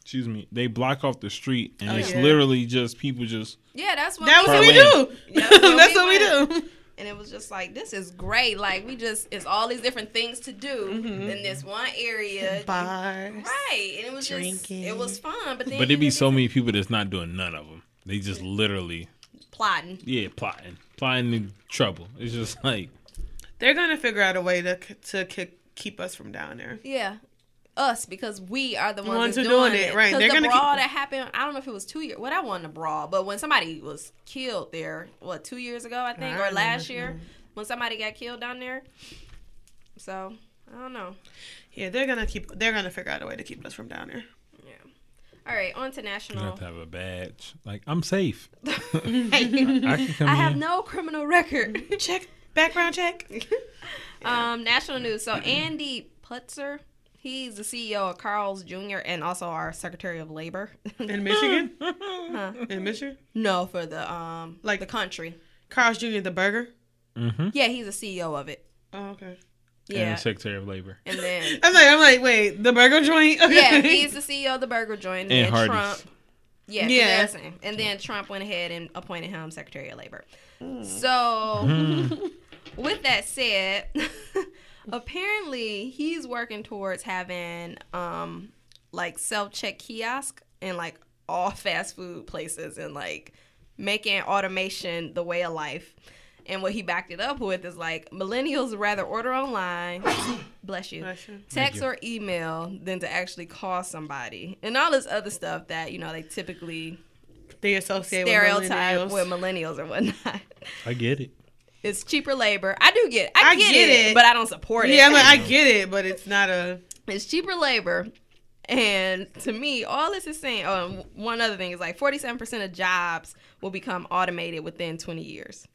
Speaker 3: excuse me, they block off the street, and
Speaker 2: Oh,
Speaker 3: it's
Speaker 2: yeah.
Speaker 3: literally just people just
Speaker 1: Yeah, that's what.
Speaker 2: That's
Speaker 1: we
Speaker 2: what
Speaker 1: went-
Speaker 2: we do.
Speaker 1: Yeah, that's what we
Speaker 2: That's what we
Speaker 1: went.
Speaker 2: do.
Speaker 1: And it was just like this is great. Like we just it's all these different things to do
Speaker 2: Mm-hmm.
Speaker 1: in this one area.
Speaker 2: Bars.
Speaker 1: Right, and it was
Speaker 2: Drinking.
Speaker 1: just it was fun, but then
Speaker 3: But
Speaker 1: you
Speaker 3: it be
Speaker 1: just
Speaker 3: so many people that's not doing none of them. They just literally,
Speaker 1: plotting.
Speaker 3: yeah, plotting, plotting in trouble. It's just like,
Speaker 2: They're gonna figure out a way to to ki- keep us from down there.
Speaker 1: Yeah. Us because we are the ones,
Speaker 2: ones
Speaker 1: that's
Speaker 2: who doing
Speaker 1: doing
Speaker 2: it,
Speaker 1: it.
Speaker 2: right.
Speaker 1: Because
Speaker 2: They're
Speaker 1: the
Speaker 2: gonna
Speaker 1: brawl
Speaker 2: keep-
Speaker 1: that happened, I don't know if it was two years. Well, that wasn't a brawl, but when somebody was killed there, what two years ago I think,
Speaker 2: I
Speaker 1: or last
Speaker 2: remember.
Speaker 1: year, when somebody got killed down there. So I don't know.
Speaker 2: Yeah, they're gonna keep. They're gonna figure out a way to keep us from down there.
Speaker 1: Yeah. All right, on to
Speaker 3: you have
Speaker 1: national.
Speaker 3: to have a badge. Like, I'm safe.
Speaker 1: I
Speaker 3: I can come
Speaker 1: have
Speaker 3: in.
Speaker 1: no criminal record.
Speaker 2: Check background check.
Speaker 1: Um, national news. So Andy Putzer, he's the CEO of Carl's Jr. and also our Secretary of Labor.
Speaker 2: In Michigan? In Michigan?
Speaker 1: no, for the um like
Speaker 2: Like-
Speaker 1: the country.
Speaker 2: Carl's Jr. the burger?
Speaker 3: Mm-hmm.
Speaker 1: Yeah, he's a CEO of it.
Speaker 2: Oh, okay.
Speaker 1: Yeah.
Speaker 3: And Secretary of Labor.
Speaker 1: And then
Speaker 2: I'm like, I'm like, wait, the burger joint? Okay.
Speaker 1: yeah, he's the CEO of the burger joint,
Speaker 3: And
Speaker 1: and,
Speaker 3: Hardee's.
Speaker 1: Trump. Yeah,
Speaker 2: Yeah.
Speaker 1: yeah. And then Trump went ahead and appointed him Secretary of Labor.
Speaker 3: Mm.
Speaker 1: So, with that said, apparently he's working towards having um like self check kiosk in like all fast food places and like making automation the way of life. And what he backed it up with is like millennials rather order online, bless you,
Speaker 2: Bless you.
Speaker 1: text
Speaker 3: you.
Speaker 1: or email than to actually call somebody, and all this other stuff that you know they typically
Speaker 2: They associate
Speaker 1: stereotype with
Speaker 2: with millennials.
Speaker 1: millennials or whatnot.
Speaker 3: I get it.
Speaker 1: It's cheaper labor. I do get, I, get, it, but I don't support it.
Speaker 2: yeah, I'm like, I get it, but it's not a.
Speaker 1: it's cheaper labor. And to me, all this is saying, oh, and w- one other thing is like 47% of jobs will become automated within 20 years.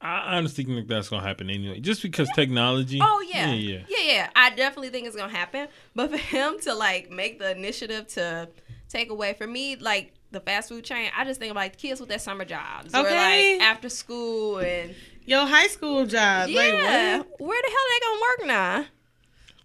Speaker 3: I honestly think that's gonna happen anyway, just because technology.
Speaker 1: Oh yeah.
Speaker 3: yeah,
Speaker 1: yeah, yeah. I definitely think it's gonna happen. But for him to like make the initiative to take away for me, like the fast food chain, I just think of like kids with their summer jobs or
Speaker 2: Okay.
Speaker 1: like after school and
Speaker 2: Yo, high school job.
Speaker 1: yeah,
Speaker 2: Like, what?
Speaker 1: where the hell they gonna work now?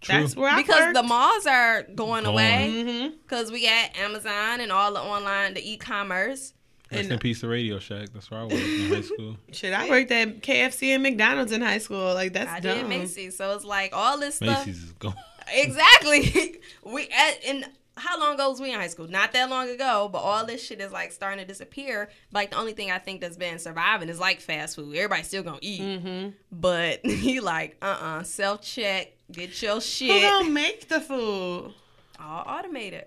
Speaker 3: True.
Speaker 2: That's where I
Speaker 1: because the
Speaker 2: worked.
Speaker 1: malls are going,
Speaker 3: Going.
Speaker 1: away
Speaker 2: Mhm.
Speaker 1: because we got Amazon and all the online, the e-commerce.
Speaker 3: Rest
Speaker 2: and-
Speaker 3: in peace to Radio Shack. That's where I was in high school.
Speaker 2: Shit, I worked at KFC and McDonald's in high school. Like, that's
Speaker 1: I
Speaker 2: dumb.
Speaker 1: did Macy's, so it's like all this stuff.
Speaker 3: Macy's is gone.
Speaker 1: Exactly. we at, and how long ago was we in high school? Not that long ago, but all this shit is like starting to disappear. Like the only thing I think that's been surviving is like fast food. Everybody's still gonna eat,
Speaker 2: Mm. Mm-hmm.
Speaker 1: but he like uh uh self check, get your
Speaker 2: Who
Speaker 1: shit
Speaker 2: gonna make the food?
Speaker 1: all automated.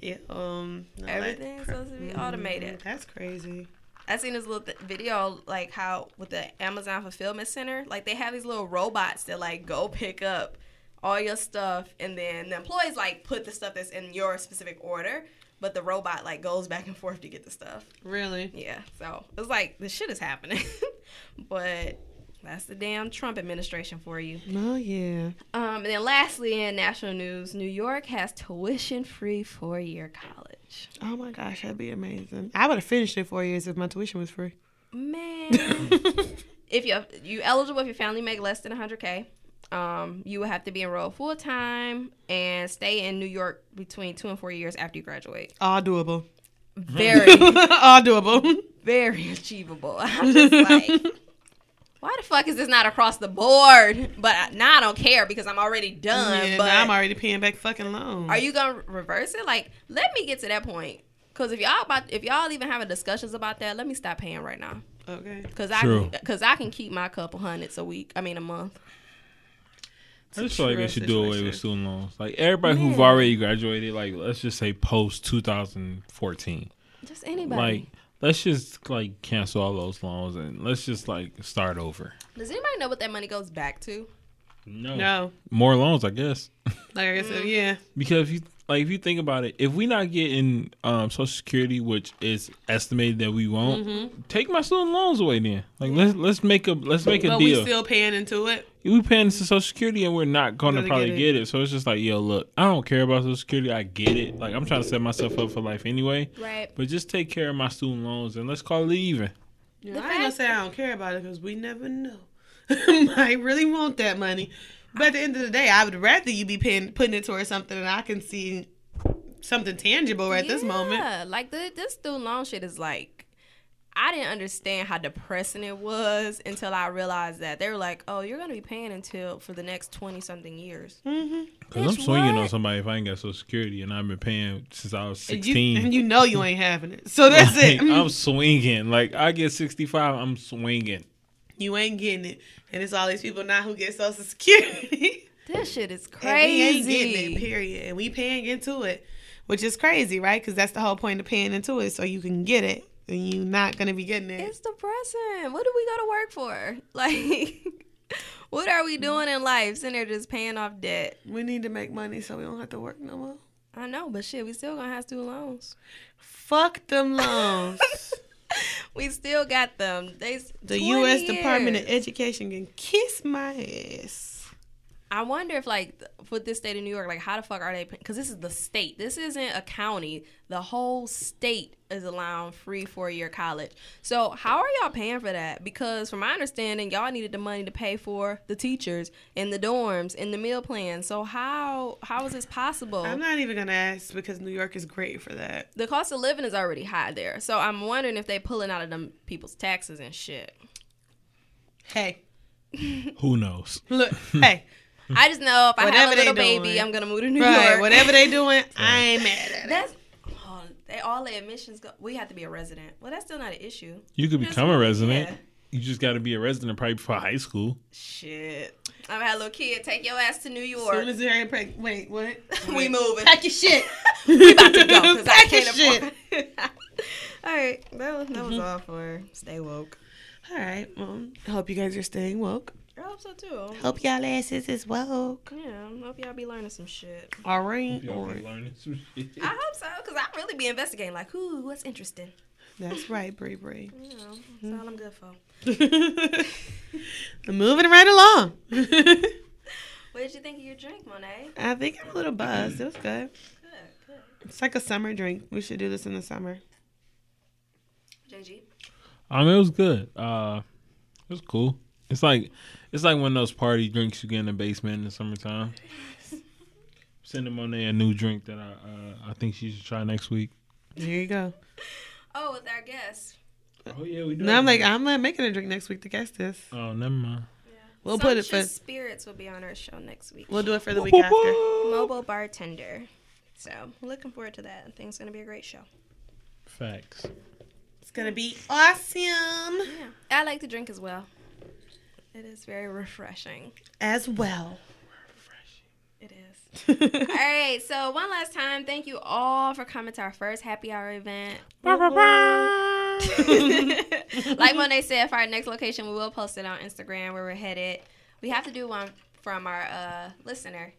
Speaker 2: Yeah, um, no, that- Mm,
Speaker 1: Everything's supposed to be automated.
Speaker 2: That's crazy.
Speaker 1: I seen this little th- video like how with the Amazon fulfillment center, like they have these little robots that like go pick up all your stuff and then the employees like put the stuff that's in your specific order, but the robot like goes back and forth to get the stuff.
Speaker 2: Really?
Speaker 1: Yeah. So it's like the shit is happening. but that's the damn Trump administration for you.
Speaker 2: Oh yeah.
Speaker 1: Um, and then lastly in national news, New York has tuition free four year college.
Speaker 2: Oh my gosh, that'd be amazing. I would have finished in four years if my tuition was free.
Speaker 1: Man if you you eligible if your family make less than 100k um, you will have to be enrolled full time and stay in New York between two and four years after you graduate.
Speaker 2: All doable. Mhm.
Speaker 1: Very,
Speaker 2: All doable.
Speaker 1: very achievable. I'm just like, why the fuck is this not across the board? But I, now I don't care because I'm already done.
Speaker 2: Yeah,
Speaker 1: but
Speaker 2: now I'm already paying back fucking loans.
Speaker 1: are you gonna reverse it? Like, let me get to that point. Cause if y'all about if y'all even having discussions about that, let me stop paying right now.
Speaker 2: okay?
Speaker 1: Cause I
Speaker 3: True.
Speaker 1: can, cause I can keep my couple hundreds a week. I mean a month.
Speaker 3: I just feel like
Speaker 2: true
Speaker 3: they should do away with
Speaker 2: situation.
Speaker 3: student loans. Like everybody who've
Speaker 1: Yeah.
Speaker 3: already graduated, like let's just say post 2014.
Speaker 1: Just anybody.
Speaker 3: Like let's just like cancel all those loans and let's just like start over.
Speaker 1: Does anybody know what that money goes back to?
Speaker 3: Oh.
Speaker 2: No,
Speaker 3: more loans, I guess.
Speaker 2: like I guess,
Speaker 1: Mm.
Speaker 2: yeah.
Speaker 3: Because if you like, if you think about it, if we not getting um, Social Security, which is estimated that we won't,
Speaker 2: Mm-hmm.
Speaker 3: take my student loans away. Then, like, let's let's make a let's make a
Speaker 2: But we
Speaker 3: deal.
Speaker 2: still paying into it.
Speaker 3: we paying to Social Security, and we're not going to
Speaker 2: Gonna
Speaker 3: probably
Speaker 2: get
Speaker 3: get
Speaker 2: it.
Speaker 3: it. So it's just like, yo, look, I don't care about Social Security. I get it. Like, I'm trying to set myself up for life anyway.
Speaker 1: Right.
Speaker 3: But just take care of my student loans, and let's call it even.
Speaker 2: Yeah,
Speaker 1: The
Speaker 2: I ain't gonna
Speaker 1: fact-
Speaker 2: say I don't care about it because we never know. I really want that money, but at the end of the day, I would rather you be paying, putting it towards something that I can see something tangible right this moment.
Speaker 1: Yeah, like the, this student loan shit is like, I didn't understand how depressing it was until I realized that they were like, oh, you're gonna be paying until for the next twenty something years.
Speaker 3: Because
Speaker 1: Bitch,
Speaker 3: I'm swinging on
Speaker 1: what?
Speaker 3: somebody if I ain't got Social Security, and I've been paying since I was
Speaker 2: And
Speaker 3: 16.
Speaker 2: you, and you know you ain't having it, so that's
Speaker 3: Like,
Speaker 2: it. Mm.
Speaker 3: I'm swinging. Like I get 65, I'm swinging.
Speaker 2: You ain't getting it, and it's all these people now who get Social Security.
Speaker 1: This shit is
Speaker 2: And we ain't
Speaker 1: crazy.
Speaker 2: getting it, period. And we paying into it, which is crazy, right? Because that's the whole point of paying into it, so you can get it, and you're not gonna be getting it.
Speaker 1: It's depressing. What do we go to work for? Like, what are we doing in life? Sitting there just paying off debt.
Speaker 2: we need to make money so we don't have to work no more.
Speaker 1: I know, but shit, we still gonna have student loans.
Speaker 2: Fuck them loans.
Speaker 1: We still got them. They
Speaker 2: the U.S. Department of
Speaker 1: Education.
Speaker 2: Education can kiss my ass.
Speaker 1: I wonder if like th- for this state of New York, like how the fuck are they? Because this is the state. This isn't a county. The whole state is allowing free four year college. So how are y'all paying for that? Because from my understanding, y'all needed the money to pay for the teachers and the dorms and the meal plan. So how how is this possible?
Speaker 2: I'm not even gonna ask because New York is great for that.
Speaker 1: the cost of living is already high there. So I'm wondering if they pulling out of them people's taxes and shit.
Speaker 2: Hey,
Speaker 3: Who knows?
Speaker 2: look, hey,
Speaker 1: I just know if I have
Speaker 2: Whatever
Speaker 1: a
Speaker 2: they
Speaker 1: little baby,
Speaker 2: doing.
Speaker 1: I'm gonna move to New
Speaker 2: right,
Speaker 1: York.
Speaker 2: whatever they doing, I ain't mad at it.
Speaker 1: That's oh, they all their admissions go. We have to be a resident. Well, that's still not an issue.
Speaker 3: You could
Speaker 1: That's-
Speaker 3: become a resident.
Speaker 1: yeah.
Speaker 3: You just got to be a resident probably before high school.
Speaker 1: Shit, I'm had a little kid. Take your ass to New
Speaker 2: As soon
Speaker 1: York.
Speaker 2: as they're pregnant, wait, what?
Speaker 1: we moving.
Speaker 2: Pack your shit.
Speaker 1: we about to go because I
Speaker 2: Pack your Mm-hmm.
Speaker 1: can't afford. all right, that was that was all for stay woke.
Speaker 2: All right, well, I hope you guys are staying woke.
Speaker 1: I hope so too.
Speaker 2: Hope y'all asses is woke.
Speaker 1: Yeah, I hope y'all be learning some shit.
Speaker 2: All right.
Speaker 1: I hope so, cause I really be investigating. Like, ooh, what's interesting?
Speaker 2: That's right, Brie Brie.
Speaker 1: You know, that's all I'm good for.
Speaker 2: Moving right along.
Speaker 1: What did you think of your drink, Monet?
Speaker 2: I think I'm a little buzzed. It was good.
Speaker 1: Good, good.
Speaker 2: It's like a summer drink. We should do this in the summer.
Speaker 1: JG.
Speaker 3: I mean, it was good. Uh, it was cool. It's like it's like one of those party drinks you get in the basement in the summertime. Sending Monet a new drink that I uh, I think she should try next week.
Speaker 2: There you go.
Speaker 1: Oh, with our guest.
Speaker 3: Oh yeah, we do.
Speaker 2: No, I'm like, I'm not making a drink next week to guess this.
Speaker 3: oh never mind.
Speaker 2: We'll put it
Speaker 1: Sumptuous
Speaker 2: for-
Speaker 1: Spirits will be on our show next week.
Speaker 2: We'll do it for the week after.
Speaker 1: Mobile bartender. So looking forward to that. I think it's gonna be a great show.
Speaker 3: Facts.
Speaker 2: It's gonna be awesome
Speaker 1: Yeah, I like to drink as well. It is very refreshing.
Speaker 2: as well.
Speaker 1: It is. All right. So one last time, thank you all for coming to our first happy hour event. like Monet said, for our next location, we will post it on Instagram where we're headed. We have to do one from our uh, listener,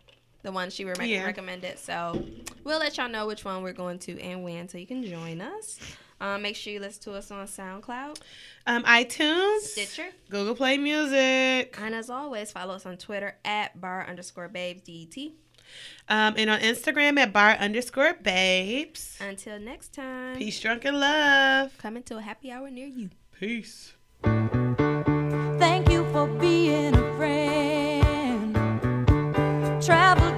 Speaker 1: the one she re-
Speaker 2: Yeah.
Speaker 1: recommended. So we'll let y'all know which one we're going to and when, so you can join us. Um, make sure you listen to us on SoundCloud,
Speaker 2: um, iTunes,
Speaker 1: Stitcher,
Speaker 2: Google Play Music,
Speaker 1: and as always, follow us on Twitter at bar underscore babes E det.
Speaker 2: um, and on Instagram at bar underscore babes.
Speaker 1: Until next time,
Speaker 2: Peace, drunk, and love.
Speaker 1: coming to a happy hour near you.
Speaker 2: Peace.
Speaker 4: Thank you for being a friend. Travel